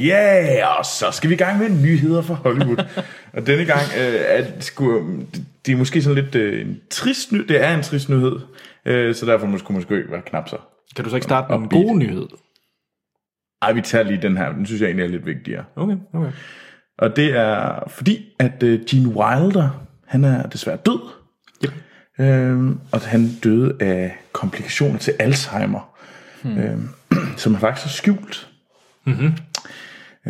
[SPEAKER 2] Ja, yeah, og så skal vi i gang med nyheder fra Hollywood. og denne gang øh, er det, sgu, øh, det- det er måske sådan lidt øh, en trist nyhed. Det er en trist nyhed, øh, så derfor måske måske være knap så.
[SPEAKER 1] Kan du så ikke starte med en
[SPEAKER 2] Upbeat.
[SPEAKER 1] god nyhed?
[SPEAKER 2] Ej, vi tager lige den her. Den synes jeg egentlig er lidt vigtigere.
[SPEAKER 1] Okay, okay.
[SPEAKER 2] Og det er fordi, at øh, Gene Wilder, han er desværre død. Yep. Øhm, og han døde af komplikationer til Alzheimer, hmm. øhm, som han faktisk har skjult. Mm-hmm.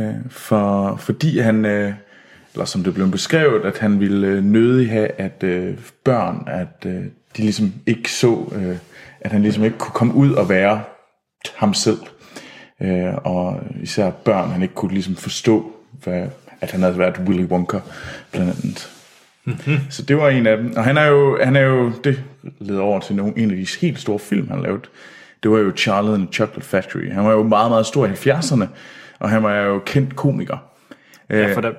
[SPEAKER 2] Øh, for, fordi han, øh, eller som det blev beskrevet, at han ville øh, nødig have, at øh, børn, at øh, de ligesom ikke så, øh, at han ligesom ikke kunne komme ud og være ham selv. Øh, og især børn, han ikke kunne ligesom forstå, hvad, at han havde været Willy Wonka, blandt andet. Mm-hmm. Så det var en af dem. Og han er jo, han er jo det leder over til nogle, en af de helt store film, han lavede. Det var jo Charlie and the Chocolate Factory. Han var jo meget, meget stor i 70'erne, og han var jo kendt komiker. Øh.
[SPEAKER 1] Ja, for, der,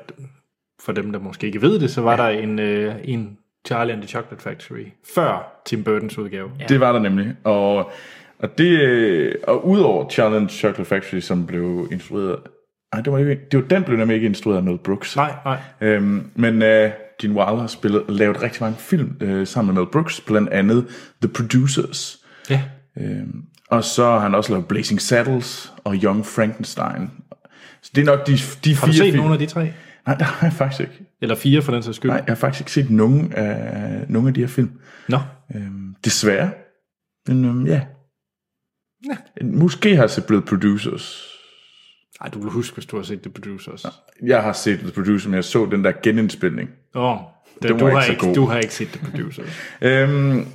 [SPEAKER 1] for dem, der måske ikke ved det, så var der en, øh, en Charlie and the Chocolate Factory før Tim Burtons udgave. Ja.
[SPEAKER 2] Det var der nemlig. Og, og det øh, og udover Challenge Chocolate Factory, som blev instrueret... Nej, det var ikke, det var, den blev nemlig ikke instrueret af Noel Brooks.
[SPEAKER 1] Nej, nej.
[SPEAKER 2] Øhm, men øh, Gene Wilder har spillet, lavet rigtig mange film øh, sammen med Mel Brooks, blandt andet The Producers.
[SPEAKER 1] Ja.
[SPEAKER 2] Øhm, og så har han også lavet Blazing Saddles og Young Frankenstein. Så det er nok de, de
[SPEAKER 1] Har du
[SPEAKER 2] fire
[SPEAKER 1] set
[SPEAKER 2] film.
[SPEAKER 1] nogle af de tre?
[SPEAKER 2] Nej, det har jeg faktisk ikke.
[SPEAKER 1] Eller fire for den sags skyld?
[SPEAKER 2] Nej, jeg har faktisk ikke set nogen af, nogen af de her film.
[SPEAKER 1] Nå.
[SPEAKER 2] Øhm, desværre. Men øhm, ja. ja. Måske har jeg set blevet Producers.
[SPEAKER 1] Ej, du vil huske, hvis du har set The Producers. Åh,
[SPEAKER 2] Jeg har set The Producers, men jeg så den der genindspilning.
[SPEAKER 1] oh, det,
[SPEAKER 2] Den
[SPEAKER 1] du,
[SPEAKER 2] var
[SPEAKER 1] har
[SPEAKER 2] ikke så
[SPEAKER 1] ikke,
[SPEAKER 2] god.
[SPEAKER 1] du har ikke set The Producers.
[SPEAKER 2] Øhm,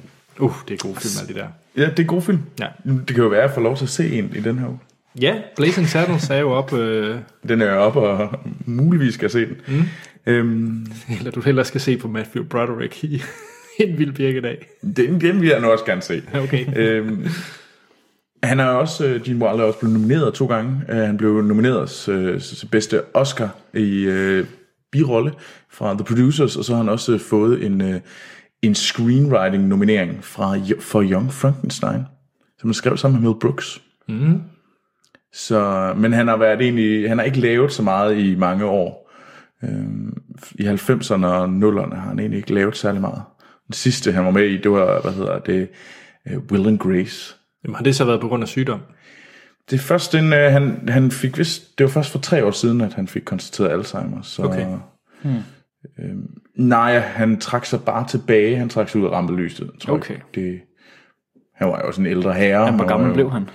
[SPEAKER 1] Uh, det er gode film, alt det der.
[SPEAKER 2] ja, det er gode film.
[SPEAKER 1] Ja.
[SPEAKER 2] Det kan jo være, at jeg får lov til at se en i den her uge.
[SPEAKER 1] Ja, Blazing Saddles er jo op, øh,
[SPEAKER 2] Den er jo oppe, og muligvis skal jeg se den. Mm. Øhm,
[SPEAKER 1] eller du hellere skal se på Matthew Broderick i en vild birkedag.
[SPEAKER 2] den, den vil jeg nu også gerne se.
[SPEAKER 1] Okay.
[SPEAKER 2] øhm, han er også, øh, Gene Wilder er også blevet nomineret to gange. Øh, han blev nomineret øh, til bedste Oscar i øh, birolle fra The Producers, og så har han også øh, fået en, øh, en screenwriting-nominering fra, for Young Frankenstein, som han skrev sammen med Mel Brooks. Mm. Så, men han har været egentlig, han har ikke lavet så meget i mange år. Øhm, I 90'erne og 0'erne har han egentlig ikke lavet særlig meget. Den sidste, han var med i, det var, hvad hedder det, øh, Will and Grace.
[SPEAKER 1] Jamen, har det så været på grund af sygdom?
[SPEAKER 2] Det er først den, øh, han, han fik vist, det var først for tre år siden, at han fik konstateret Alzheimer. Så, øh,
[SPEAKER 1] Okay.
[SPEAKER 3] Hmm.
[SPEAKER 2] Øhm, nej, han trak sig bare tilbage. Han trak sig ud af rampelyset. Tror
[SPEAKER 3] Okay.
[SPEAKER 2] Jeg. Det, han var jo også en ældre herre.
[SPEAKER 3] Hvor
[SPEAKER 2] og-
[SPEAKER 3] gammel blev han?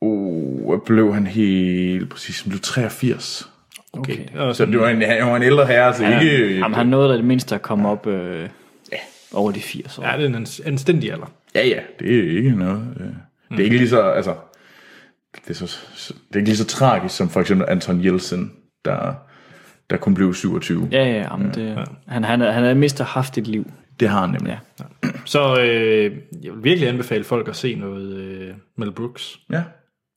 [SPEAKER 2] Oh, blev han helt præcis, han blev 83.
[SPEAKER 3] Okay.
[SPEAKER 1] Og
[SPEAKER 2] Så det var en, han var en ældre herre, så ja, ikke...
[SPEAKER 3] Hmm.
[SPEAKER 2] øh,
[SPEAKER 3] Jamen, han nåede da i det mindste at komme op øh, over de 80 år.
[SPEAKER 1] Ja, det er en ans- anstændig alder.
[SPEAKER 2] Ja, ja, det er ikke noget. øh, Det
[SPEAKER 3] Hmm.
[SPEAKER 2] er ikke lige så, altså, det er, så, så- det er ikke lige så tragisk som for eksempel Anton Jelsen, der, der kun blev 27. Ja.
[SPEAKER 3] Ja, ja, jamen, det, han, han, er- han havde mistet haft et liv.
[SPEAKER 2] Det har han nemlig.
[SPEAKER 3] Ja.
[SPEAKER 2] Ja.
[SPEAKER 1] Så øh, jeg vil virkelig anbefale folk at se noget øh, Mel Brooks.
[SPEAKER 2] ja.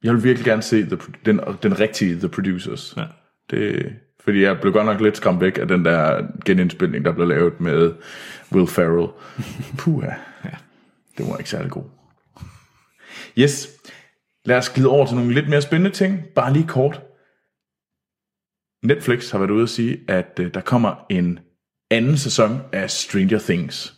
[SPEAKER 2] Jeg vil virkelig gerne se the, Pro- den, den rigtige The Producers.
[SPEAKER 1] Ja.
[SPEAKER 2] Det, fordi jeg blev godt nok lidt skræmt væk af den der genindspilning, der blev lavet med Will Ferrell. Puha. Ja. Det var ikke særlig god. Yes. Lad os glide over til nogle lidt mere spændende ting. Bare lige kort. Netflix har været ude at sige, at øh, der kommer en anden sæson af Stranger Things.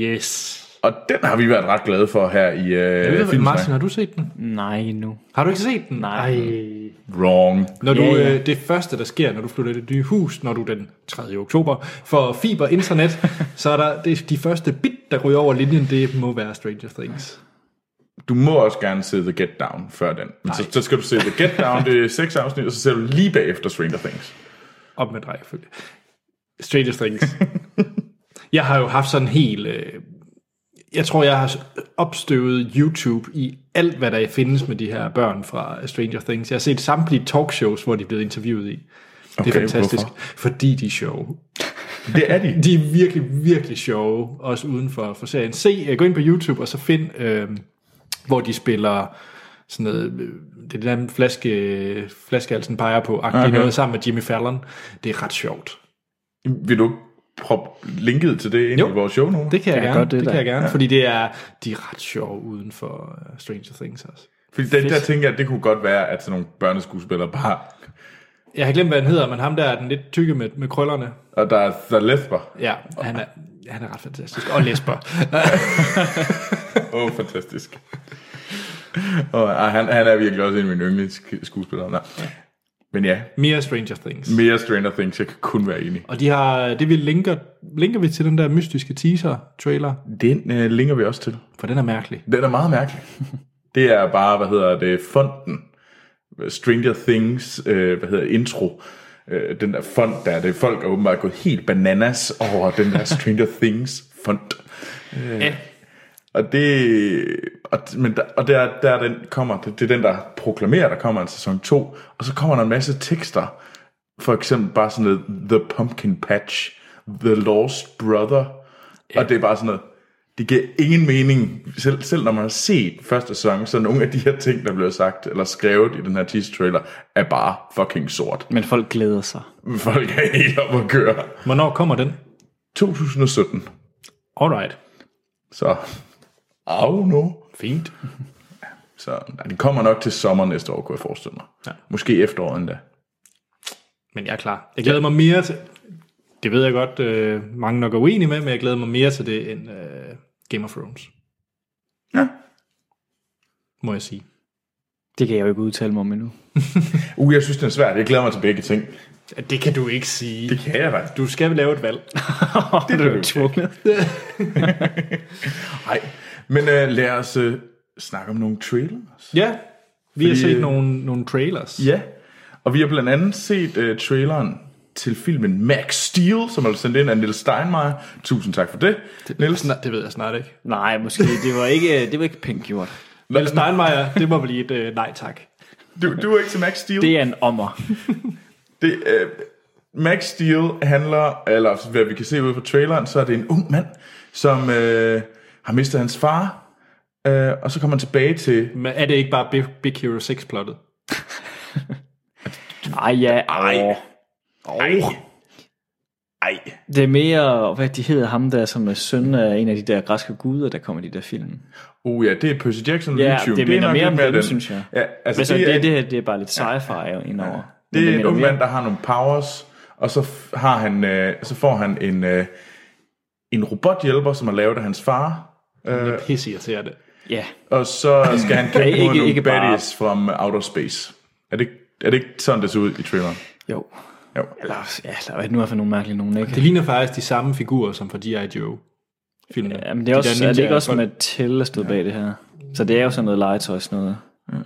[SPEAKER 1] Yes.
[SPEAKER 2] Og den har vi været ret glade for her i
[SPEAKER 1] Jeg
[SPEAKER 2] øh,
[SPEAKER 1] ved, hvad-
[SPEAKER 2] Filmsnak.
[SPEAKER 1] Martin, har du set den?
[SPEAKER 3] Nej, nu.
[SPEAKER 1] Har du ikke set den?
[SPEAKER 3] Nej.
[SPEAKER 2] Wrong.
[SPEAKER 1] Når du,
[SPEAKER 3] Ja,
[SPEAKER 1] ja,
[SPEAKER 3] ja.
[SPEAKER 1] ja. Øh, det første, der sker, når du flytter i det nye hus, når du den 3. oktober får fiber internet, så er der det, de første bit, der ryger over linjen, det må være Stranger Things.
[SPEAKER 2] Du må også gerne se The Get Down før den. Men så, så skal du se The Get Down, det er seks afsnit, og så ser du lige bagefter Stranger Things.
[SPEAKER 1] Op med dig, følge. Stranger Things. jeg har jo haft sådan helt... Øh, jeg tror, jeg har opstøvet YouTube i alt, hvad der findes med de her børn fra Stranger Things. Jeg har set samtlige talkshows, hvor de er blevet interviewet i. Det er
[SPEAKER 2] Okay,
[SPEAKER 1] fantastisk,
[SPEAKER 2] hvorfor?
[SPEAKER 1] fordi de er sjove.
[SPEAKER 2] Det er de.
[SPEAKER 1] De er virkelig, virkelig sjove, også uden for, for serien. Se, øh, gå ind på YouTube, og så find, øh, hvor de spiller sådan noget, øh, det er den anden flaske, flaskehalsen peger på, okay.
[SPEAKER 2] Okay.
[SPEAKER 1] noget sammen med Jimmy Fallon. Det er ret sjovt.
[SPEAKER 2] Vil du proppe linket til det ind
[SPEAKER 1] Jo.
[SPEAKER 2] i vores show nu?
[SPEAKER 1] Det kan jeg,
[SPEAKER 3] Det er
[SPEAKER 1] gerne,
[SPEAKER 3] godt, det
[SPEAKER 1] det, det
[SPEAKER 3] der.
[SPEAKER 1] kan jeg gerne, ja. fordi det er, de er ret sjove uden for uh, Stranger Things også.
[SPEAKER 2] Fordi den der tænker jeg, det kunne godt være, at sådan nogle børneskuespillere bare...
[SPEAKER 1] Jeg har glemt, hvad han hedder, men ham der er den lidt tykke med, med krøllerne.
[SPEAKER 2] Og der er The Lesber.
[SPEAKER 1] Ja, han er, han er ret fantastisk. Og lesber.
[SPEAKER 2] Åh, oh, fantastisk. Og ej, han, han er virkelig også en af mine yndlingsskuespillere. Nej. Men ja,
[SPEAKER 1] Mere Stranger Things.
[SPEAKER 2] mere Stranger Things, jeg kan kun være enig.
[SPEAKER 1] Og de har, det vi linker, linker vi til den der mystiske teaser-trailer,
[SPEAKER 2] Den øh, linker vi også til.
[SPEAKER 1] for den er mærkelig.
[SPEAKER 2] Den er meget mærkelig. Det er bare, hvad hedder det, fonden. Stranger Things, øh, hvad hedder det, intro. Øh, den der fond der, det er folk er åbenbart gået helt bananas over den der Stranger Things fond.
[SPEAKER 1] Ja.
[SPEAKER 2] Og det, og, men der, og der, der den kommer, det, det er den, der proklamerer, der kommer en sæson 2, og så kommer der en masse tekster, for eksempel bare sådan noget, The Pumpkin Patch, The Lost Brother, og det er bare sådan noget, det giver ingen mening, selv, selv når man har set første sæson, så nogle af de her ting, der bliver sagt, eller skrevet i den her teaser trailer, er bare fucking sort.
[SPEAKER 3] Men folk glæder sig.
[SPEAKER 2] Folk er helt op at køre.
[SPEAKER 1] Hvornår kommer den?
[SPEAKER 2] 2017,
[SPEAKER 1] Alright.
[SPEAKER 2] så, au nu. No.
[SPEAKER 1] Fint.
[SPEAKER 2] Så nej, den kommer nok til sommer næste år, kunne jeg forestille mig. Ja. Måske efteråret endda.
[SPEAKER 1] Men jeg er klar. Jeg glæder mig mere til... Det ved jeg godt, øh, mange nok er uenige med, men jeg glæder mig mere til det end øh, Game of Thrones,
[SPEAKER 2] Ja.
[SPEAKER 1] må jeg sige.
[SPEAKER 3] Det kan jeg jo ikke udtale mig om endnu.
[SPEAKER 2] Uh, jeg synes, det er svært. Jeg glæder mig til begge ting.
[SPEAKER 1] Det kan du ikke sige.
[SPEAKER 2] Det kan jeg da.
[SPEAKER 1] Du skal lave et valg.
[SPEAKER 2] Det er det.
[SPEAKER 3] Tvunget.
[SPEAKER 2] Nej. Men uh, lad os uh, snakke om nogle trailers.
[SPEAKER 1] Ja, vi har
[SPEAKER 2] Fordi,
[SPEAKER 1] set
[SPEAKER 2] øh,
[SPEAKER 1] nogle, nogle trailers.
[SPEAKER 2] Ja. Og vi har blandt andet set uh, traileren til filmen Max Steel, som er sendt ind af Niels Steinmeier. Tusind tak for det, det Niels.
[SPEAKER 1] Sna- det ved jeg snart ikke.
[SPEAKER 3] Nej, måske. Det var ikke, øh, det var ikke pænt gjort.
[SPEAKER 1] Men Steinmeier, det må blive et øh, nej tak.
[SPEAKER 2] Du, du er ikke til Max Steel.
[SPEAKER 3] Det er en ommer.
[SPEAKER 2] Det, øh, Max Steel handler, eller hvad vi kan se ud fra traileren, så er det en ung mand, som øh, har mistet hans far, øh, og så kommer han tilbage til...
[SPEAKER 1] Men er det ikke bare Big, Big Hero 6-plottet?
[SPEAKER 3] Ej, ja. Ej.
[SPEAKER 2] Ej. Ej.
[SPEAKER 3] Det er mere, hvad de hedder ham der, som er søn af en af de der græske guder, der kommer i de der film.
[SPEAKER 2] Oh ja, det er Percy Jackson
[SPEAKER 3] Ja,
[SPEAKER 2] YouTube.
[SPEAKER 3] det minder
[SPEAKER 2] nok
[SPEAKER 3] mere
[SPEAKER 2] lidt
[SPEAKER 3] om dem,
[SPEAKER 2] den.
[SPEAKER 3] synes jeg.
[SPEAKER 2] Ja, altså,
[SPEAKER 3] Men så
[SPEAKER 2] det, er,
[SPEAKER 3] det, det,
[SPEAKER 2] det,
[SPEAKER 3] her, det er bare lidt sci-fi indover. Men
[SPEAKER 2] det er en
[SPEAKER 3] minder
[SPEAKER 2] ung
[SPEAKER 3] mere-
[SPEAKER 2] mand, der har nogle powers, og så, f- har han, øh, så får han en, øh, en robothjælper, som er lavet af hans far.
[SPEAKER 1] Det er pisse irriterende.
[SPEAKER 3] Ja,
[SPEAKER 2] Og så skal han
[SPEAKER 3] Ja,
[SPEAKER 2] kæmpe
[SPEAKER 3] ikke-
[SPEAKER 2] mod nogle
[SPEAKER 3] ikke bare-
[SPEAKER 2] baddies from outer space. Er det, er det ikke sådan, det ser ud i traileren?
[SPEAKER 3] jo.
[SPEAKER 2] Jo.
[SPEAKER 3] Eller, ja, eller hvad det nu er for nogle mærkelige nogen, ikke?
[SPEAKER 1] Det ligner faktisk de samme figurer som fra G.I. Joe. Filmen.
[SPEAKER 3] Ja, men det er, også, er det ikke også Mattel, der stod ja. bag det her? Så det er jo sådan noget legetøj, sådan noget. Ja.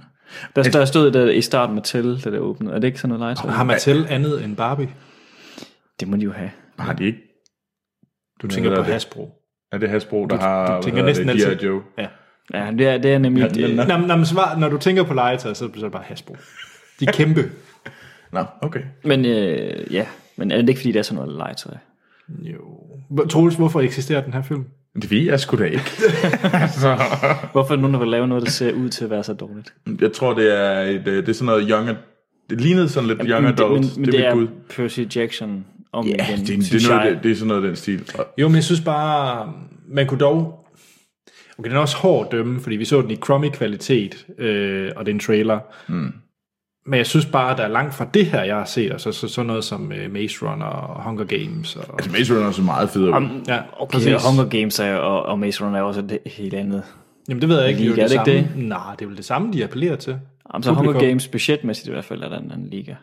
[SPEAKER 3] Der, der stod der i starten Mattel, da det åbnede. Er det ikke sådan noget legetøj?
[SPEAKER 1] Har Mattel andet end Barbie?
[SPEAKER 3] Det må de jo have.
[SPEAKER 2] Har de ikke?
[SPEAKER 1] Du tænker
[SPEAKER 2] hvad
[SPEAKER 1] på
[SPEAKER 2] er det?
[SPEAKER 1] Hasbro.
[SPEAKER 2] Er det Hasbro, der har hvad
[SPEAKER 1] tænker
[SPEAKER 2] hedder
[SPEAKER 1] næsten
[SPEAKER 2] det, G.I.
[SPEAKER 1] altid-
[SPEAKER 2] Joe?
[SPEAKER 1] Ja.
[SPEAKER 3] Ja, det er, det er nemlig...
[SPEAKER 2] den
[SPEAKER 3] Ja,
[SPEAKER 2] er-
[SPEAKER 1] Nå, men- nå, men svar, når du tænker på legetøj, så så er det bare Hasbro. De er kæmpe.
[SPEAKER 2] Nå, okay.
[SPEAKER 3] men øh, ja, men er det ikke fordi, det er sådan noget legetøj?
[SPEAKER 1] jo. Hvor- Troels, hvorfor eksisterer den her film?
[SPEAKER 2] Det ved jeg sgu da ikke.
[SPEAKER 3] Hvorfor er der nogen, der vil lave noget, der ser ud til at være så dårligt?
[SPEAKER 2] Jeg tror, det er, et, øh, det er sådan noget young ad- Det lignede sådan lidt young
[SPEAKER 3] men, det,
[SPEAKER 2] adult.
[SPEAKER 3] men, men det,
[SPEAKER 2] mit
[SPEAKER 3] er
[SPEAKER 2] bud.
[SPEAKER 3] Percy Jackson om
[SPEAKER 2] Ja,
[SPEAKER 3] igen,
[SPEAKER 2] det, er- det, er noget, det, det er sådan noget af den stil. Og
[SPEAKER 1] Jo, men jeg synes bare, man kunne dog... Okay, den er også hård at dømme, fordi vi så den i crummy kvalitet, øh, og det er en trailer. Mm. Men jeg synes bare, der er langt fra det her, jeg har set, altså så, sådan noget som øh, Maze Runner og Hunger Games. Og,
[SPEAKER 2] Altså, Maze Runner er så meget federe. ud.
[SPEAKER 1] ja,
[SPEAKER 3] Mm, Okay, og Hunger Games er, og, og Maze Runner er også et helt andet.
[SPEAKER 1] Jamen det ved jeg ikke,
[SPEAKER 3] Liga,
[SPEAKER 1] det
[SPEAKER 3] er det ikke
[SPEAKER 1] samme. Nej, det er vel det samme, de appellerer til.
[SPEAKER 3] Jamen, så Hunger
[SPEAKER 1] Publikum.
[SPEAKER 3] Games budgetmæssigt i hvert fald er der en anden liga,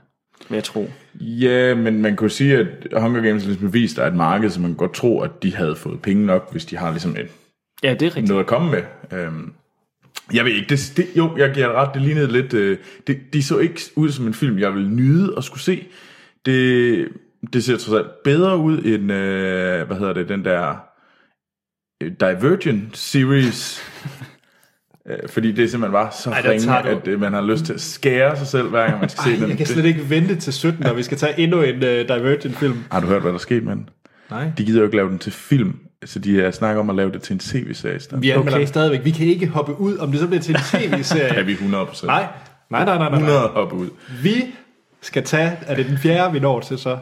[SPEAKER 3] vil jeg tro.
[SPEAKER 2] Ja, men man kunne sige, at Hunger Games har ligesom vist, at der er et marked, som man kan godt tro, at de havde fået penge nok, hvis de har ligesom et,
[SPEAKER 3] Ja, det er rigtigt.
[SPEAKER 2] noget at komme med. Øhm, jeg ved ikke, det, det, jo, jeg giver dig ret, det lignede lidt, øh, det, de så ikke ud som en film, jeg ville nyde at skulle se. Det, det ser trods alt bedre ud end, øh, hvad hedder det, den der øh, Divergent series, Øh, fordi det simpelthen var så
[SPEAKER 1] der
[SPEAKER 2] ringe,
[SPEAKER 1] tager du-
[SPEAKER 2] at øh, man har lyst til at skære sig selv, hver gang man skal se den.
[SPEAKER 1] Jeg kan
[SPEAKER 2] Det-
[SPEAKER 1] slet ikke vente til 17, når vi skal tage endnu en uh, Divergent-film.
[SPEAKER 2] Har du hørt, hvad der skete med den?
[SPEAKER 1] Nej.
[SPEAKER 2] De gider jo ikke lave den til film, så de øh, snakker om at lave det til en tv-serie i stedet.
[SPEAKER 1] Vi anmelder
[SPEAKER 3] Okay.
[SPEAKER 1] okay. stadigvæk. Vi kan ikke hoppe ud, om det så bliver til en tv-serie.
[SPEAKER 2] Er vi 100%?
[SPEAKER 1] Nej. Nej, nej, nej, nej, nej.
[SPEAKER 2] 100 op ud.
[SPEAKER 1] Vi skal tage, er det den fjerde, vi når til så?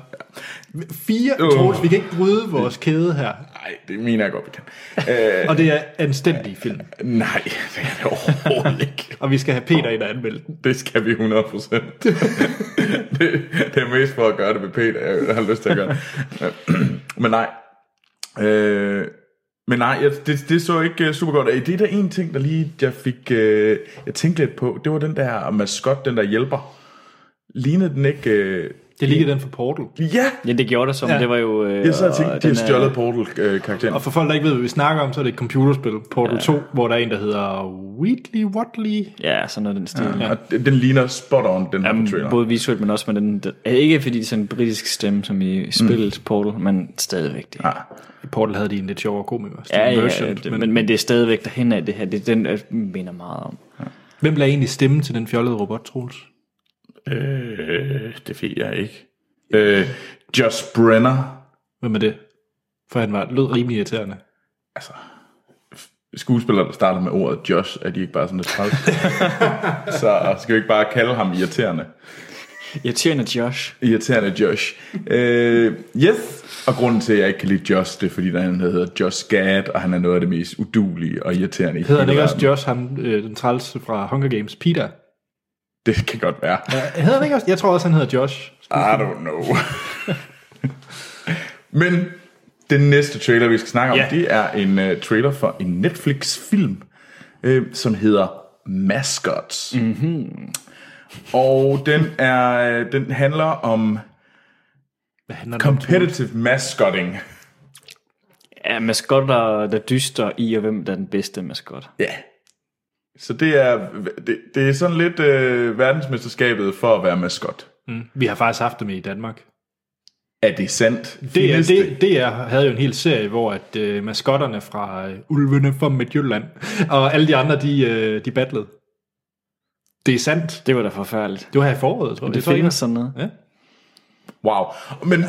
[SPEAKER 1] Fire,
[SPEAKER 2] Øh.
[SPEAKER 1] uh. Troels, vi kan ikke bryde vores kæde her.
[SPEAKER 2] Nej, det mener jeg godt, vi kan.
[SPEAKER 1] Og det er anstændig film.
[SPEAKER 2] Nej, det er det overhovedet ikke.
[SPEAKER 1] Og vi skal have Peter ind og anmelde den.
[SPEAKER 2] Det skal vi 100 procent. det, det er mest for at gøre det med Peter, jeg har lyst til at gøre det. Men nej. Øh, men nej, jeg, det, det så ikke øh, super godt. Øh, Det er der en ting, der lige jeg fik... Øh, jeg tænkte lidt på. Det var den der maskot, den der hjælper. Lignede den ikke... Øh,
[SPEAKER 1] Det ligger den for Portal.
[SPEAKER 2] ja,
[SPEAKER 3] Ja, det gjorde der som. Ja.
[SPEAKER 1] Ja.
[SPEAKER 3] Det var jo... Øh,
[SPEAKER 2] Jeg sad og tænkte,
[SPEAKER 3] og
[SPEAKER 2] de har
[SPEAKER 3] den
[SPEAKER 2] stjålet
[SPEAKER 3] er-
[SPEAKER 2] øh, Portal-karakteren.
[SPEAKER 1] Og for folk, der ikke ved, hvad vi snakker om, så er det et computerspil, Portal ja. 2, hvor der er en, der hedder Wheatley Watley.
[SPEAKER 3] Ja, sådan noget i den stil. Ja.
[SPEAKER 2] Ja. Og den den ligner spot on, den her
[SPEAKER 3] Jamen,
[SPEAKER 2] trailer.
[SPEAKER 3] Både visuelt, men også med den... den- Ikke fordi det er sådan en britisk stemme, som i spillet mm. Portal, men stadigvæk det. Ja,
[SPEAKER 2] Ah.
[SPEAKER 1] I Portal havde de en lidt sjovere komiker.
[SPEAKER 3] ja,
[SPEAKER 1] Steven
[SPEAKER 3] ja,
[SPEAKER 1] Merchant,
[SPEAKER 3] det, men, men det er stadigvæk derhen af det her. Det er den, jeg minder meget om.
[SPEAKER 1] Hvem lader egentlig stemme til den fjollede robot, Troels?
[SPEAKER 2] Øh, det ved jeg ikke. Øh, Josh Brenner,
[SPEAKER 1] Hvem er det? For han var, lød rimelig irriterende.
[SPEAKER 2] skuespiller, der starter med ordet Josh, er de ikke bare sådan lidt træls? Så skal vi ikke bare kalde ham irriterende.
[SPEAKER 3] Irriterende Josh.
[SPEAKER 2] Irriterende Josh. Øh, yes. Og grunden til, at jeg ikke kan lide Josh, det er, fordi der er en, der hedder Josh Gad, og han er noget af det mest udulige og irriterende i
[SPEAKER 1] Hedder han
[SPEAKER 2] hele
[SPEAKER 1] ikke også
[SPEAKER 2] verden.
[SPEAKER 1] Josh, ham, øh, den træls fra Hunger Games, Peter?
[SPEAKER 2] Det kan godt være.
[SPEAKER 1] Ja, hedder han ikke også? Jeg tror også, han hedder Josh.
[SPEAKER 2] I don't know. Men den næste trailer, vi skal snakke om,
[SPEAKER 1] Ja.
[SPEAKER 2] det er en uh, trailer for en Netflix-film, øh, som hedder Mascots. Mm-hmm. Og den, er, øh, den handler om
[SPEAKER 1] Hvad handler det om?
[SPEAKER 2] competitive mascotting.
[SPEAKER 3] Ja, maskotter, der dyster i, og hvem der er den bedste maskot.
[SPEAKER 2] Ja. Yeah. Så det er, det, det er sådan lidt øh, verdensmesterskabet for at være maskot.
[SPEAKER 1] Mm. Vi har faktisk haft det med i Danmark.
[SPEAKER 2] Er det sandt?
[SPEAKER 1] DR,
[SPEAKER 2] Findes
[SPEAKER 1] D- DR havde jo en hel serie, hvor at, øh, maskotterne fra øh, Ulvene fra Midtjylland og alle de andre, de, øh, de battlede. Det er sandt.
[SPEAKER 3] Det var da forfærdeligt.
[SPEAKER 1] Det var her i foråret, tror jeg.
[SPEAKER 3] Det
[SPEAKER 1] Jeg tror ikke,
[SPEAKER 3] findes sådan noget.
[SPEAKER 1] Ja.
[SPEAKER 2] Wow. Men,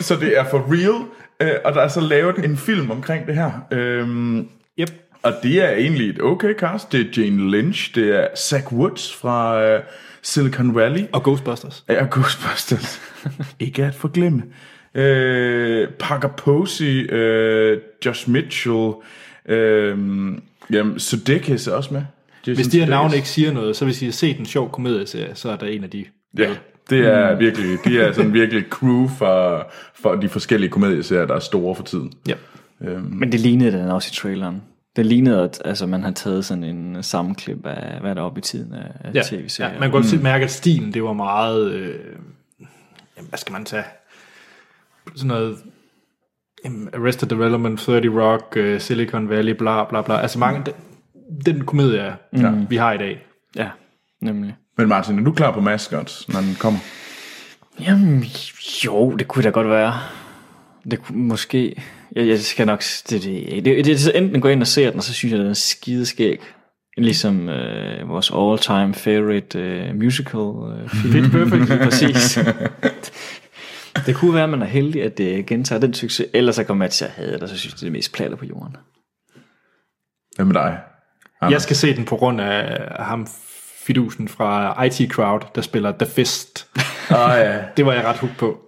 [SPEAKER 2] så det er for real, øh, og der er så lavet en film omkring det her. Øhm,
[SPEAKER 1] Yep.
[SPEAKER 2] og det er egentlig et okay cast. Det er Jane Lynch, det er Zach Woods fra øh, Silicon Valley,
[SPEAKER 1] Og Ghostbusters.
[SPEAKER 2] og Ghostbusters. Ikke at forglemme. Øh, Parker Posey, øh, Josh Mitchell, øh, jamen, Sudeikis er også med. Jason
[SPEAKER 1] Hvis de her
[SPEAKER 2] Sudeikis.
[SPEAKER 1] navne ikke siger noget, så hvis I har set en sjov komedieserie, så er der en af de.
[SPEAKER 2] Ja, det er
[SPEAKER 1] Hmm.
[SPEAKER 2] virkelig, de er sådan virkelig crew for, for de forskellige komedieserier, der er store for tiden.
[SPEAKER 1] Ja.
[SPEAKER 3] Men det lignede den også i traileren. Det lignede, at altså, man har taget sådan en sammenklip af, hvad der er oppe i tiden af, af
[SPEAKER 1] Ja,
[SPEAKER 3] tv-serier.
[SPEAKER 1] ja, man kunne mm. mærke, at stilen, det var meget, øh, jamen, hvad skal man tage, sådan noget, jamen, Arrested Development, 30 Rock, øh, Silicon Valley, bla bla bla, altså mange, den, den komedie, ja. vi har i dag.
[SPEAKER 3] ja, nemlig.
[SPEAKER 2] Men Martin, er du klar på Mascots, når den kommer?
[SPEAKER 3] Jamen, jo, det kunne da godt være. Det kunne måske... Jeg, jeg skal nok... Det, det, det, det, så enten gå ind og se den, og så synes jeg, den er skideskæg. Ligesom øh, vores all-time favorite øh, musical øh, film. Fit Perfect. Præcis. det kunne være, at man er heldig, at det gentager den succes. Ellers så kommer jeg til at hade det, og så synes jeg, det er det mest platter på jorden.
[SPEAKER 2] Hvad med dig?
[SPEAKER 1] Jeg skal se den på grund af ham fidusen fra IT Crowd, der spiller The Fist.
[SPEAKER 2] Åh oh, ja.
[SPEAKER 1] Det var jeg ret hooked på.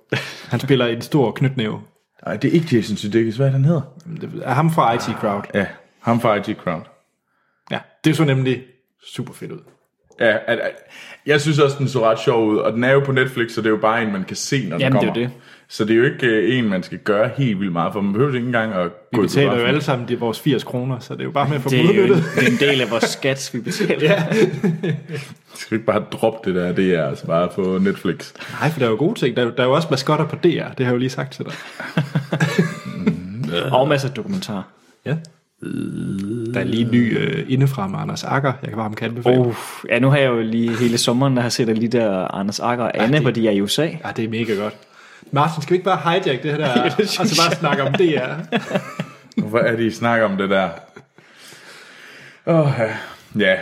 [SPEAKER 1] Han spiller en stor knytnæve.
[SPEAKER 2] Ej, det er ikke Jason Sudeikis. Hvad er han hedder?
[SPEAKER 1] Det er ham fra IT Crowd.
[SPEAKER 2] Ja, ham fra IG Crowd.
[SPEAKER 1] Ja, det så nemlig super fedt ud.
[SPEAKER 2] Ja, at, at, jeg synes også, den så ret sjov ud, og den er jo på Netflix, så det er jo bare en, man kan se, når den
[SPEAKER 3] Jamen, det er
[SPEAKER 2] kommer.
[SPEAKER 3] jo det.
[SPEAKER 2] Så det er jo ikke øh, en, man skal gøre helt vildt meget for. Man behøver ikke engang at gå
[SPEAKER 1] Vi betaler jo
[SPEAKER 2] biografen.
[SPEAKER 1] alle sammen de, vores 80 kroner, så det er jo bare med at få
[SPEAKER 3] Det er jo en,
[SPEAKER 1] udnyttet.
[SPEAKER 3] det er en del af vores skat, vi betaler. ja.
[SPEAKER 2] Skal vi ikke bare droppe det der, det er altså bare på Netflix.
[SPEAKER 1] Nej, for der er jo gode ting. Der, er jo- der er jo også maskotter på DR, det har jeg jo lige sagt til dig.
[SPEAKER 3] Og masser af dokumentar.
[SPEAKER 1] Ja. Der er lige en ny øh, indefra med Anders Akker. Jeg kan bare ham kan anbefale. Oh.
[SPEAKER 3] Uh, ja, nu har jeg jo lige hele sommeren, der har set lige der Anders Akker og Anne, hvor de er i USA.
[SPEAKER 1] Ja, det er mega godt. Martin, skal vi ikke bare hijack det her der,
[SPEAKER 3] det
[SPEAKER 1] og
[SPEAKER 3] synes
[SPEAKER 1] så bare snakke om DR?
[SPEAKER 2] Hvorfor er det, I snakker om det der? Åh, oh, ja. ja.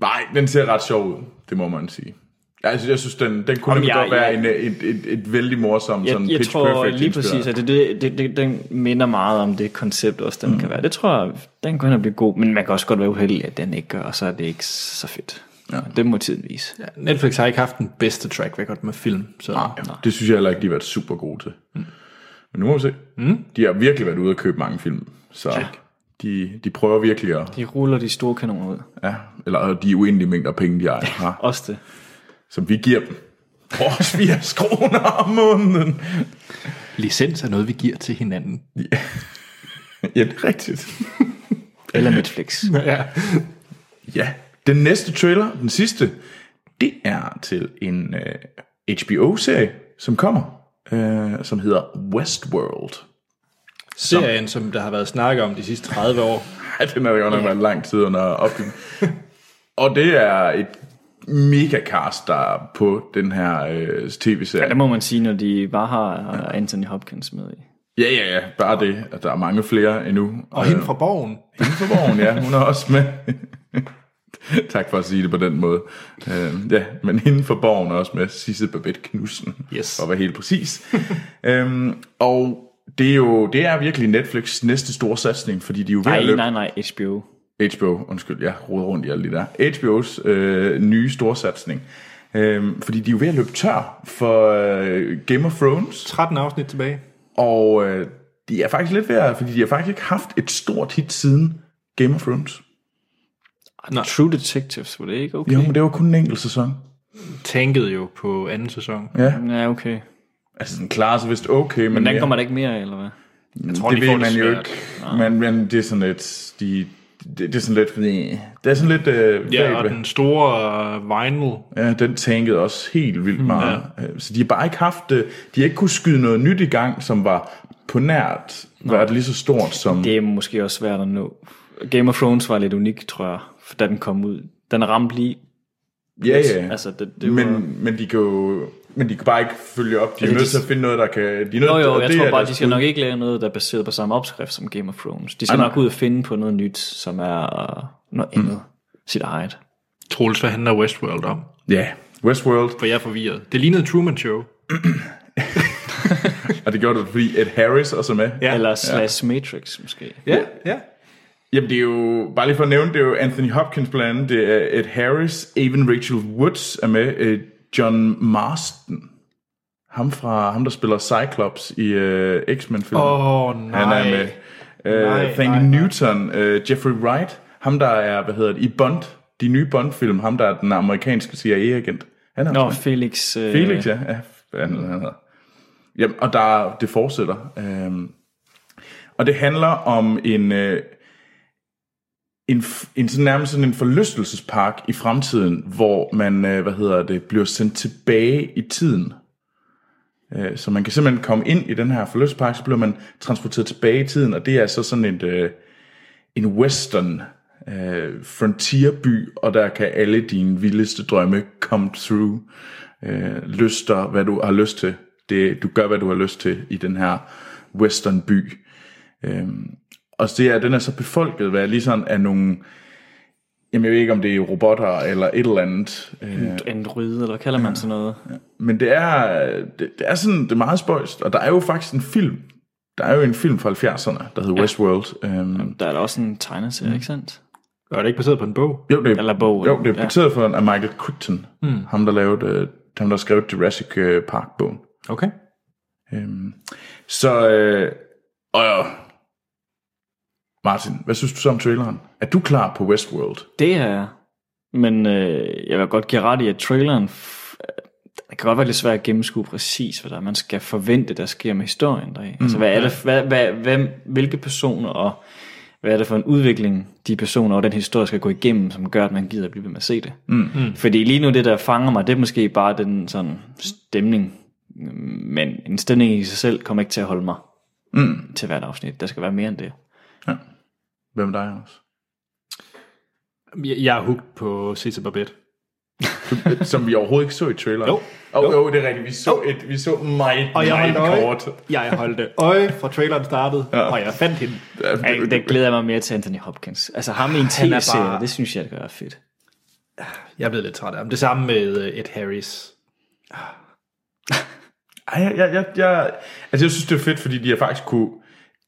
[SPEAKER 2] Nej, den ser ret sjov ud, det må man sige. Altså, jeg synes, den, den kunne
[SPEAKER 3] Om
[SPEAKER 2] nemlig
[SPEAKER 3] jeg-
[SPEAKER 2] godt være
[SPEAKER 3] jeg-
[SPEAKER 2] en, øh, et, et, et vældig morsom
[SPEAKER 3] Jeg,
[SPEAKER 2] sådan
[SPEAKER 3] jeg
[SPEAKER 2] pitch
[SPEAKER 3] tror
[SPEAKER 2] perfect
[SPEAKER 3] lige
[SPEAKER 2] inspireret.
[SPEAKER 3] præcis, at det, det, det, det, den minder meget om det koncept også, den mm. kan være. Det tror jeg, den kan blive god, men man kan også godt være uheldig, at den ikke gør, og så er det ikke så fedt. Ja. Det må tiden vise.
[SPEAKER 1] Ja, Netflix har ikke haft den bedste track record med film, så Nej.
[SPEAKER 2] Nej, det synes jeg heller ikke, de har været super gode til. Mm. Men nu må vi se. Mm. De har virkelig været ude og købe mange film, så ja. de, de prøver virkelig at...
[SPEAKER 3] De ruller de store kanoner ud.
[SPEAKER 2] Ja, eller de uendelige mængder penge, de ejer, har,
[SPEAKER 3] Også det.
[SPEAKER 2] som vi giver dem. Vores 80 kroner om måneden.
[SPEAKER 1] licens er noget, vi giver til hinanden.
[SPEAKER 2] Ja, det er rigtigt.
[SPEAKER 3] Eller Netflix.
[SPEAKER 1] Ja.
[SPEAKER 2] Ja, den næste trailer, den sidste, det er til en øh, HBO-serie, som kommer, øh, som hedder Westworld.
[SPEAKER 1] Serien, som der har været snakket om de sidste 30 år.
[SPEAKER 2] Ja, den har godt nok været lang tid under opbygning. Og det er et mega cast, der er på den her øh, tv-serie.
[SPEAKER 3] Det må man sige, når de bare har øh, Anthony Hopkins med i.
[SPEAKER 2] Ja, ja, ja, bare det. at Der er mange flere endnu.
[SPEAKER 1] Og hende fra Borgen.
[SPEAKER 2] Hende på vogn, ja, hun er også med. tak for at sige det på den måde. Øh, ja, men hende for borgen er også med Sisse Babette Knudsen.
[SPEAKER 1] Yes.
[SPEAKER 2] For at være helt præcis. øhm, og det er jo det er virkelig Netflix næste store satsning, fordi de er jo ved
[SPEAKER 3] Nej,
[SPEAKER 2] at løbe
[SPEAKER 3] nej, nej, HBO.
[SPEAKER 2] HBO, undskyld, jeg roder rundt i alt det der. HBO's øh, nye storsatsning. Øhm, fordi de er jo ved at løbe tør for øh, Game of Thrones,
[SPEAKER 1] 13 afsnit tilbage.
[SPEAKER 2] og øh, de er faktisk lidt ved at, fordi de har faktisk ikke haft et stort hit siden Game of Thrones.
[SPEAKER 1] Nå.
[SPEAKER 3] True Detectives, var det ikke okay?
[SPEAKER 2] Jo, men det var kun en enkelt sæson.
[SPEAKER 1] Tænkede jo på anden sæson.
[SPEAKER 2] Ja,
[SPEAKER 3] Ja, okay. Altså,
[SPEAKER 2] den klarer sig vist okay, men,
[SPEAKER 3] den
[SPEAKER 2] mere-
[SPEAKER 3] kommer der ikke mere af, eller hvad?
[SPEAKER 2] jeg
[SPEAKER 1] tror,
[SPEAKER 2] det
[SPEAKER 1] de
[SPEAKER 2] ved
[SPEAKER 1] får
[SPEAKER 2] man
[SPEAKER 1] det
[SPEAKER 2] jo
[SPEAKER 1] svært.
[SPEAKER 2] ikke. Men, men det er sådan lidt, de, det, det er sådan lidt, fordi, det er sådan lidt, øh,
[SPEAKER 1] Ja,
[SPEAKER 2] vagt
[SPEAKER 1] og
[SPEAKER 2] ved.
[SPEAKER 1] den store øh, vinyl.
[SPEAKER 2] Ja, den tankede også helt
[SPEAKER 3] Mm,
[SPEAKER 2] vildt meget. Ja. Så de har bare ikke haft, øh, de har ikke kunne skyde noget nyt i gang, som var på nært, var det lige så stort som...
[SPEAKER 3] Det er måske også svært at nå. Game of Thrones var lidt unik, tror jeg, for da den kom ud. Den ramte lige.
[SPEAKER 2] ja, ja.
[SPEAKER 3] Altså, det, det var...
[SPEAKER 2] men, men de kan jo men de kan bare ikke følge op. De er
[SPEAKER 3] Altså,
[SPEAKER 2] nødt
[SPEAKER 3] de-
[SPEAKER 2] til at finde noget, der kan... De er nødt,
[SPEAKER 3] Nå jo,
[SPEAKER 2] og
[SPEAKER 3] jeg
[SPEAKER 2] det
[SPEAKER 3] tror
[SPEAKER 2] er
[SPEAKER 3] bare,
[SPEAKER 2] deres
[SPEAKER 3] de skal
[SPEAKER 2] bud.
[SPEAKER 3] nok ikke lave noget, der er baseret på samme opskrift som Game of Thrones. De skal
[SPEAKER 2] nej. Mm.
[SPEAKER 3] nok ud og finde på noget nyt, som er øh, noget andet. Sit eget.
[SPEAKER 1] Troels, hvad handler Westworld om?
[SPEAKER 2] Ja, Westworld.
[SPEAKER 1] For jeg er forvirret. Det lignede Truman Show.
[SPEAKER 2] Og det gjorde det, fordi Ed Harris også er med.
[SPEAKER 1] Ja.
[SPEAKER 3] Eller slash Matrix, måske.
[SPEAKER 1] Ja, ja.
[SPEAKER 2] Jamen det er jo, bare lige for at nævne, det er jo Anthony Hopkins blandt andet, det er Ed Harris, Even Rachel Woods er med, øh, John Marston, ham fra, ham der spiller Cyclops i øh, X-Men-filmen.
[SPEAKER 1] Åh, oh, nej.
[SPEAKER 2] Han er med.
[SPEAKER 1] Nej,
[SPEAKER 2] Øh, Thank
[SPEAKER 1] nej, nej.
[SPEAKER 2] Newton, øh, Jeffrey Wright, ham der er, hvad hedder det, i Bond, de nye Bond-film, ham der er den amerikanske CIA-agent. Han er
[SPEAKER 3] Nå,
[SPEAKER 2] også
[SPEAKER 3] Felix... Øh,
[SPEAKER 2] med. Felix, ja. ja hvad er det, han hedder? Jamen, og der, det fortsætter. Øhm, og det handler om en, øh, en, f- en sådan nærmest sådan en forlystelsespark i fremtiden, hvor man, øh, hvad hedder det, bliver sendt tilbage i tiden. Øh, Så man kan simpelthen komme ind i den her forlystelsespark, så bliver man transporteret tilbage i tiden, og det er så sådan et, øh, en western øh, frontierby, og der kan alle dine vildeste drømme come through. Øh, lyster, hvad du har lyst til. Det, du gør, hvad du har lyst til i den her western by. Øh, og det er, den er så befolket, hvad er lige sådan af nogle... Jamen, jeg ved ikke, om det er robotter eller et eller andet. Øh,
[SPEAKER 3] Mm. Android, eller hvad kalder man sådan noget?
[SPEAKER 2] men det er, det, det er sådan, det er meget spøjst. Og der er jo faktisk en film. Der er jo en film fra 70'erne, der hedder ja. Westworld. Øhm,
[SPEAKER 3] Der er da også en tegneserie, mm. ikke sandt?
[SPEAKER 1] Og er det ikke baseret på en bog?
[SPEAKER 2] Jo, det er,
[SPEAKER 3] Eller bog,
[SPEAKER 2] Jo,
[SPEAKER 3] eller-
[SPEAKER 2] det er portræteret for en af Michael Crichton, mm.
[SPEAKER 1] Hmm.
[SPEAKER 2] ham der lavede, øh, ham der skrev Jurassic øh, Park-bogen.
[SPEAKER 1] Okay.
[SPEAKER 2] Øhm, så, øh, og ja. Martin, hvad synes du så om traileren? Er du klar på Westworld?
[SPEAKER 3] Det er Men øh, jeg vil godt give ret i, at traileren... F- det kan godt være lidt svært at gennemskue præcis, hvad der er, man skal forvente, der sker med historien deri. Mm, altså, hvad er det, hvad, hvad, hvem, hvilke personer, og hvad er det for en udvikling, de personer og den historie skal gå igennem, som gør, at man gider at blive ved med at se det. Mm, mm. Fordi lige nu, det der fanger mig, det er måske bare den sådan stemning. Men en stemning i sig selv kommer ikke til at holde mig mm. til hvert afsnit. Der skal være mere end det.
[SPEAKER 2] Hvem er dig, Anders?
[SPEAKER 1] Jeg, jeg er hooked på Cesar Babette.
[SPEAKER 2] Du- Som vi overhovedet ikke så i traileren.
[SPEAKER 1] Jo.
[SPEAKER 2] Oh, jo. det er rigtigt. Vi så, et, vi så meget,
[SPEAKER 1] Og jeg
[SPEAKER 2] meget
[SPEAKER 1] holdt øje,
[SPEAKER 2] kort.
[SPEAKER 1] jeg holdt øje fra traileren startede, ja. og jeg fandt hende.
[SPEAKER 3] Ja, det, det glæder jeg mig mere til Anthony Hopkins. Altså ham i en
[SPEAKER 1] Han er
[SPEAKER 3] tv-serie,
[SPEAKER 1] bare-
[SPEAKER 3] det synes jeg, det gør fedt.
[SPEAKER 1] Jeg blev lidt træt af ham. Det samme med øh, Ed Harris.
[SPEAKER 2] Ej, jeg, jeg, jeg, jeg, altså jeg synes, det er fedt, fordi de har faktisk kunne...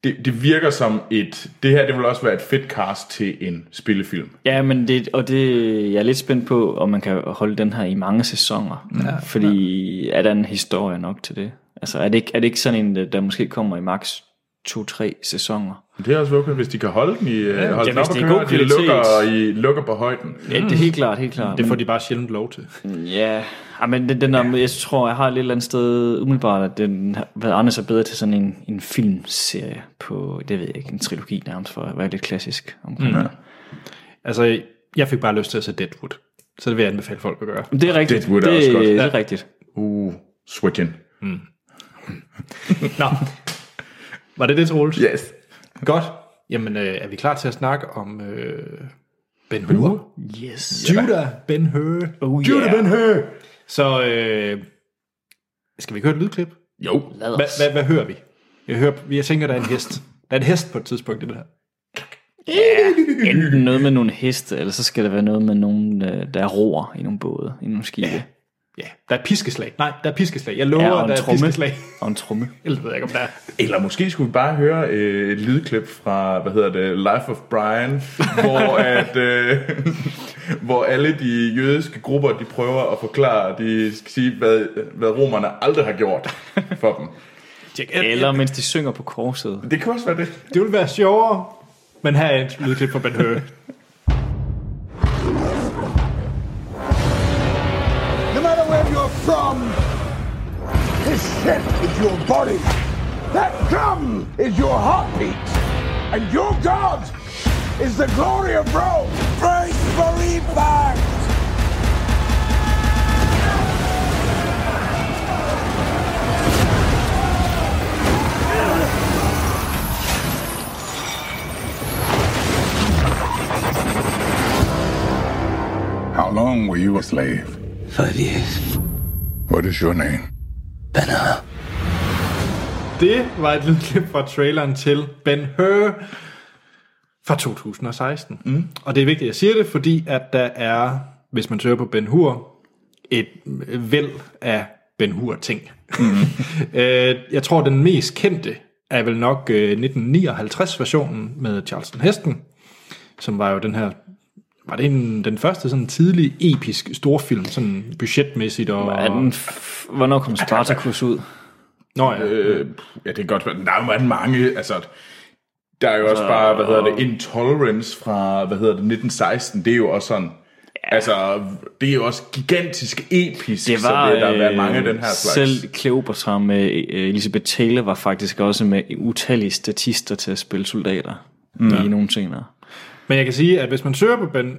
[SPEAKER 2] Det, det virker som et... Det her, det vil også være et fedt cast til en spillefilm.
[SPEAKER 3] Ja, men det, og det, jeg er lidt spændt på, om man kan holde den her i mange sæsoner. Ja, fordi er der en historie nok til det? Altså er det, ikke, er det ikke sådan en, der- der måske kommer i maks 2-3 sæsoner?
[SPEAKER 2] Men det er også okay, hvis de kan holde den, i, ja, holde den op
[SPEAKER 3] hvis
[SPEAKER 2] og
[SPEAKER 3] det er
[SPEAKER 2] køre,
[SPEAKER 3] god
[SPEAKER 2] og de
[SPEAKER 3] kvalitet.
[SPEAKER 2] lukker, i, lukker på højden.
[SPEAKER 3] Ja, det er helt klart, helt klart.
[SPEAKER 1] Det får de bare sjældent lov til.
[SPEAKER 3] Ja, Ej, men den, den er, jeg tror, jeg har et lidt eller andet sted umiddelbart, at den har været Anders er bedre til sådan en, en filmserie på, det ved jeg ikke, en trilogi nærmest, for at være lidt klassisk omkring mm. det.
[SPEAKER 1] Altså, jeg fik bare lyst til at se Deadwood. Så det vil jeg anbefale folk at gøre.
[SPEAKER 3] Men Det er rigtigt.
[SPEAKER 2] Deadwood er
[SPEAKER 3] det,
[SPEAKER 2] også godt.
[SPEAKER 3] Det er rigtigt.
[SPEAKER 2] Uh, switchen.
[SPEAKER 1] Nå, var det det, Troels?
[SPEAKER 2] Yes.
[SPEAKER 1] Godt. Jamen, øh, er vi klar til at snakke om øh, Ben Hur?
[SPEAKER 3] Yes.
[SPEAKER 1] Judah Ben Hur.
[SPEAKER 3] Oh, yeah.
[SPEAKER 2] Judah Ben Hur!
[SPEAKER 1] Så øh, skal vi ikke høre et lydklip?
[SPEAKER 2] Jo.
[SPEAKER 3] Lad os.
[SPEAKER 1] Hvad, hvad, hvad hører vi? Jeg, hører, jeg tænker, der er en hest. Der er en hest på et tidspunkt, i det der.
[SPEAKER 3] Enten noget med nogle heste, eller så skal der være noget med nogen, øh, der roer i nogle både, i nogle skibe. Ja,
[SPEAKER 1] Ja, der er et piskeslag. Nej, der er piskeslag. Jeg lover,
[SPEAKER 3] og
[SPEAKER 1] der
[SPEAKER 3] en
[SPEAKER 1] er et
[SPEAKER 3] tromme.
[SPEAKER 1] piskeslag.
[SPEAKER 3] Og en trumme.
[SPEAKER 1] Ellers ved jeg ikke, om der er.
[SPEAKER 2] Eller måske skulle vi bare høre øh, et lydklip fra, hvad hedder det, Life of Brian, hvor, at, øh, hvor alle de jødiske grupper, de prøver at forklare, de skal sige, hvad, hvad romerne aldrig har gjort for dem.
[SPEAKER 1] Tjek.
[SPEAKER 3] Eller mens de synger på korset.
[SPEAKER 2] Det kan også være det.
[SPEAKER 1] Det ville være sjovere, men her er et lydklip fra Ben Hur.
[SPEAKER 4] No matter where you're from, this shit is your body. That drum is your heartbeat. And your God is the glory of Rome. Praise believe back.
[SPEAKER 5] How long were you a slave?
[SPEAKER 6] Five years.
[SPEAKER 5] What is your name?
[SPEAKER 6] Banner.
[SPEAKER 1] Det var et lydklip fra traileren til Ben Hur fra 2016. Mm. Og det er vigtigt, at jeg siger det, fordi at der er, hvis man søger på Ben Hur, et væld af Ben Hur-ting. Mm. øh, jeg tror, den mest kendte er vel nok øh, 1959-versionen med Charleston Heston, som var jo den her var det en, den første sådan tidlig episk storfilm, sådan budgetmæssigt og...
[SPEAKER 3] Er den f- Hvornår kom Spartacus ud?
[SPEAKER 1] Nå ja.
[SPEAKER 2] Øh, ja, det kan godt være. Der er jo mange, altså... Der er jo også
[SPEAKER 3] Altså,
[SPEAKER 2] bare, hvad hedder det, Intolerance fra, hvad hedder det, 1916. Det er jo også sådan... Ja. Altså, det er jo også gigantisk episk,
[SPEAKER 3] Det
[SPEAKER 2] så
[SPEAKER 3] var,
[SPEAKER 2] det, der har været
[SPEAKER 3] øh,
[SPEAKER 2] mange af den her slags.
[SPEAKER 3] Selv Cleopatra med øh, Elisabeth Taylor var faktisk også med utallige statister til at spille soldater mm. i nogle scener.
[SPEAKER 1] Men jeg kan sige, at hvis man søger på Ben,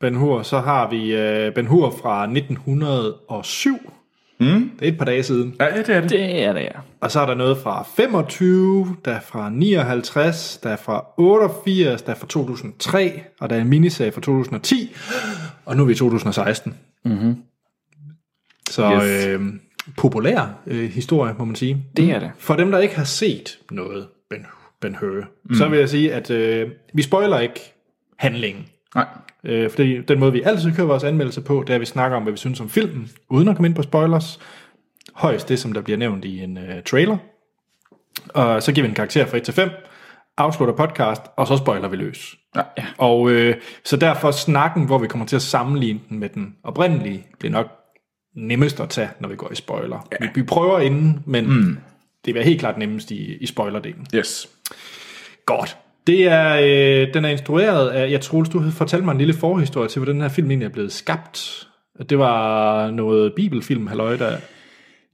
[SPEAKER 1] ben Hur, så har vi øh, Ben Hur fra 1907. Mm. Det er et par dage siden.
[SPEAKER 2] Ja, ja, det er det.
[SPEAKER 3] Det er det, ja.
[SPEAKER 1] Og så er der noget fra 25, der er fra 59, der er fra 88, der er fra 2003, og der er en miniserie fra 2010, og nu er vi i 2016. Mm-hmm. Så
[SPEAKER 2] Yes.
[SPEAKER 1] yes. øh, populær øh, historie, må man sige.
[SPEAKER 3] Det er det.
[SPEAKER 1] For dem, der ikke har set noget Ben, ben Hur, mm. så vil jeg sige, at øh, vi spoiler ikke handlingen.
[SPEAKER 2] Nej.
[SPEAKER 1] Øh, fordi den måde, vi altid kører vores anmeldelse på, det er, at vi snakker om, hvad vi synes om filmen, uden at komme ind på spoilers. Højst det, som der bliver nævnt i en øh, trailer. Og så giver vi en karakter fra 1 til 5, afslutter podcast, og så spoiler vi løs.
[SPEAKER 2] Ja.
[SPEAKER 1] Og øh, så derfor snakken, hvor vi kommer til at sammenligne den med den oprindelige, bliver nok nemmest at tage, når vi går i spoiler. Ja. Vi, vi prøver inden, men mm. det bliver helt klart nemmest i, i spoilerdelen.
[SPEAKER 2] Yes.
[SPEAKER 1] Godt. Det er, øh, den er instrueret af, jeg tror, du havde fortalt mig en lille forhistorie til, hvordan den her film egentlig er blevet skabt. Det var noget bibelfilm, halløj, der...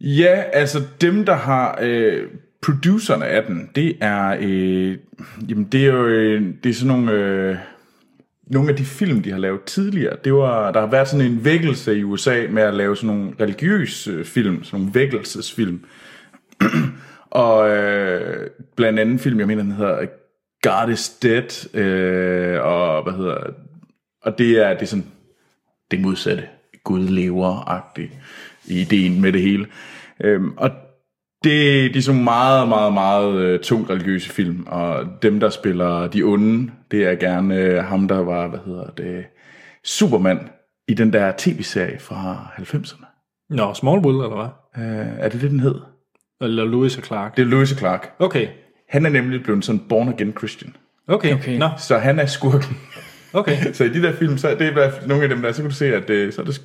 [SPEAKER 2] Ja, altså dem, der har øh, producerne af den, det er, øh, jamen det er jo øh, det er sådan nogle, øh, nogle af de film, de har lavet tidligere. Det var, der har været sådan en vækkelse i USA med at lave sådan nogle religiøse øh, film, sådan nogle vækkelsesfilm. Og øh, blandt andet film, jeg mener, den hedder God is Dead, øh, og hvad hedder, og det er, det er sådan det modsatte. Gud lever-agtig ideen med det hele. Øhm, og det, de er sådan meget, meget, meget øh, tungt religiøse film, og dem, der spiller de onde, det er gerne øh, ham, der var, hvad hedder det, Superman i den der tv-serie fra 90'erne.
[SPEAKER 1] Nå, Smallwood, eller hvad?
[SPEAKER 2] Øh, er det det, den hed?
[SPEAKER 1] Eller Lewis og Clark.
[SPEAKER 2] Det er Louise Clark.
[SPEAKER 1] Okay,
[SPEAKER 2] Han er nemlig blevet sådan born again Christian.
[SPEAKER 1] okay, okay.
[SPEAKER 3] Okay.
[SPEAKER 1] Nå,
[SPEAKER 2] Så han er skurken.
[SPEAKER 1] okay.
[SPEAKER 2] så i de der film, så er det er i hvert fald nogle af dem der, så kan du se, at øh, så, er det, så,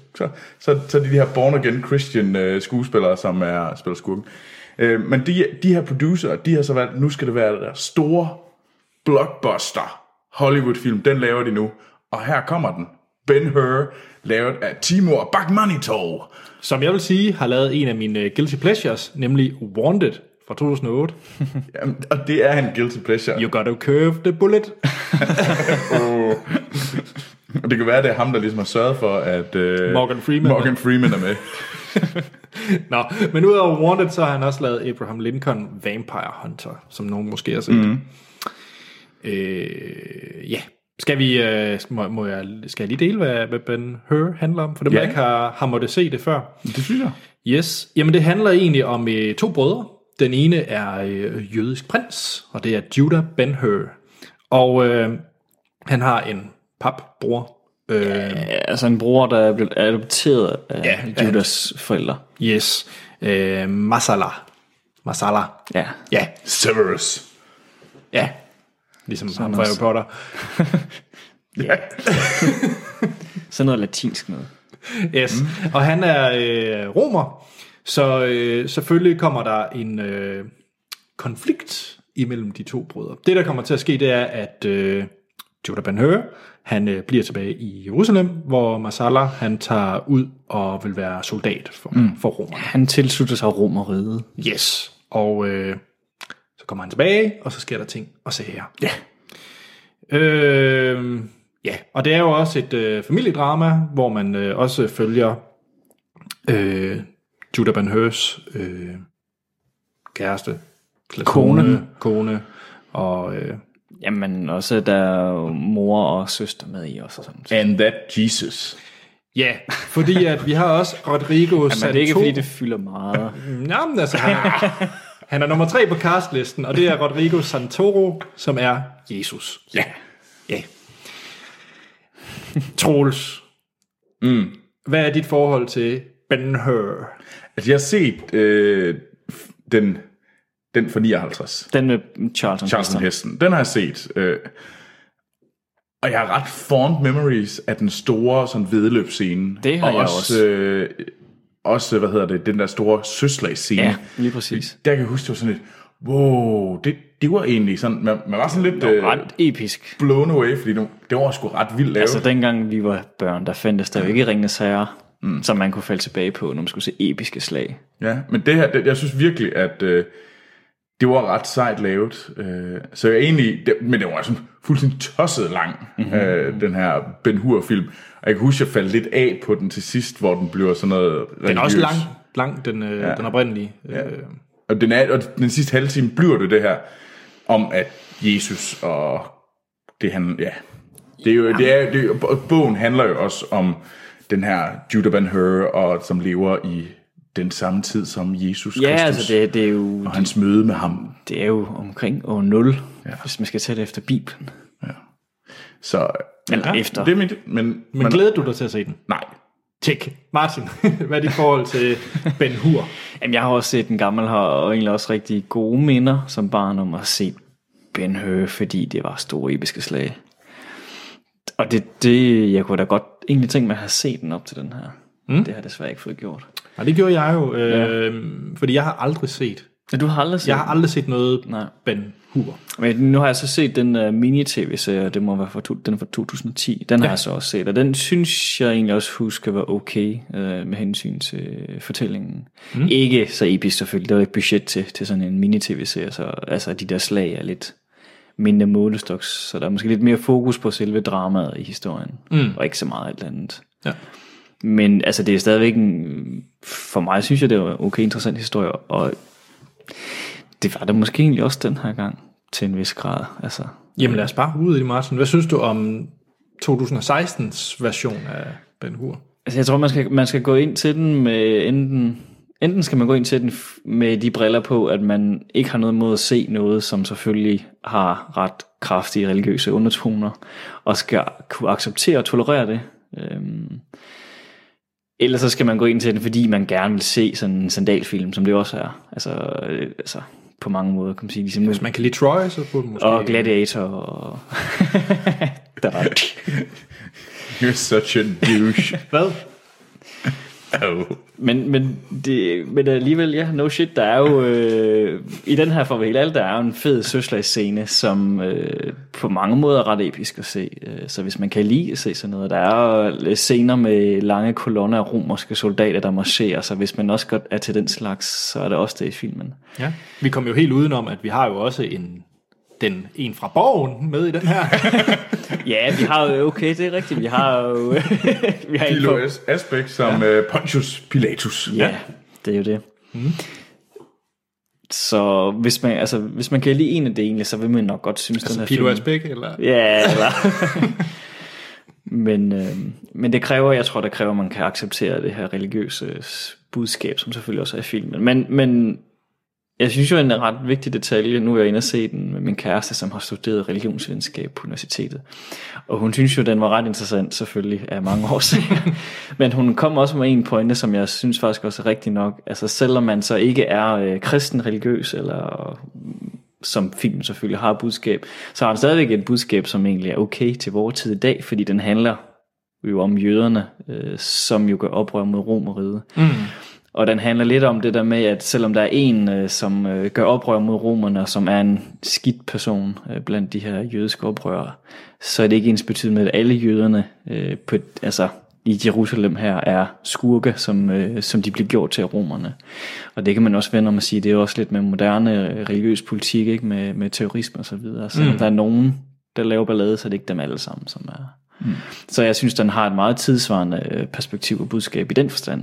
[SPEAKER 2] så, så er det de her born again Christian øh, skuespillere, som er, spiller skurken. Øh, men de, de her producer, de har så valgt, nu skal det være det der store blockbuster Hollywood-film, den laver de nu, og her kommer den. Ben Hur, lavet af Timur Bakmanitov.
[SPEAKER 1] Som jeg vil sige, har lavet en af mine øh, guilty pleasures, nemlig Wanted fra 2008.
[SPEAKER 2] Jamen, og det er en guilty pleasure.
[SPEAKER 1] You gotta curve the bullet.
[SPEAKER 2] Og det kan være, at det er ham, der ligesom har sørget for, at øh,
[SPEAKER 1] Morgan Freeman.
[SPEAKER 2] Morgan Freeman er med.
[SPEAKER 1] Nå, men udover Wanted, så har han også lavet Abraham Lincoln Vampire Hunter, som nogen måske har set. Mm. Øh, ja. Skal vi, øh, skal- må, må jeg, skal jeg lige dele, hvad, hvad Ben Hur handler om? For dem,
[SPEAKER 2] Ja.
[SPEAKER 1] der ikke har, har måttet se det før.
[SPEAKER 2] Det synes jeg.
[SPEAKER 1] Yes. Jamen, det handler egentlig om øh, to brødre. Den ene er øh, jødisk prins, og det er Judah Ben-Hur. Og øh, han har en papbror. Øh,
[SPEAKER 3] Ja, altså en bror, der er blevet adopteret af
[SPEAKER 1] Ja,
[SPEAKER 3] ja, Judas forældre.
[SPEAKER 1] Yes. Øh, Masala. Masala.
[SPEAKER 3] Ja.
[SPEAKER 1] Ja,
[SPEAKER 2] Severus.
[SPEAKER 1] Ja. Ligesom ham fra
[SPEAKER 3] også.
[SPEAKER 1] Harry Potter.
[SPEAKER 3] Sådan noget latinsk noget.
[SPEAKER 1] Yes. Mm. Og han er øh, romer, så øh, selvfølgelig kommer der en øh, konflikt imellem de to brødre. Det, der kommer til at ske, det er, at øh, Judah Ben Hur, han øh, bliver tilbage i Jerusalem, hvor Masala, han tager ud og vil være soldat for, mm. for romerne.
[SPEAKER 3] Han tilslutter sig Rom og Ride.
[SPEAKER 1] Yes. Og øh, så kommer han tilbage, og så sker der ting og sager. Ja. Øh, ja, og det er jo også et øh, familiedrama, hvor man øh, også følger øh, Judah Van Hurs øh, kæreste, slash kone, kone og øh,
[SPEAKER 3] Jamen, også der er jo mor og søster med i også. og Sådan. Ja,
[SPEAKER 2] And that Jesus.
[SPEAKER 1] ja, fordi at vi har også Rodrigo Jamen,
[SPEAKER 3] men det er ikke, fordi det fylder meget.
[SPEAKER 1] Nå, men altså, han, er, han er nummer tre på castlisten, og det er Rodrigo Santoro, som er Jesus.
[SPEAKER 2] Ja.
[SPEAKER 1] Ja. Troels. Mm. Hvad er dit forhold til Ben Hur?
[SPEAKER 2] Altså, jeg har set øh, f- den, den fra 59.
[SPEAKER 3] Den med Charlton.
[SPEAKER 2] Charlton Heston. Den har jeg set. Øh, og jeg har ret fond memories af den store sådan vedløbscene.
[SPEAKER 3] Det har
[SPEAKER 2] og
[SPEAKER 3] jeg også.
[SPEAKER 2] Øh, også, hvad hedder det, den der store søslagsscene.
[SPEAKER 3] Ja, lige præcis.
[SPEAKER 2] Der kan jeg huske, det var sådan lidt, wow, det, det var egentlig sådan, man, man var sådan lidt øh,
[SPEAKER 3] Ret episk.
[SPEAKER 2] blown away, fordi nu, det var sgu ret vildt lavet.
[SPEAKER 3] Altså, dengang vi var børn, der fandtes der jo ikke ringende sager, mm. som man kunne falde tilbage på, når man skulle se episke slag.
[SPEAKER 2] Ja, men det her, det, jeg synes virkelig, at øh, det var ret sejt lavet. Øh, så jeg egentlig, det, men det var sådan fuldstændig tosset lang,
[SPEAKER 1] Mhm.
[SPEAKER 2] mm-hmm. øh, den her Ben Hur-film. Og jeg kan huske, jeg faldt lidt af på den til sidst, hvor den bliver sådan noget
[SPEAKER 1] Den er også
[SPEAKER 2] religiøs.
[SPEAKER 1] lang, lang den, øh, ja. den oprindelige. Ja. Øh,
[SPEAKER 2] Og den, er, og den sidste halve time bliver det det her, om at Jesus og det han, ja. Det er jo, det er, det er, og bogen handler jo også om den her Judah Ben-Hur, og, som lever i den samme tid som Jesus
[SPEAKER 3] Ja,
[SPEAKER 2] Kristus.
[SPEAKER 3] altså det, det, er jo,
[SPEAKER 2] Og hans møde med ham.
[SPEAKER 3] det er jo omkring år 0, ja. hvis man skal tage det efter Bibelen.
[SPEAKER 2] Så
[SPEAKER 3] Eller efter.
[SPEAKER 2] det er mit, men,
[SPEAKER 1] men glæder du dig til at se den?
[SPEAKER 2] nej.
[SPEAKER 1] Tjek. Martin, hvad er dit forhold til Ben Hur?
[SPEAKER 3] Jamen, jeg har også set den gammel her, og egentlig også rigtig gode minder som barn om at se Ben Hur, fordi det var store episke slag. Og det, det jeg kunne da godt egentlig tænke mig at have set den op til den her. Mm. Det har jeg desværre ikke fået gjort.
[SPEAKER 1] Og det gjorde jeg jo, øh, ja. fordi jeg har aldrig set,
[SPEAKER 3] Men du har aldrig set
[SPEAKER 1] jeg har aldrig set noget
[SPEAKER 3] Nej.
[SPEAKER 1] Ben Hur.
[SPEAKER 3] Men nu har jeg så set den uh, mini-tv-serie, det må være fra, to, den er fra 2010. Den har jeg så også set, og den synes jeg egentlig også husker var okay uh, med hensyn til fortællingen. Mm. Ikke så episk selvfølgelig, der var ikke budget til, til sådan en mini-tv-serie, så altså, de der slag er lidt mindre målestoks, så der er måske lidt mere fokus på selve dramaet i historien, mm. og ikke så meget alt andet.
[SPEAKER 1] Ja.
[SPEAKER 3] Men altså, det er stadigvæk en, for mig synes jeg, det var en okay interessant historie, og det var det måske egentlig også den her gang, til en vis grad. Altså,
[SPEAKER 1] Jamen lad os bare ud i det, Martin. Hvad synes du om 2016's version af Ben Hur?
[SPEAKER 3] altså jeg tror, man skal, man skal gå ind til den med enten... Enten skal man gå ind til den f- med de briller på, at man ikke har noget mod at se noget, som selvfølgelig har ret kraftige religiøse undertoner, og skal kunne acceptere og tolerere det. Øhm, Ellers så skal man gå ind til den, fordi man gerne vil se sådan en sandalfilm, som det også er. Altså, øh, altså på mange måder, kan man sige. Ligesom nu,
[SPEAKER 1] Hvis man kan lide Troy, så burde man måske...
[SPEAKER 3] og Gladiator og... der var...
[SPEAKER 2] You're such a douche.
[SPEAKER 1] Hvad?
[SPEAKER 2] oh.
[SPEAKER 3] Men, men, det, men alligevel, ja, no shit, der er jo, øh, i den her farvel, alt der er jo en fed søslagsscene, som øh, på mange måder er ret episk at se. Øh, Så hvis man kan lide at se sådan noget, der er jo scener med lange kolonner af romerske soldater, der marcherer, så hvis man også godt er til den slags, så er det også det i filmen.
[SPEAKER 1] Ja. Vi kom jo helt udenom, at vi har jo også en, den, en fra Borgen med i den her.
[SPEAKER 3] Ja, vi har jo, okay, det er rigtigt, vi har jo... vi har en fra-
[SPEAKER 2] Pilo S- Asbæk som ja. uh, Pontius Pilatus.
[SPEAKER 3] Ja, ja. det er jo det. Mm. Så hvis man, altså, hvis man kan lide en af det egentlig, så vil man nok godt synes, altså, den her
[SPEAKER 1] Pilo
[SPEAKER 3] film...
[SPEAKER 1] Asbæk, eller...
[SPEAKER 3] Ja, eller... men, øh, men det kræver, jeg tror, det kræver, at man kan acceptere det her religiøse s- budskab, som selvfølgelig også er i filmen. Men, men jeg synes jo, en ret vigtig detalje, nu er jeg inde og se den med min kæreste, som har studeret religionsvidenskab på universitetet. Og hun synes jo, den var ret interessant, selvfølgelig, af mange årsager. Men hun kom også med en pointe, som jeg synes faktisk også er rigtig nok. Altså, selvom man så ikke er øh, kristen, religiøs eller som filmen selvfølgelig har et budskab, så har den stadigvæk et budskab, som egentlig er okay til vores tid i dag, fordi den handler jo om jøderne, øh, som jo gør oprør mod Romeriet. Mm. Og den handler lidt om det der med, at selvom der er en, øh, som øh, gør oprør mod romerne, og som er en skidt person øh, blandt de her jødiske oprørere, så er det ikke ens betydende med, at alle jøderne øh, på, et- altså, i Jerusalem her er skurke, som, øh, som de bliver gjort til af romerne. Og det kan man også vende om at sige, det er også lidt med moderne øh, religiøs politik, ikke? Med, med terrorisme og så videre. Så mm. der er nogen, der laver ballade, så er det ikke dem alle sammen, som er. Mm. Så jeg synes, den har et meget tidsvarende øh, perspektiv og budskab i den forstand.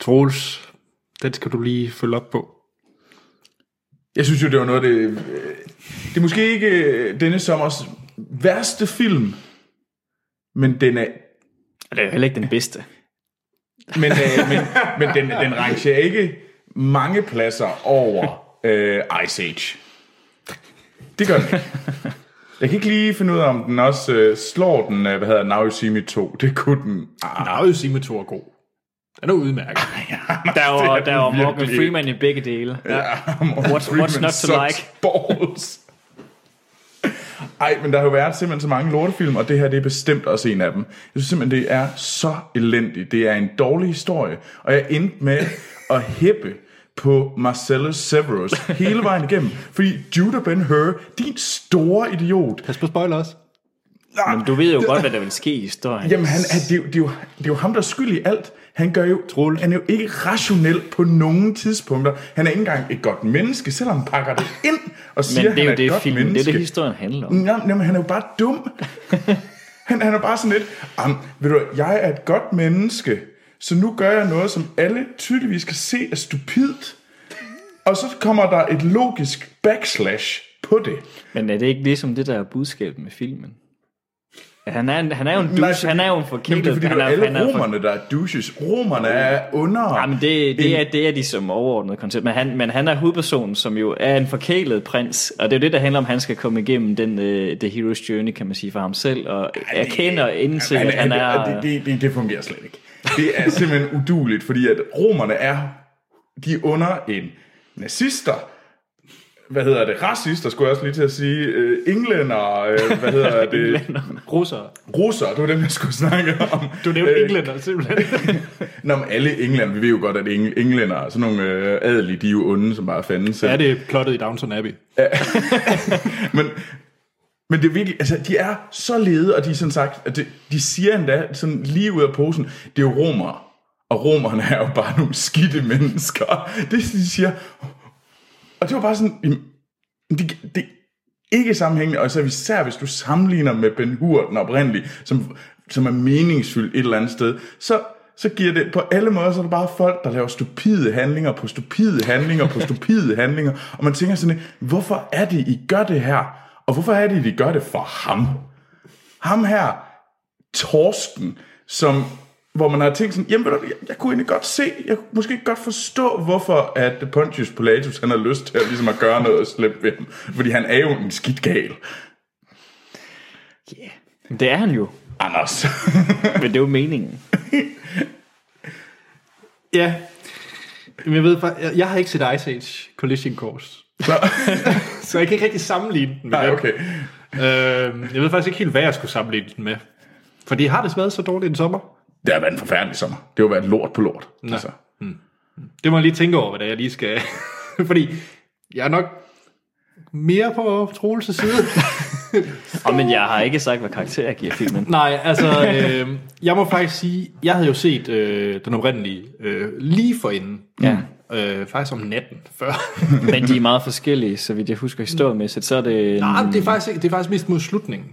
[SPEAKER 1] Troels, den skal du lige følge op på.
[SPEAKER 2] Jeg synes jo, det var noget af det... øh, Det er måske ikke øh, denne sommers værste film, men den er...
[SPEAKER 3] Og det er jo heller ikke den bedste.
[SPEAKER 2] Men, øh, men, men den, den rangerer ikke mange pladser over øh, Ice Age. Det gør den ikke. Jeg kan ikke lige finde ud af, om den også øh, slår den, øh, hvad hedder det, Now You See Me 2. Det kunne den. Ah,
[SPEAKER 1] Der er jo Simetor god. Den er udmærket.
[SPEAKER 3] Der var,
[SPEAKER 2] det er
[SPEAKER 3] der var
[SPEAKER 2] den
[SPEAKER 3] Morgan
[SPEAKER 2] virkelig.
[SPEAKER 3] Freeman i begge dele. Ja.
[SPEAKER 2] What,
[SPEAKER 3] what's not to like?
[SPEAKER 2] Balls. Ej, men der har jo været simpelthen så mange lortefilm, og det her det er bestemt også en af dem. Jeg synes simpelthen, det er så elendigt. Det er en dårlig historie, og jeg endte med at hæppe på Marcellus Severus hele vejen igennem. Fordi Judah Ben-Hur, din store idiot,
[SPEAKER 1] Pas på spoiler også.
[SPEAKER 3] Men du ved jo godt, hvad der vil ske i historien.
[SPEAKER 2] Jamen, han er, det, er jo- det, er jo, det er jo ham, der er skyld i alt. Han gør jo,
[SPEAKER 1] Troels.
[SPEAKER 2] han er jo ikke rationel på nogen tidspunkter. Han er ikke engang et godt menneske, selvom han pakker det ind og siger,
[SPEAKER 3] Men det
[SPEAKER 2] han
[SPEAKER 3] er jo
[SPEAKER 2] er et
[SPEAKER 3] det,
[SPEAKER 2] godt
[SPEAKER 3] filmen, det er
[SPEAKER 2] menneske.
[SPEAKER 3] det, historien handler om.
[SPEAKER 2] Nå, jamen, han er jo bare dum. han, han er bare sådan lidt, "Am, ved du, hvad, jeg er et godt menneske, så nu gør jeg noget, som alle tydeligvis kan se er stupidt. Og så kommer der et logisk backslash på det.
[SPEAKER 3] Men er det ikke ligesom det, der er budskabet med filmen? At han, er, en- han er jo en douche,
[SPEAKER 2] Nej,
[SPEAKER 3] han er jo en
[SPEAKER 2] Jamen, Det er
[SPEAKER 3] forkæmpet.
[SPEAKER 2] fordi, det
[SPEAKER 3] han
[SPEAKER 2] er
[SPEAKER 3] er, han
[SPEAKER 2] alle
[SPEAKER 3] er for-
[SPEAKER 2] romerne, der er douches. Romerne er under.
[SPEAKER 3] Ja, men det,
[SPEAKER 2] en-
[SPEAKER 3] det, er, det er de som overordnet koncept. Men han, men han er hovedpersonen, som jo er en forkælet prins. Og det er jo det, der handler om, at han skal komme igennem den, øh, The Hero's Journey, kan man sige, for ham selv. Og erkende og indse, at han er...
[SPEAKER 2] Det, det, det, det fungerer slet ikke. Det er simpelthen uduligt, fordi at romerne er, de er under en nazister, hvad hedder det, racister, skulle jeg også lige til at sige, øh, englænder, øh, hvad hedder det,
[SPEAKER 1] Russere.
[SPEAKER 2] russere, det var dem, jeg skulle snakke om.
[SPEAKER 1] Du nævnte
[SPEAKER 2] Øh,
[SPEAKER 1] øh. englænder simpelthen.
[SPEAKER 2] Nå, men alle englænder, vi ved jo godt, at eng- englænder, sådan nogle øh, adelige, de er jo onde, som bare fanden selv.
[SPEAKER 1] er det plottet i Downton Abbey?
[SPEAKER 2] men, men det er virkelig, altså de er så lede, og de er sådan sagt, at de, de siger endda sådan lige ud af posen, det er jo romere, og romerne er jo bare nogle skidte mennesker. Det de siger, og det var bare sådan, jamen, det, det er ikke sammenhængende, og så især hvis du sammenligner med Ben Hur, den oprindelige, som, som er meningsfyldt et eller andet sted, så, så giver det på alle måder, så er det bare folk, der laver stupide handlinger på stupide handlinger på stupide handlinger, og man tænker sådan, lidt, hvorfor er det, I gør det her? Og hvorfor er det, de gør det for ham? Ham her, torsken, som, hvor man har tænkt sådan, jamen ved du, jeg, jeg kunne egentlig godt se, jeg kunne måske godt forstå, hvorfor at Pontius Pilatus, han har lyst til at, ligesom at gøre noget slemt ved ham. Fordi han er jo en skidt gal.
[SPEAKER 3] Det, det er han jo.
[SPEAKER 2] Anders.
[SPEAKER 3] Men det er jo meningen.
[SPEAKER 1] Ja. Men jeg ved faktisk, jeg, jeg har ikke set Ice Age Collision Course. så jeg kan ikke rigtig sammenligne den med
[SPEAKER 2] Nej,
[SPEAKER 1] den.
[SPEAKER 2] okay.
[SPEAKER 1] Øh, jeg ved faktisk ikke helt, hvad jeg skulle sammenligne den med. Fordi har det været så dårligt en sommer?
[SPEAKER 2] Det har været en forfærdelig sommer. Det har været lort på lort. Altså.
[SPEAKER 1] Det må jeg lige tænke over, hvad det er, jeg lige skal... Fordi jeg er nok mere på Troelses side.
[SPEAKER 3] Og, men jeg har ikke sagt, hvad karakter jeg giver filmen.
[SPEAKER 1] Nej, altså, øh, jeg må faktisk sige, jeg havde jo set øh, den oprindelige øh, lige forinden.
[SPEAKER 3] Ja.
[SPEAKER 1] Øh, faktisk om natten før.
[SPEAKER 3] Men de er meget forskellige, så vidt jeg husker historiemæssigt, så er det... en-
[SPEAKER 1] Nej, det er, faktisk, ikke- det er faktisk mest mod slutningen.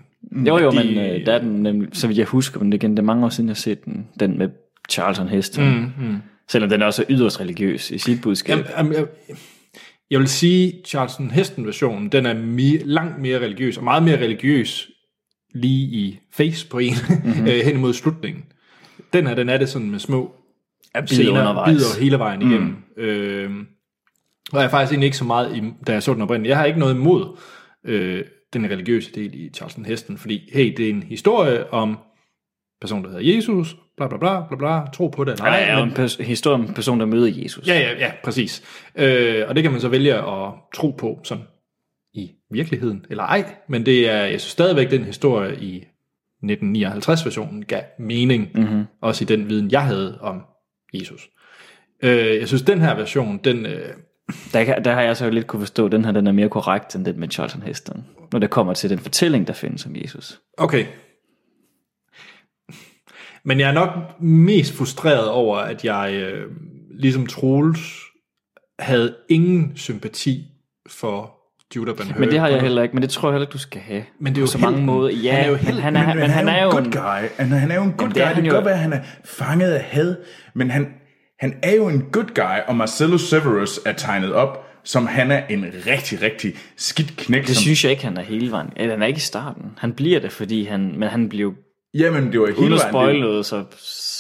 [SPEAKER 3] Jo, jo,
[SPEAKER 1] de-
[SPEAKER 3] men øh, der er den nemlig, så vidt jeg husker, men det, igen, det er mange år siden, jeg har set den, den med Charlton Heston. Mm, mm. Selvom den er også yderst religiøs i sit budskab.
[SPEAKER 1] Jamen, jamen, jeg, jeg vil sige, Charleston Heston-versionen, den er mi, langt mere religiøs, og meget mere religiøs lige i face på en, mm-hmm. hen imod slutningen. Den her, den er det sådan med små
[SPEAKER 3] Jamen,
[SPEAKER 1] scener, bider hele vejen igennem. Mm. Øh, og jeg er faktisk egentlig ikke så meget, i, da jeg så den oprindelige, jeg har ikke noget imod øh, den religiøse del i Charleston Heston, fordi hey, det er en historie om person, der hedder Jesus, bla bla bla, bla bla, tro på det eller
[SPEAKER 3] Han er jo
[SPEAKER 1] men-
[SPEAKER 3] en pers- historie om en person, der møder Jesus.
[SPEAKER 1] Ja, ja, ja, præcis. Øh, og det kan man så vælge at tro på sådan i virkeligheden, eller ej. Men det er, jeg synes stadigvæk, den historie i 1959-versionen gav mening. Mm-hmm.
[SPEAKER 3] Mhm.
[SPEAKER 1] Også i den viden, jeg havde om Jesus. Øh, jeg synes, den her version, den... Øh,
[SPEAKER 3] Der, kan- der har jeg så lidt kunne forstå, at den her den er mere korrekt end den med Charlton Heston. Når det kommer til den fortælling, der findes om Jesus.
[SPEAKER 1] okay. Men jeg er nok mest frustreret over, at jeg, øh, ligesom Troels, havde ingen sympati for Judah Ben
[SPEAKER 3] Men det har jeg heller ikke, men det tror jeg heller ikke, du skal have.
[SPEAKER 1] Men det er jo
[SPEAKER 3] På så mange
[SPEAKER 1] helten.
[SPEAKER 3] måder. Ja,
[SPEAKER 1] Han er jo
[SPEAKER 3] men
[SPEAKER 1] helten,
[SPEAKER 3] han er, men, han er jo
[SPEAKER 2] en
[SPEAKER 3] en-
[SPEAKER 2] good guy. Han, han er jo en good
[SPEAKER 3] det
[SPEAKER 2] guy.
[SPEAKER 3] er
[SPEAKER 2] Det
[SPEAKER 3] han
[SPEAKER 2] kan
[SPEAKER 3] jo.
[SPEAKER 2] godt være, at han er fanget af had, men han, han er jo en good guy, og Marcellus Severus er tegnet op, som han er en rigtig, rigtig skidt knæk.
[SPEAKER 3] Det
[SPEAKER 2] som
[SPEAKER 3] synes jeg ikke, han er hele vejen. Eller han er ikke i starten. Han bliver det, fordi han... Men han bliver jo...
[SPEAKER 2] Jamen, det var hele
[SPEAKER 3] Uden at
[SPEAKER 2] vejen.
[SPEAKER 3] spoil
[SPEAKER 2] det,
[SPEAKER 3] noget, så,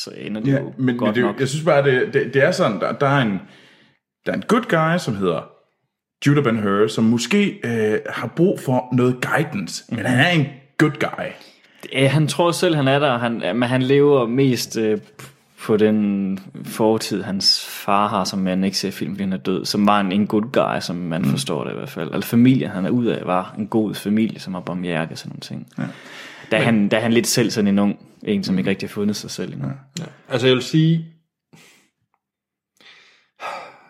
[SPEAKER 3] så ender det
[SPEAKER 2] ja,
[SPEAKER 3] jo
[SPEAKER 2] men
[SPEAKER 3] godt
[SPEAKER 2] det, er jo-
[SPEAKER 3] nok.
[SPEAKER 2] jeg synes bare, det, det, det er sådan, der, der, er en, der er en good guy, som hedder Judah Ben-Hur, som måske øh, har brug for noget guidance, mm.
[SPEAKER 3] Mhm.
[SPEAKER 2] men han er en good guy.
[SPEAKER 3] Ja, han tror selv, han er der, og han, men han lever mest øh, på den fortid, hans far har, som man ikke ser i filmen, fordi han er død, som var en, en god guy, som man mm. forstår det i hvert fald. Eller familien, han er ud af, var en god familie, som har bomhjerke og sådan nogle ting. Ja. Da, han, da han lidt selv sådan en ung, en
[SPEAKER 2] Mm.
[SPEAKER 3] som ikke rigtig har fundet sig selv endnu. Ja.
[SPEAKER 1] Altså, jeg vil sige,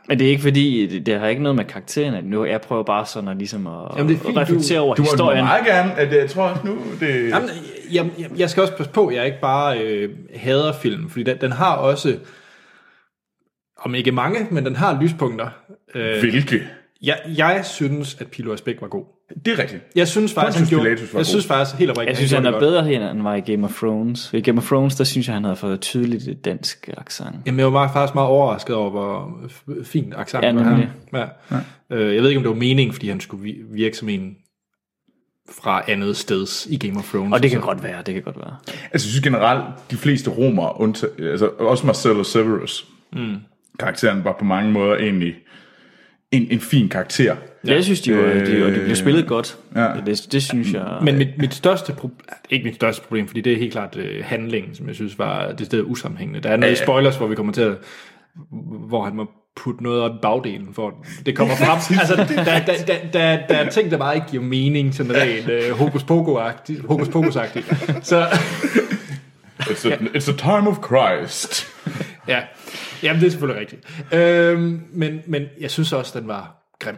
[SPEAKER 3] Men det er ikke fordi, det, det har ikke noget med karakteren at nu. Jeg prøver bare sådan at, ligesom at,
[SPEAKER 1] Jamen, det er fint,
[SPEAKER 3] at reflektere
[SPEAKER 1] du-
[SPEAKER 3] over
[SPEAKER 2] Du må du må
[SPEAKER 3] historien.
[SPEAKER 2] meget gerne, at jeg tror også nu, det...
[SPEAKER 1] Jamen, jeg, jeg, jeg skal også passe på, at jeg ikke bare øh, hader film, fordi den, den har også om ikke mange, men den har lyspunkter. Øh,
[SPEAKER 2] Hvilke?
[SPEAKER 1] jeg, jeg synes, at Pilo Asbæk var god.
[SPEAKER 2] Det er rigtigt.
[SPEAKER 1] Jeg synes faktisk, han
[SPEAKER 2] Pontius
[SPEAKER 1] gjorde,
[SPEAKER 2] Pilatus var
[SPEAKER 1] jeg
[SPEAKER 2] god.
[SPEAKER 1] synes faktisk helt oprigtigt,
[SPEAKER 3] Jeg synes,
[SPEAKER 1] gjorde
[SPEAKER 3] han
[SPEAKER 1] det godt.
[SPEAKER 3] er bedre her, end han var i Game of Thrones. I Game of Thrones, der synes jeg, han havde fået tydeligt et dansk accent.
[SPEAKER 1] Jamen, jeg var meget- faktisk meget overrasket over, hvor f- fin accent
[SPEAKER 3] Ja,
[SPEAKER 1] han
[SPEAKER 3] nemlig.
[SPEAKER 1] Ja. Ja. Øh, Jeg ved ikke, om det var meningen, fordi han skulle vi- virke som en fra andet sted i Game of Thrones.
[SPEAKER 3] Og det kan
[SPEAKER 1] Så-
[SPEAKER 3] godt være, det kan godt være.
[SPEAKER 2] Altså, jeg synes generelt, de fleste romere, undta- altså, også Marcellus Severus, mm. karakteren var på mange måder egentlig en, en fin karakter.
[SPEAKER 3] Ja. Jeg synes, de, var, de, var, de blev spillet godt.
[SPEAKER 2] ja.
[SPEAKER 3] Ja. Det, det synes jeg...
[SPEAKER 1] Men mit, mit største problem, ikke mit største problem, fordi det er helt klart øh, handlingen, som jeg synes var det sted usammenhængende. Der er noget i spoilers, hvor vi kommer til at, hvor han må putte noget op i bagdelen, for at det kommer frem. altså, der, der, der, der, der er ting, der bare ikke giver mening, sådan rent øh, hokus pokus-agtigt. Hokus pokus Så
[SPEAKER 2] It's a, it's a time of Christ.
[SPEAKER 1] ja, jamen, det er selvfølgelig rigtigt. Øhm, men, men jeg synes også, den var grim.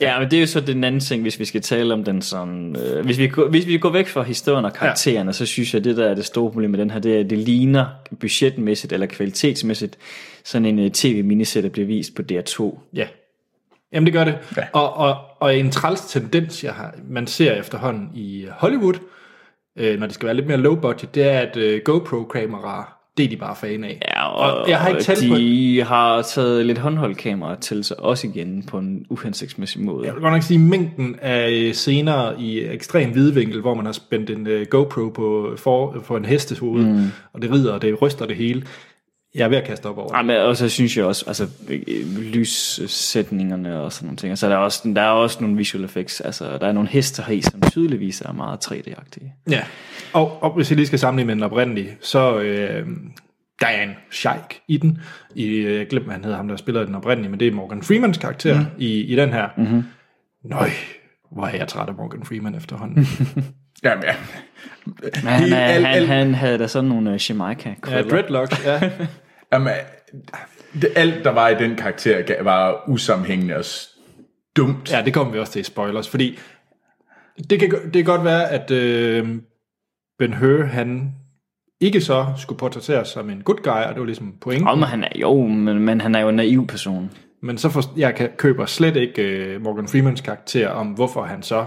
[SPEAKER 3] Ja, men det er jo så den anden ting, hvis vi skal tale om den sådan... Øh, hvis, vi, går- hvis vi går væk fra historien og karaktererne, ja. så synes jeg, det der er det store problem med den her, det er, at det ligner budgetmæssigt eller kvalitetsmæssigt sådan en øh, tv-miniserie, der bliver vist på DR2.
[SPEAKER 1] Ja. Jamen det gør det. Ja. Og, og, og en træls tendens, jeg har, man ser efterhånden i Hollywood, øh, når det skal være lidt mere low budget, det er, at øh, GoPro-kameraer, det er de bare fan af.
[SPEAKER 3] Ja,
[SPEAKER 1] og, og jeg har ikke talt
[SPEAKER 3] de
[SPEAKER 1] på det.
[SPEAKER 3] har taget lidt håndholdt kamera til sig også igen på en uhensigtsmæssig måde.
[SPEAKER 1] Jeg vil godt nok sige, mængden af øh, scener i ekstrem hvidvinkel, hvor man har spændt en øh, GoPro på, for, for en hestes hoved, mm. og det rider, og det ryster det hele. Jeg er ved at kaste op over det.
[SPEAKER 3] Ja, men, og så synes jeg også, altså øh, øh, lyssætningerne og sådan nogle ting. Og så er der også, der er også nogle visual effects. Altså, der er nogle hester her, i, som tydeligvis er meget 3D-agtige.
[SPEAKER 1] Ja, og, og hvis jeg lige skal sammenligne med den oprindelige, så øh, der er en sheik i den. I, øh, jeg glemte, hvad han hedder, ham der spiller den oprindelige, men det er Morgan Freemans karakter mm. i, i den her. Mm-hmm. Nøj, hvor er jeg træt af Morgan Freeman efterhånden.
[SPEAKER 2] Jamen, ja.
[SPEAKER 3] Men han,
[SPEAKER 2] Helt
[SPEAKER 3] er,
[SPEAKER 2] alt-
[SPEAKER 3] han,
[SPEAKER 2] alt-
[SPEAKER 3] han havde da sådan nogle øh, jamaica
[SPEAKER 1] ja, dreadlock, ja.
[SPEAKER 2] Jamen, det, alt, der var i den karakter, gav- var usammenhængende og s- dumt.
[SPEAKER 1] ja, det kommer vi også til i spoilers, fordi det kan, det kan godt være, at øh, Ben Hur, han ikke så skulle portrætteres som en good guy, og det var ligesom pointen.
[SPEAKER 3] Om han er, jo, men, men han er jo en naiv person.
[SPEAKER 1] Men så for, jeg kan, køber slet ikke øh, Morgan Freemans karakter om, hvorfor han så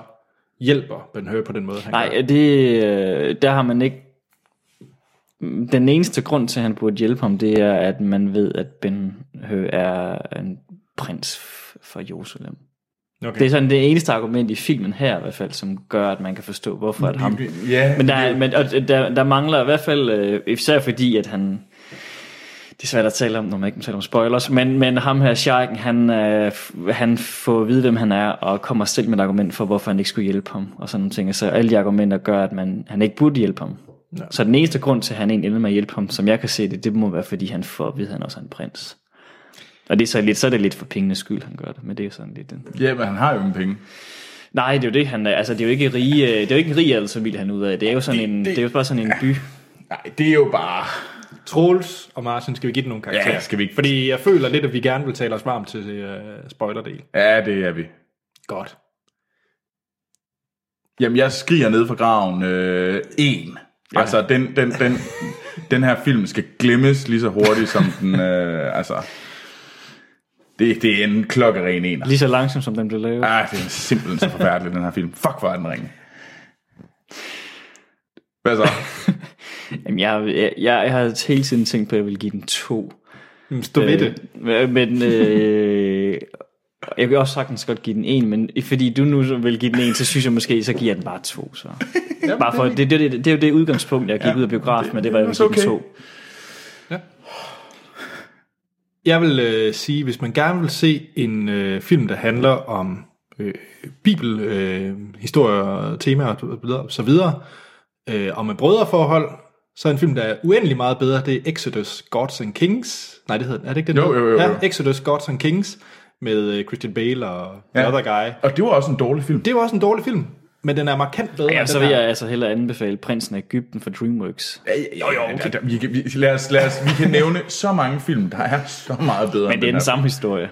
[SPEAKER 1] hjælper Ben Hur på den måde, han
[SPEAKER 3] Nej,
[SPEAKER 1] gør.
[SPEAKER 3] det, øh, der har man ikke... Den eneste grund til, at han burde hjælpe ham, det er, at man ved, at Ben Hø er en prins f- fra Jerusalem.
[SPEAKER 1] Okay.
[SPEAKER 3] Det er sådan det eneste argument i filmen her i hvert fald, som gør, at man kan forstå, hvorfor at ham...
[SPEAKER 2] Ja,
[SPEAKER 3] Men der, er- men, og der, der mangler i hvert fald, øh, især fordi, at han... Det er svært at tale om, når man ikke må tale om spoilers, men, men ham her, Shaiken, han, øh, f- han får at vide, hvem han er, og kommer selv med et argument for, hvorfor han ikke skulle hjælpe ham, og sådan nogle ting. Og Så alle de argumenter gør, at man, han ikke burde hjælpe ham. Ja. Så den eneste grund til, at han egentlig ender med at hjælpe ham, som jeg kan se det, det må være, fordi han får at vide, at han også er en prins. Og det er så, lidt, så er det lidt for pengenes skyld, han gør det, men det er jo sådan lidt den.
[SPEAKER 2] ja, men han har jo ingen penge.
[SPEAKER 3] Nej, det er jo det, han er. Altså, det er jo ikke rige, øh, det er jo ikke en rig adelsfamilie, han er ude af. Det er jo sådan en, det, det er jo bare sådan en by.
[SPEAKER 2] Nej, det er jo bare...
[SPEAKER 1] Troels og Martin, skal vi give den nogle karakterer?
[SPEAKER 2] Ja, skal vi ikke.
[SPEAKER 1] Fordi jeg føler lidt, at vi gerne vil tale os varm til øh, spoilerdel.
[SPEAKER 2] Ja, det er vi.
[SPEAKER 1] Godt.
[SPEAKER 2] Jamen, jeg skriger ned fra graven øh, en. Ja. Altså, den, den, den, den her film skal glemmes lige så hurtigt som den... Øh, altså, det, det er en klokkeren ener.
[SPEAKER 3] Lige så langsomt, som den blev lavet. Ja.
[SPEAKER 2] Ah, det er simpelthen så forfærdelig, den her film. Fuck, hvor er den ringe. Hvad så?
[SPEAKER 3] Jamen, jeg, jeg, jeg, jeg har hele tiden tænkt på, at jeg ville give den to.
[SPEAKER 1] Jamen, Stå ved det.
[SPEAKER 3] Øh, men øh, jeg vil også sagtens godt give den en, men fordi du nu vil give den en, så synes jeg måske, så giver jeg den bare to. Så. bare for, det, det, det, det, er jo det udgangspunkt, jeg gik ja, ud af biografen, men det var, jeg ville give
[SPEAKER 2] okay.
[SPEAKER 3] den to.
[SPEAKER 1] Jeg vil øh, sige, hvis man gerne vil se en øh, film, der handler om øh, bibelhistorier, øh, historier og temaer og så videre, og så videre øh, og med brødreforhold, så er en film, der er uendelig meget bedre, det er Exodus Gods and Kings. Nej, det hedder den. Er det ikke den?
[SPEAKER 2] Jo,
[SPEAKER 1] hedder?
[SPEAKER 2] jo, jo, jo.
[SPEAKER 1] Ja, Exodus Gods and Kings med øh, Christian Bale og ja. The
[SPEAKER 2] Ja.
[SPEAKER 1] Other Guy.
[SPEAKER 2] Og det var også en dårlig film.
[SPEAKER 1] Det var også en dårlig film, men den er markant bedre
[SPEAKER 3] Ja,
[SPEAKER 1] end
[SPEAKER 3] så
[SPEAKER 1] den
[SPEAKER 3] vil
[SPEAKER 1] her.
[SPEAKER 3] jeg altså hellere anbefale Prinsen af Ægypten for DreamWorks.
[SPEAKER 2] Jo, jo, okay. Der, vi, kan, vi, lad os, lad os, vi kan nævne så mange film, der er så meget bedre
[SPEAKER 3] Men
[SPEAKER 2] end
[SPEAKER 3] det er den
[SPEAKER 2] her.
[SPEAKER 3] samme historie.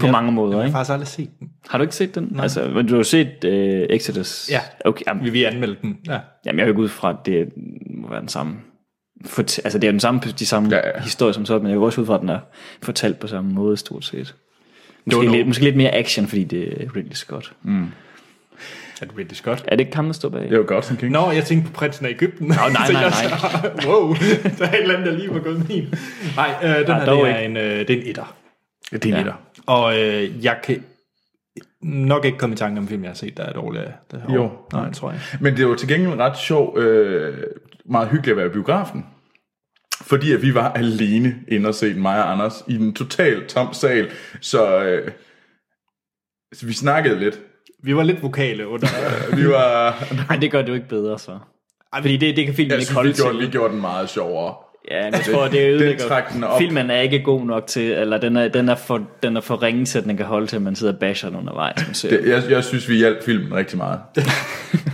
[SPEAKER 3] På mange måder,
[SPEAKER 1] Jeg
[SPEAKER 3] ikke?
[SPEAKER 1] har faktisk aldrig set den.
[SPEAKER 3] Har du ikke set den? Nej. Altså, men du har jo set øh, Exodus.
[SPEAKER 1] Ja.
[SPEAKER 3] Okay, jamen,
[SPEAKER 1] Vi vil anmelde den. Ja.
[SPEAKER 3] jamen, jeg er jo ikke ud fra, at det må være den samme fort, altså det er jo den samme, de samme
[SPEAKER 2] Ja,
[SPEAKER 3] ja,
[SPEAKER 2] ja.
[SPEAKER 3] ja. historie som sådan, men jeg går også ud fra, at den er fortalt på samme måde stort set. Måske,
[SPEAKER 1] Jo, jo.
[SPEAKER 3] Lidt, måske lidt mere action, fordi det er Ridley Scott. Mm.
[SPEAKER 1] Er det Ridley Scott?
[SPEAKER 3] Er det ikke ham, der står bag?
[SPEAKER 2] Det var Godson King.
[SPEAKER 1] Nå, jeg tænkte på prinsen af Ægypten. Nå,
[SPEAKER 3] nej, nej,
[SPEAKER 1] wow, der er et eller andet, der lige var gået min. Nej, øh, den
[SPEAKER 3] Nej,
[SPEAKER 1] her,
[SPEAKER 3] dog
[SPEAKER 1] det er,
[SPEAKER 3] ikke.
[SPEAKER 1] en, øh, det er en etter.
[SPEAKER 2] Ja, det er
[SPEAKER 3] Ja.
[SPEAKER 2] ja.
[SPEAKER 1] Og øh, jeg kan nok ikke komme i tanke om en film, jeg har set, der er dårlig af det her
[SPEAKER 2] Jo.
[SPEAKER 1] år. Nej, tror jeg.
[SPEAKER 2] Men det var til gengæld ret sjov, øh, meget hyggeligt at være i biografen. Fordi at vi var alene inde og se den, mig og Anders, i en totalt tom sal. Så, øh, så vi snakkede lidt.
[SPEAKER 1] Vi var lidt vokale under...
[SPEAKER 2] Vi var...
[SPEAKER 3] Nej, det gør det jo ikke bedre, så. Ej, fordi det, det kan filmen
[SPEAKER 2] Jeg
[SPEAKER 3] ikke
[SPEAKER 2] synes, vi
[SPEAKER 3] holde
[SPEAKER 2] gjorde, vi
[SPEAKER 3] til.
[SPEAKER 2] gjorde den meget sjovere.
[SPEAKER 3] Ja, men jeg tror, det
[SPEAKER 2] Den trak den
[SPEAKER 3] ødelægger.
[SPEAKER 2] op.
[SPEAKER 3] Filmen er ikke god nok til, eller den er, den er, for, den er for ringe til, at den kan holde til, at man sidder og basher den undervejs. Man ser.
[SPEAKER 2] Det, jeg, jeg synes, vi hjalp filmen rigtig meget.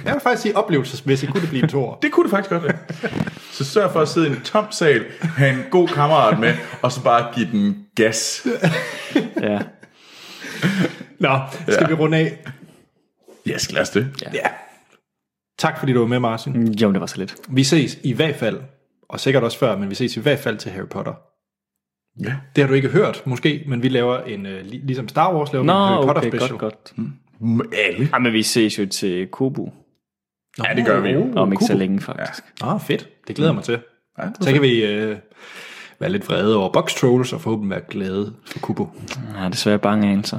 [SPEAKER 1] Jeg vil faktisk sige, oplevelsesmæssigt kunne det blive en toer.
[SPEAKER 2] Det kunne det faktisk godt være. Så sørg for at sidde i en tom sal, have en god kammerat med, og så bare give den gas.
[SPEAKER 3] Ja.
[SPEAKER 1] Nå, skal
[SPEAKER 2] Ja.
[SPEAKER 1] ja. vi runde af?
[SPEAKER 2] Yes, lad os det.
[SPEAKER 1] Ja. Tak fordi du var med, Martin.
[SPEAKER 3] Jo, det var så lidt.
[SPEAKER 1] Vi ses i hvert fald, og sikkert også før, men vi ses i hvert fald til Harry Potter.
[SPEAKER 2] Ja.
[SPEAKER 1] Det har du ikke hørt, måske, men vi laver en, øh, li- ligesom Star Wars laver vi
[SPEAKER 3] Nå,
[SPEAKER 1] en Harry Potter
[SPEAKER 3] okay,
[SPEAKER 1] special.
[SPEAKER 3] godt, godt.
[SPEAKER 2] Alle.
[SPEAKER 3] Ej, men vi ses jo til Kobu,
[SPEAKER 1] Nå,
[SPEAKER 2] Ja, det gør vi jo.
[SPEAKER 1] uh,
[SPEAKER 3] om ikke så
[SPEAKER 1] cool.
[SPEAKER 3] længe faktisk.
[SPEAKER 1] Ah, fedt. Det glæder jeg mig til.
[SPEAKER 2] Ja, det var
[SPEAKER 1] Så kan vi øh, være lidt vrede over box trolls og forhåbentlig være glade for Kubo.
[SPEAKER 3] Ja, Jeg er desværre bange af en så.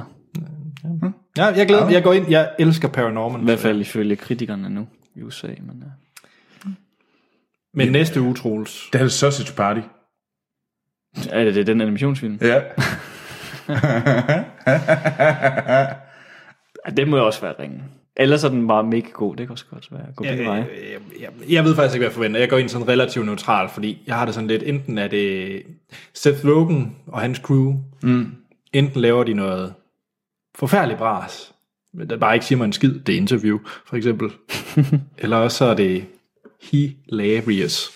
[SPEAKER 1] Ja, jeg glæder Jeg går ind. Jeg elsker Paranorman.
[SPEAKER 3] I hvert fald ifølge kritikerne nu i USA. Men, øh. ja.
[SPEAKER 1] Men næste uge, Troels.
[SPEAKER 2] Det er Sausage Party.
[SPEAKER 3] Er det, det er den animationsfilm?
[SPEAKER 2] Ja.
[SPEAKER 3] Ja, det må jo også være ringen. Ellers er den bare mega god. Det kan også godt være. Gå begge veje.
[SPEAKER 1] Øh, jeg, jeg, jeg ved faktisk ikke, hvad jeg forventer. Jeg går ind sådan relativt neutral, fordi jeg har det sådan lidt, enten er det Seth Rogen og hans crew, mm. enten laver de noget forfærdeligt bras, men der bare ikke siger mig en skid, det er interview, for eksempel. Eller også så er det hilarious.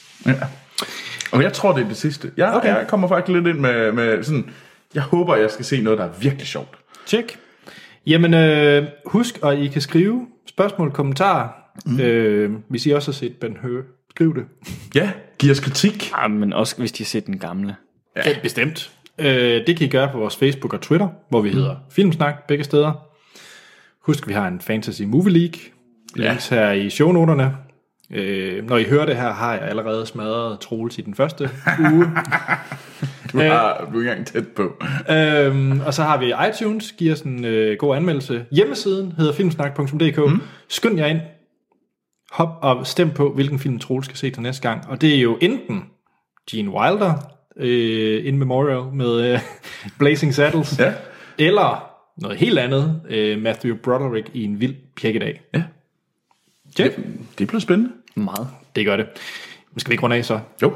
[SPEAKER 2] Og jeg tror, det er det sidste. Jeg, okay. jeg kommer faktisk lidt ind med, med sådan... Jeg håber, jeg skal se noget, der er virkelig sjovt.
[SPEAKER 1] Tjek. Jamen, øh, husk, at I kan skrive spørgsmål, kommentarer. Mm. Øh, hvis I også har set Ben Hør, skriv det.
[SPEAKER 2] Ja, giv os kritik.
[SPEAKER 3] Ja, men også hvis de har set den gamle.
[SPEAKER 1] Ja, bestemt. Øh, det kan I gøre på vores Facebook og Twitter, hvor vi hedder Filmsnak begge steder. Husk, vi har en Fantasy Movie League. Links her i shownoterne. Øh, når I hører det her, har jeg allerede smadret Troels i den første uge.
[SPEAKER 2] Du er, du er ikke engang tæt på.
[SPEAKER 1] Øhm, og så har vi iTunes, giver os en øh, god anmeldelse. Hjemmesiden hedder filmsnak.dk.
[SPEAKER 2] Mhm.
[SPEAKER 1] Mm. Skynd jer ind. Hop og stem på, hvilken film Troel skal se til næste gang. Og det er jo enten Gene Wilder, øh, In Memorial med øh, Blazing Saddles,
[SPEAKER 2] Ja.
[SPEAKER 1] eller noget helt andet, øh, Matthew Broderick i en vild pjekkedag.
[SPEAKER 2] Ja.
[SPEAKER 1] Tjek.
[SPEAKER 2] Det blev spændende.
[SPEAKER 3] Meget.
[SPEAKER 1] Det gør det. Men skal vi ikke runde af så?
[SPEAKER 2] Jo.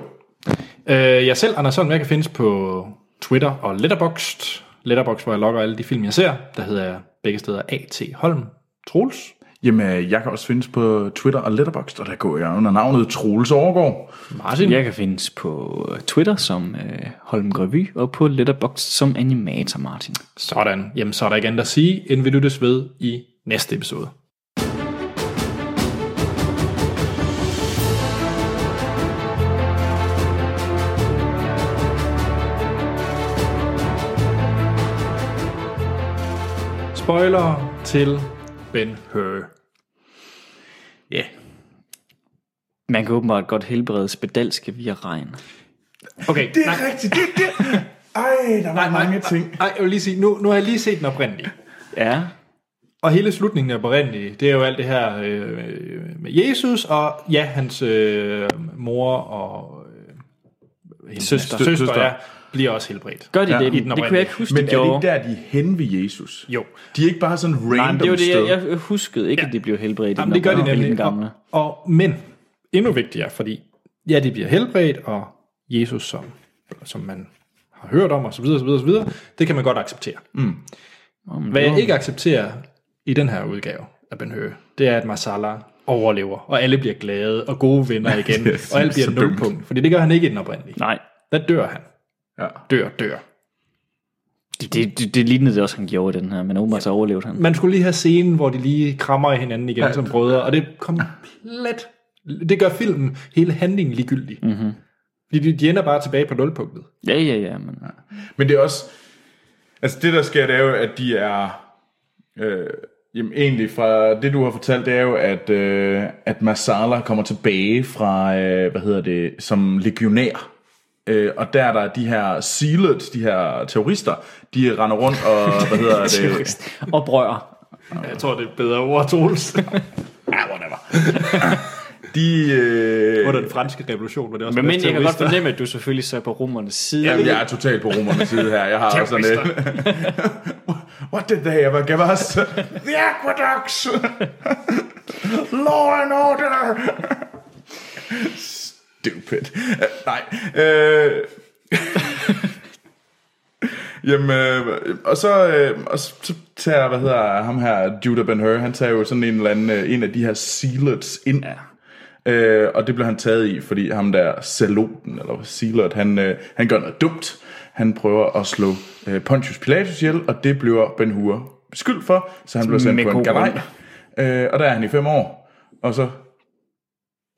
[SPEAKER 1] Øh, jeg selv, Anders Holm, jeg kan findes på Twitter og Letterboxd. Letterboxd, hvor jeg logger alle de film, jeg ser. Der hedder jeg begge steder A.T. Holm. Troels.
[SPEAKER 2] Jamen, øh, jeg kan også findes på Twitter og Letterboxd, og der går jeg under navnet Troels Overgaard.
[SPEAKER 1] Martin.
[SPEAKER 3] Jeg kan findes på Twitter som øh, Holm Grevy, og på Letterboxd som Animator Martin.
[SPEAKER 1] Sådan. Jamen, så er der ikke andet at sige, end vi lyttes ved i næste episode. Spoiler til Ben Hur.
[SPEAKER 2] Ja. Yeah.
[SPEAKER 3] Man kan åbenbart godt helbrede spedalske via regn.
[SPEAKER 1] Okay,
[SPEAKER 2] Det er Nej. rigtigt. Det, det. Ej, der var mange ting.
[SPEAKER 1] Nej, jeg vil lige sige, nu, nu har jeg lige set den oprindelige.
[SPEAKER 3] Ja,
[SPEAKER 1] Og hele slutningen af oprindelige, det er jo alt det her øh, med Jesus, og ja, hans øh, mor og øh, hendes
[SPEAKER 3] Søster.
[SPEAKER 1] søster, søster
[SPEAKER 2] Søster.
[SPEAKER 1] ja, bliver også helbredt.
[SPEAKER 3] gør de ja, det?
[SPEAKER 1] i den
[SPEAKER 3] Det kunne jeg
[SPEAKER 1] oprindelige.
[SPEAKER 3] ikke huske,
[SPEAKER 2] Men
[SPEAKER 3] de
[SPEAKER 2] er det
[SPEAKER 3] gjorde.
[SPEAKER 2] ikke der, de er henne ved Jesus?
[SPEAKER 1] Jo.
[SPEAKER 2] De er ikke bare sådan random
[SPEAKER 3] Nej, men det var det,
[SPEAKER 2] sted.
[SPEAKER 3] jeg, jeg huskede ikke, at de blev helbredt. i
[SPEAKER 1] Jamen,
[SPEAKER 3] den
[SPEAKER 1] det gør de
[SPEAKER 3] oprindelige,
[SPEAKER 1] nemlig.
[SPEAKER 3] Den gamle.
[SPEAKER 1] Og, og, men endnu vigtigere, fordi ja, de bliver helbredt, og Jesus, som, som man har hørt om, og så videre, så videre, så videre, det kan man godt acceptere.
[SPEAKER 3] Om
[SPEAKER 1] Hvad
[SPEAKER 3] Mm. det
[SPEAKER 1] jeg
[SPEAKER 3] var-
[SPEAKER 1] ikke accepterer i den her udgave af Ben Hur, det er, at Marsala overlever, og alle bliver glade og gode venner igen, og alle bliver
[SPEAKER 2] så dumt.
[SPEAKER 1] nulpunkt, fordi det gør han ikke i den oprindelige.
[SPEAKER 3] Nej,
[SPEAKER 1] Der dør han.
[SPEAKER 2] Ja.
[SPEAKER 1] Dør, dør.
[SPEAKER 3] det, det, det, det lignede det også, han gjorde i den her, men åbenbart så overlevede han.
[SPEAKER 1] Man skulle lige have scenen, hvor de lige krammer hinanden igen ja. som
[SPEAKER 3] Mhm.
[SPEAKER 1] brødre, og det er komplet... Det gør filmen hele handlingen ligegyldig. Mm-hmm. De, de- de ender bare tilbage på nulpunktet.
[SPEAKER 3] Ja, ja, ja. Men,
[SPEAKER 2] Men det er også... Altså det, der sker, det er jo, at de er... Øh, jamen egentlig fra det, du har fortalt, det er jo, at, øh, at Masala kommer tilbage fra, øh, hvad hedder det, som legionær. Øh, og der er der de her sealed, de her terrorister, de render rundt og, hvad hedder det,
[SPEAKER 3] Oprør.
[SPEAKER 1] Jeg tror, det er et bedre ord, Troels.
[SPEAKER 2] ah, whatever. de, øh,
[SPEAKER 1] Under den franske revolution, hvor det også
[SPEAKER 3] Men, men jeg kan godt
[SPEAKER 1] terrorister.
[SPEAKER 3] fornemme, at du selvfølgelig så på rummernes side.
[SPEAKER 2] Jamen, jeg er totalt på romernes side her. Jeg har sådan et... What did they ever give us? The aqueducts! Law and order! Stupid. Øh, nej. Øh, Jamen, øh, og så, øh, og så, så tager, hvad hedder ham her, Judah Ben-Hur, han tager jo sådan en eller anden, øh, en af de her sealets ind. Ja. Øh, og det bliver han taget i, fordi ham der celoten, eller sealet, han, øh, han gør noget dumt. Han prøver at slå øh, Pontius Pilatus ihjel, og det bliver Ben-Hur skyld for, så han bliver sendt
[SPEAKER 3] Med
[SPEAKER 2] på en
[SPEAKER 3] god
[SPEAKER 2] galej.
[SPEAKER 3] grund.
[SPEAKER 2] Øh, og der er han i fem år, og så,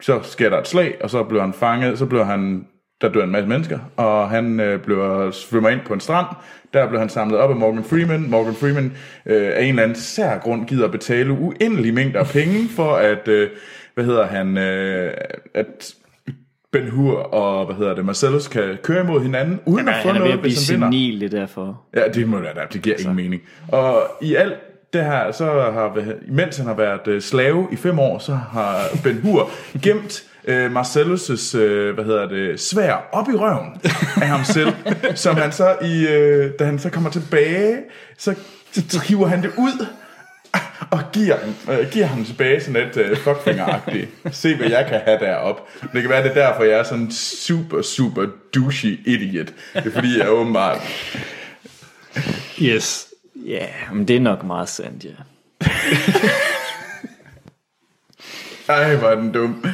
[SPEAKER 2] så sker der et slag, og så bliver han fanget, så bliver han, der dør en masse mennesker, og han øh, bliver svømmer ind på en strand, der bliver han samlet op af Morgan Freeman. Morgan Freeman øh, af en eller anden sær grund gider betale uendelige mængder af penge for at, øh, hvad hedder han, øh, at Ben Hur og, hvad hedder det, Marcellus kan køre imod hinanden, uden
[SPEAKER 3] Nej,
[SPEAKER 2] at få
[SPEAKER 3] han er ved
[SPEAKER 2] noget,
[SPEAKER 3] at blive
[SPEAKER 2] hvis han vinder.
[SPEAKER 3] senil, det er derfor.
[SPEAKER 2] Ja, det må det være. Det giver ingen mening. Og i alt det her, så har, mens han har været øh, slave i fem år, så har Ben Hur gemt øh, Marcellus' øh, hvad hedder det, svær op i røven af ham selv, som han så, i, øh, da han så kommer tilbage, så, så hiver han det ud, og giver, øh, giver ham tilbage sådan lidt øh, fuckfinger Se, hvad jeg kan have deroppe. Men det kan være, det er derfor, jeg er sådan en super, super douchey idiot. Det er fordi, jeg åbenbart
[SPEAKER 1] Yes.
[SPEAKER 3] Ja, men det er nok meget sandt, ja.
[SPEAKER 2] Ej, hvor er den dum.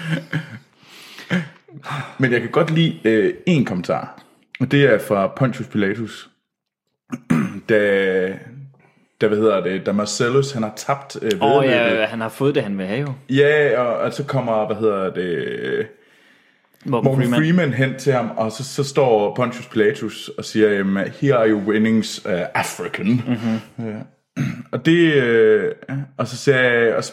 [SPEAKER 2] Men jeg kan godt lide øh, en kommentar, og det er fra Pontius Pilatus. Da, da hvad hedder det, da Marcellus, han har tabt øh,
[SPEAKER 3] Åh oh,
[SPEAKER 2] væddeløbet.
[SPEAKER 3] ja, han har fået det, han vil have jo.
[SPEAKER 2] ja og, og, så kommer, hvad hedder det, øh,
[SPEAKER 3] Morgan,
[SPEAKER 2] Morgan Freeman. Freeman hen til ham, og så, så står Pontius Pilatus og siger, jamen, here are your winnings, uh, African.
[SPEAKER 3] Mhm.
[SPEAKER 2] Mm-hmm. Ja. Og det, øh, og så siger jeg, og, s-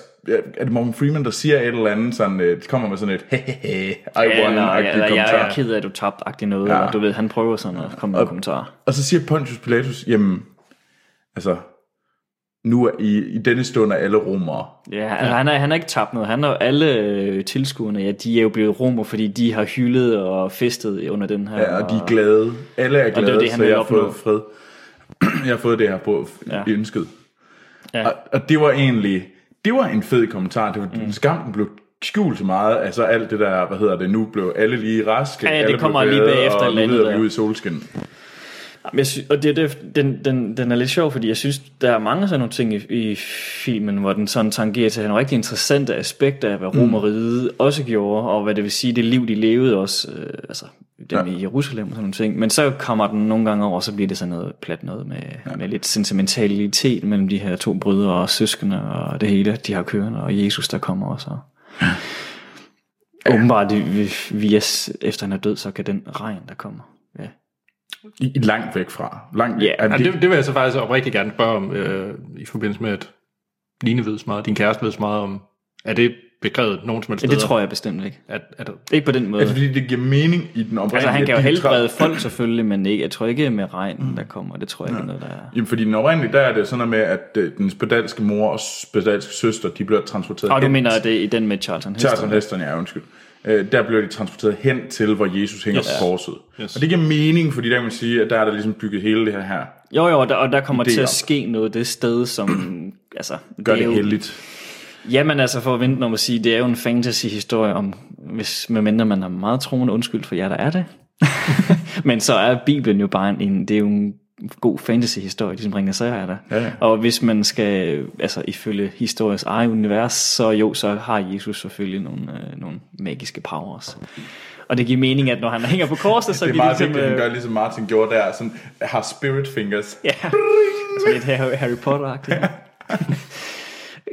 [SPEAKER 2] er det Morgan Freeman, der siger et eller andet, sådan, øh, de kommer med sådan et, hehehe, I
[SPEAKER 3] Ja,
[SPEAKER 2] won,
[SPEAKER 3] eller,
[SPEAKER 2] agtig
[SPEAKER 3] ja, eller jeg
[SPEAKER 2] kommentar.
[SPEAKER 3] er ked af, at du tabte agtig noget. Ja. Eller, du ved, han prøver sådan at komme med en kommentar.
[SPEAKER 2] Og så siger Pontius Pilatus, jamen, altså, nu er i, i denne stund er alle romere.
[SPEAKER 3] Ja, altså, han, har, han har ikke tabt noget. Han og alle øh, tilskuerne, ja, de er jo blevet romer, fordi de har hyldet og festet under den her.
[SPEAKER 2] Ja, og de er glade. Alle er
[SPEAKER 3] var
[SPEAKER 2] glade,
[SPEAKER 3] det, han
[SPEAKER 2] så jeg
[SPEAKER 3] ville
[SPEAKER 2] har fået
[SPEAKER 3] opnå.
[SPEAKER 2] fred. Jeg har fået det her på ja.
[SPEAKER 3] Ja.
[SPEAKER 2] ønsket.
[SPEAKER 3] Ja.
[SPEAKER 2] Og, og det var egentlig, det var en fed kommentar. Det var mm. skam, den blev skjult så meget. Altså alt det der, hvad hedder det, nu blev alle lige raske.
[SPEAKER 3] Ja, ja, det
[SPEAKER 2] alle blev
[SPEAKER 3] kommer lige
[SPEAKER 2] glade,
[SPEAKER 3] bagefter
[SPEAKER 2] Og
[SPEAKER 3] eller
[SPEAKER 2] nu
[SPEAKER 3] andet
[SPEAKER 2] hedder vi
[SPEAKER 3] der.
[SPEAKER 2] ud i solskin.
[SPEAKER 3] Jamen, Jeg sy- og det, er det, den, den, den er lidt sjov, fordi jeg synes, der er mange sådan nogle ting i, i filmen, hvor den sådan tangerer til nogle rigtig interessante aspekter af, hvad Romeriet også gjorde, og hvad det vil sige, det liv, de levede også, øh, altså dem
[SPEAKER 2] Ja.
[SPEAKER 3] ja. i Jerusalem og sådan nogle ting. Men så kommer den nogle gange over, og så bliver det sådan noget plat noget med, ja. med lidt sentimentalitet mellem de her to brødre og søskende og det hele, de har kørende, og Jesus, der kommer også. Og ja. Åbenbart, vi, vi er, efter han er død, så kan den regn, der kommer. Ja.
[SPEAKER 2] I, i langt væk fra. Langt
[SPEAKER 3] Ja,
[SPEAKER 2] er
[SPEAKER 1] Ja,
[SPEAKER 2] det,
[SPEAKER 1] det, det vil jeg så faktisk oprigtigt gerne spørge om, øh, i forbindelse med, at Line ved så meget, din kæreste ved så meget om, er det begrevet nogen som helst
[SPEAKER 3] Ja,
[SPEAKER 1] steder?
[SPEAKER 3] det tror jeg bestemt ikke.
[SPEAKER 1] At, at,
[SPEAKER 3] Ikke på den måde.
[SPEAKER 2] altså, fordi det giver mening i den oprindelige.
[SPEAKER 3] Altså, han kan jo
[SPEAKER 2] at de tra-
[SPEAKER 3] helbrede folk selvfølgelig, men ikke, jeg tror ikke med
[SPEAKER 2] Mm.
[SPEAKER 3] regnen, der kommer. Det tror jeg ikke er noget, der er.
[SPEAKER 2] Jamen, fordi den oprindelige, der er det sådan noget med, at øh, den spedalske mor og spedalske søster, de bliver transporteret
[SPEAKER 3] Og du
[SPEAKER 2] hen
[SPEAKER 3] mener, at det er i den med Charlton Heston?
[SPEAKER 2] Charlton Heston, ja, undskyld. Øh, der blev de transporteret hen til, hvor Jesus hænger yes.
[SPEAKER 1] Yes.
[SPEAKER 2] på korset.
[SPEAKER 1] Yes.
[SPEAKER 2] Yes. Og det giver mening, fordi der kan man sige, at der er der ligesom bygget hele det her her.
[SPEAKER 3] Jo, jo, og der, og der kommer
[SPEAKER 2] Idéer.
[SPEAKER 3] til at ske noget det sted, som... altså,
[SPEAKER 2] Gør
[SPEAKER 3] er
[SPEAKER 2] det,
[SPEAKER 3] jo-
[SPEAKER 2] det heldigt.
[SPEAKER 3] Jamen altså, for at vente om at sige, det er jo en fantasy-historie om, hvis medmindre man er meget troende, undskyld for jer, der er det. Men så er Bibelen jo bare en, det er jo en god fantasy-historie, de som bringer sig af der.
[SPEAKER 2] Ja, ja.
[SPEAKER 3] Og hvis man skal, altså ifølge historiens eget univers, så jo, så har Jesus selvfølgelig nogle, øh, nogle magiske powers. Og det giver mening, at når han hænger på korset, så
[SPEAKER 2] Det er
[SPEAKER 3] bliver
[SPEAKER 2] meget
[SPEAKER 3] det
[SPEAKER 2] vigtigt, at han
[SPEAKER 3] ligesom...
[SPEAKER 2] gør
[SPEAKER 3] Øh,
[SPEAKER 2] ligesom Martin gjorde der, sådan, har spirit fingers.
[SPEAKER 3] ja, sådan lidt Harry Harry Potter-agtigt.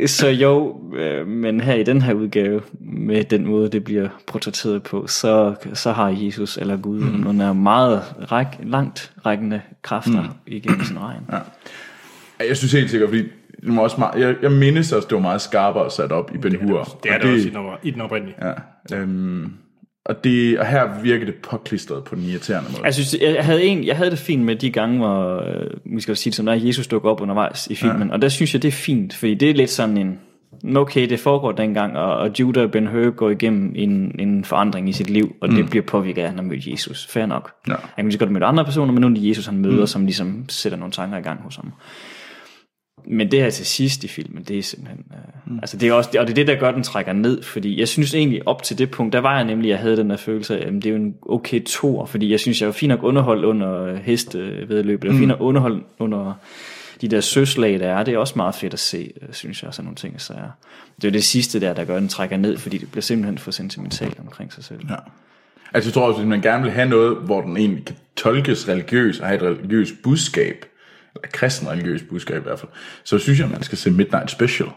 [SPEAKER 3] Så jo, øh, men her i den her udgave, med den måde, det bliver portrætteret på, så, så har Jesus eller Gud mm. nogle af meget ræk, langt rækkende kræfter mm. igennem sin regn. Ja.
[SPEAKER 2] Ja, Jeg synes helt sikkert, fordi den var også meget, jeg, jeg mindes også, det var meget skarpere sat op i Ben Hur.
[SPEAKER 1] Det er
[SPEAKER 2] Og
[SPEAKER 1] det, også i den, opr- i den oprindelige. Ja.
[SPEAKER 2] Ja, øhm, og, det, og her virker det påklistret på den irriterende måde.
[SPEAKER 3] Jeg, synes, jeg, havde en, jeg havde det fint med de gange, hvor øh, vi skal jo sige det som der er, Jesus dukker op undervejs i filmen, ja. og der synes jeg, det er fint, fordi det er lidt sådan en, "Nå, okay, det foregår dengang, og, og Judah og Ben Hur går igennem en, en forandring i sit liv, og mm. det bliver påvirket af, at han har mødt Jesus. Fair nok.
[SPEAKER 2] Ja.
[SPEAKER 3] Han kan lige så godt møde andre personer, men nu er det Jesus, han møder, mm. som ligesom sætter nogle tanker i gang hos ham. Men det her til sidst i filmen, det er simpelthen... Øh, mm. altså det er også, og det er det, der gør, den trækker ned, fordi jeg synes egentlig, op til det punkt, der var jeg nemlig, jeg havde den der følelse af, at det er jo en okay tor, fordi jeg synes, jeg var fint nok underholdt under hestevedløbet, og mm. fint nok underholdt under de der søslag, der er. Det er også meget fedt at se, øh, synes jeg, sådan nogle ting, så er. Det er det sidste der, der gør, den trækker ned, fordi det bliver simpelthen for sentimentalt omkring sig selv. Ja.
[SPEAKER 2] Altså jeg tror også, hvis man gerne vil have noget, hvor den egentlig kan tolkes religiøs og have et religiøst budskab, eller kristen religiøst budskab i hvert fald, så synes jeg, man skal se Midnight Special.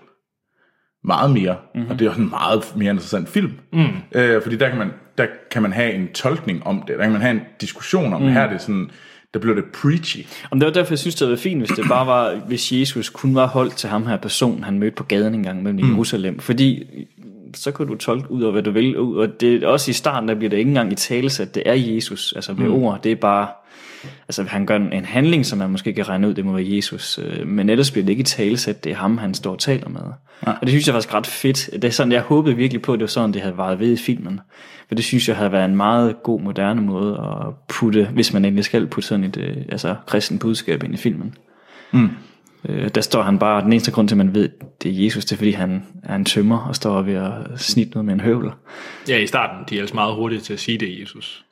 [SPEAKER 2] Meget mere. Mm-hmm. Og det er også en meget mere interessant film. Mm. Øh, fordi der kan, man, der kan man have en tolkning om det. Der kan man have en diskussion om mm. det. Her er det sådan, der bliver det preachy.
[SPEAKER 3] Om det var derfor, jeg synes, det havde været fint, hvis det bare var, hvis Jesus kun var holdt til ham her person, han mødte på gaden engang mellem mm. Jerusalem. Fordi så kunne du tolke ud af, hvad du vil. ud, Og det, også i starten, der bliver det ikke engang i tale, at det er Jesus, altså ved mm. ord. Det er bare, altså han gør en en handling, som man måske kan regne ud, det må være Jesus. øh, Men ellers bliver det ikke i tale, at det er ham, han står og taler med. Ja. Og det synes jeg faktisk ret fedt. Det er sådan, jeg håbede virkelig på, at det var sådan, det havde varet ved i filmen. For det synes jeg havde været en meget god, moderne måde at putte, hvis man endelig skal putte sådan et øh, altså, kristen budskab ind i filmen. Øh, der står han bare, den eneste grund til, at man ved, det er Jesus, det er fordi han er en tømmer og står ved at snitte noget med en høvler.
[SPEAKER 1] ja, i starten, de er altså meget hurtige til at sige det, Jesus.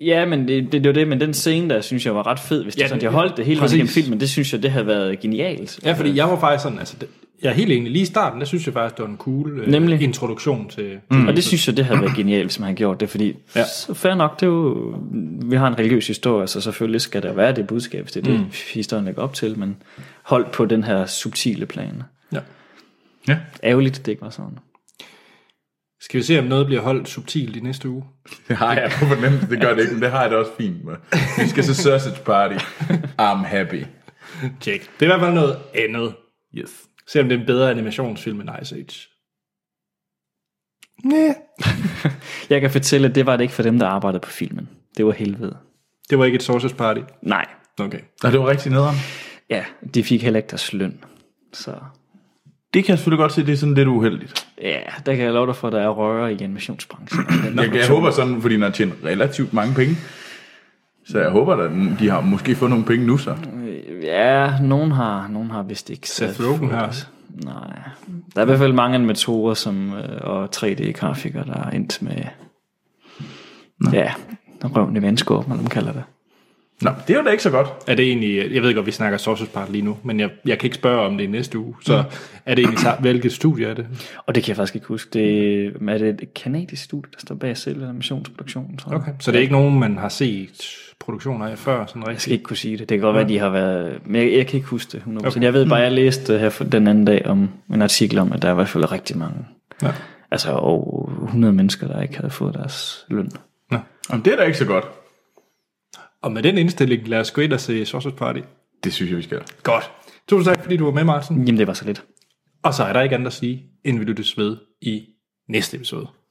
[SPEAKER 3] Ja, men det, det, det var det, men den scene der, synes jeg var ret fed, hvis det
[SPEAKER 1] Ja,
[SPEAKER 3] ja, sådan,
[SPEAKER 1] den-
[SPEAKER 3] de har holdt det hele vejen
[SPEAKER 1] præcis.
[SPEAKER 3] igennem filmen, det synes jeg, det havde været genialt.
[SPEAKER 1] Ja, fordi jeg var faktisk sådan, altså, det, jeg er helt enig, lige i starten, der synes jeg faktisk, det var en cool øh,
[SPEAKER 3] Nemlig.
[SPEAKER 1] introduktion til...
[SPEAKER 3] Mm. Og det synes jeg, det havde været genialt, hvis man havde gjort det, fordi ja. så fair nok, det er jo, vi har en religiøs historie, så selvfølgelig skal der være det budskab, hvis det er mm. det, historien lægger op til, men holdt på den her subtile plan.
[SPEAKER 1] Ja.
[SPEAKER 2] Ja.
[SPEAKER 3] Ærgerligt, det ikke var sådan.
[SPEAKER 1] Skal vi se, om noget bliver holdt subtilt i næste uge?
[SPEAKER 2] Det har jeg på fornemmelse, det gør det ikke, men det har jeg det også fint med. Vi skal se Sausage Party. I'm happy.
[SPEAKER 1] Tjek. Det er i hvert fald noget andet.
[SPEAKER 2] Yes.
[SPEAKER 1] Selvom det er en bedre animationsfilm end Ice Age. Næh.
[SPEAKER 3] Jeg kan fortælle, at det var det ikke for dem, der arbejdede på filmen. Det var helvede.
[SPEAKER 1] Det var ikke et sausage party.
[SPEAKER 3] Nej.
[SPEAKER 1] Okay.
[SPEAKER 2] Og det var rigtig nederen.
[SPEAKER 3] Ja, de fik heller ikke deres løn. Så
[SPEAKER 2] Det kan jeg selvfølgelig godt se, det er sådan lidt uheldigt.
[SPEAKER 3] ja, der kan jeg love dig for, at der er røre i animationsbranchen.
[SPEAKER 2] Jeg, jeg håber sådan, fordi den har tjent relativt mange penge. Så jeg håber, at de har måske fået nogle penge nu så.
[SPEAKER 3] ja, nogen har, nogen har vist ikke.
[SPEAKER 1] Seth Rogen har også.
[SPEAKER 3] Nej. Der er i hvert fald mange animatorer som, øh, og 3D-grafikere, der er endt med... Nå. Ja, røven i vandskåben, eller hvad man kalder det.
[SPEAKER 2] Nå, det er jo da ikke så godt.
[SPEAKER 1] Er det egentlig, jeg ved godt, vi snakker sausage party lige nu, men jeg, jeg kan ikke spørge om det i næste uge. Så
[SPEAKER 3] Mm.
[SPEAKER 1] er det egentlig, så- hvilket studie er det?
[SPEAKER 3] Og det kan jeg faktisk ikke huske. Det, er det et kanadisk studie, der står bag selve animationsproduktionen, tror jeg.
[SPEAKER 1] Okay. Så det er ikke nogen, man har set produktioner af før, sådan
[SPEAKER 3] Jeg
[SPEAKER 1] rigtigt?
[SPEAKER 3] skal ikke kunne sige det. Det kan godt være, de har været... Men jeg, jeg kan ikke huske det 100%. Okay. Jeg ved bare,
[SPEAKER 1] Mm.
[SPEAKER 3] jeg læste her for, den anden dag om en artikel om, at der i hvert fald er rigtig mange.
[SPEAKER 1] Ja.
[SPEAKER 3] Altså over 100 mennesker, der ikke havde fået deres løn.
[SPEAKER 2] Jamen, det er da ikke så godt.
[SPEAKER 1] Og med den indstilling, lad os gå ind og se sausage party.
[SPEAKER 2] Det synes jeg, vi skal.
[SPEAKER 1] Godt. Tusind tak, fordi du var med, Martin.
[SPEAKER 3] Jamen, det var så lidt.
[SPEAKER 1] Og så er der ikke andet at sige, end vi lyttes ved i næste episode.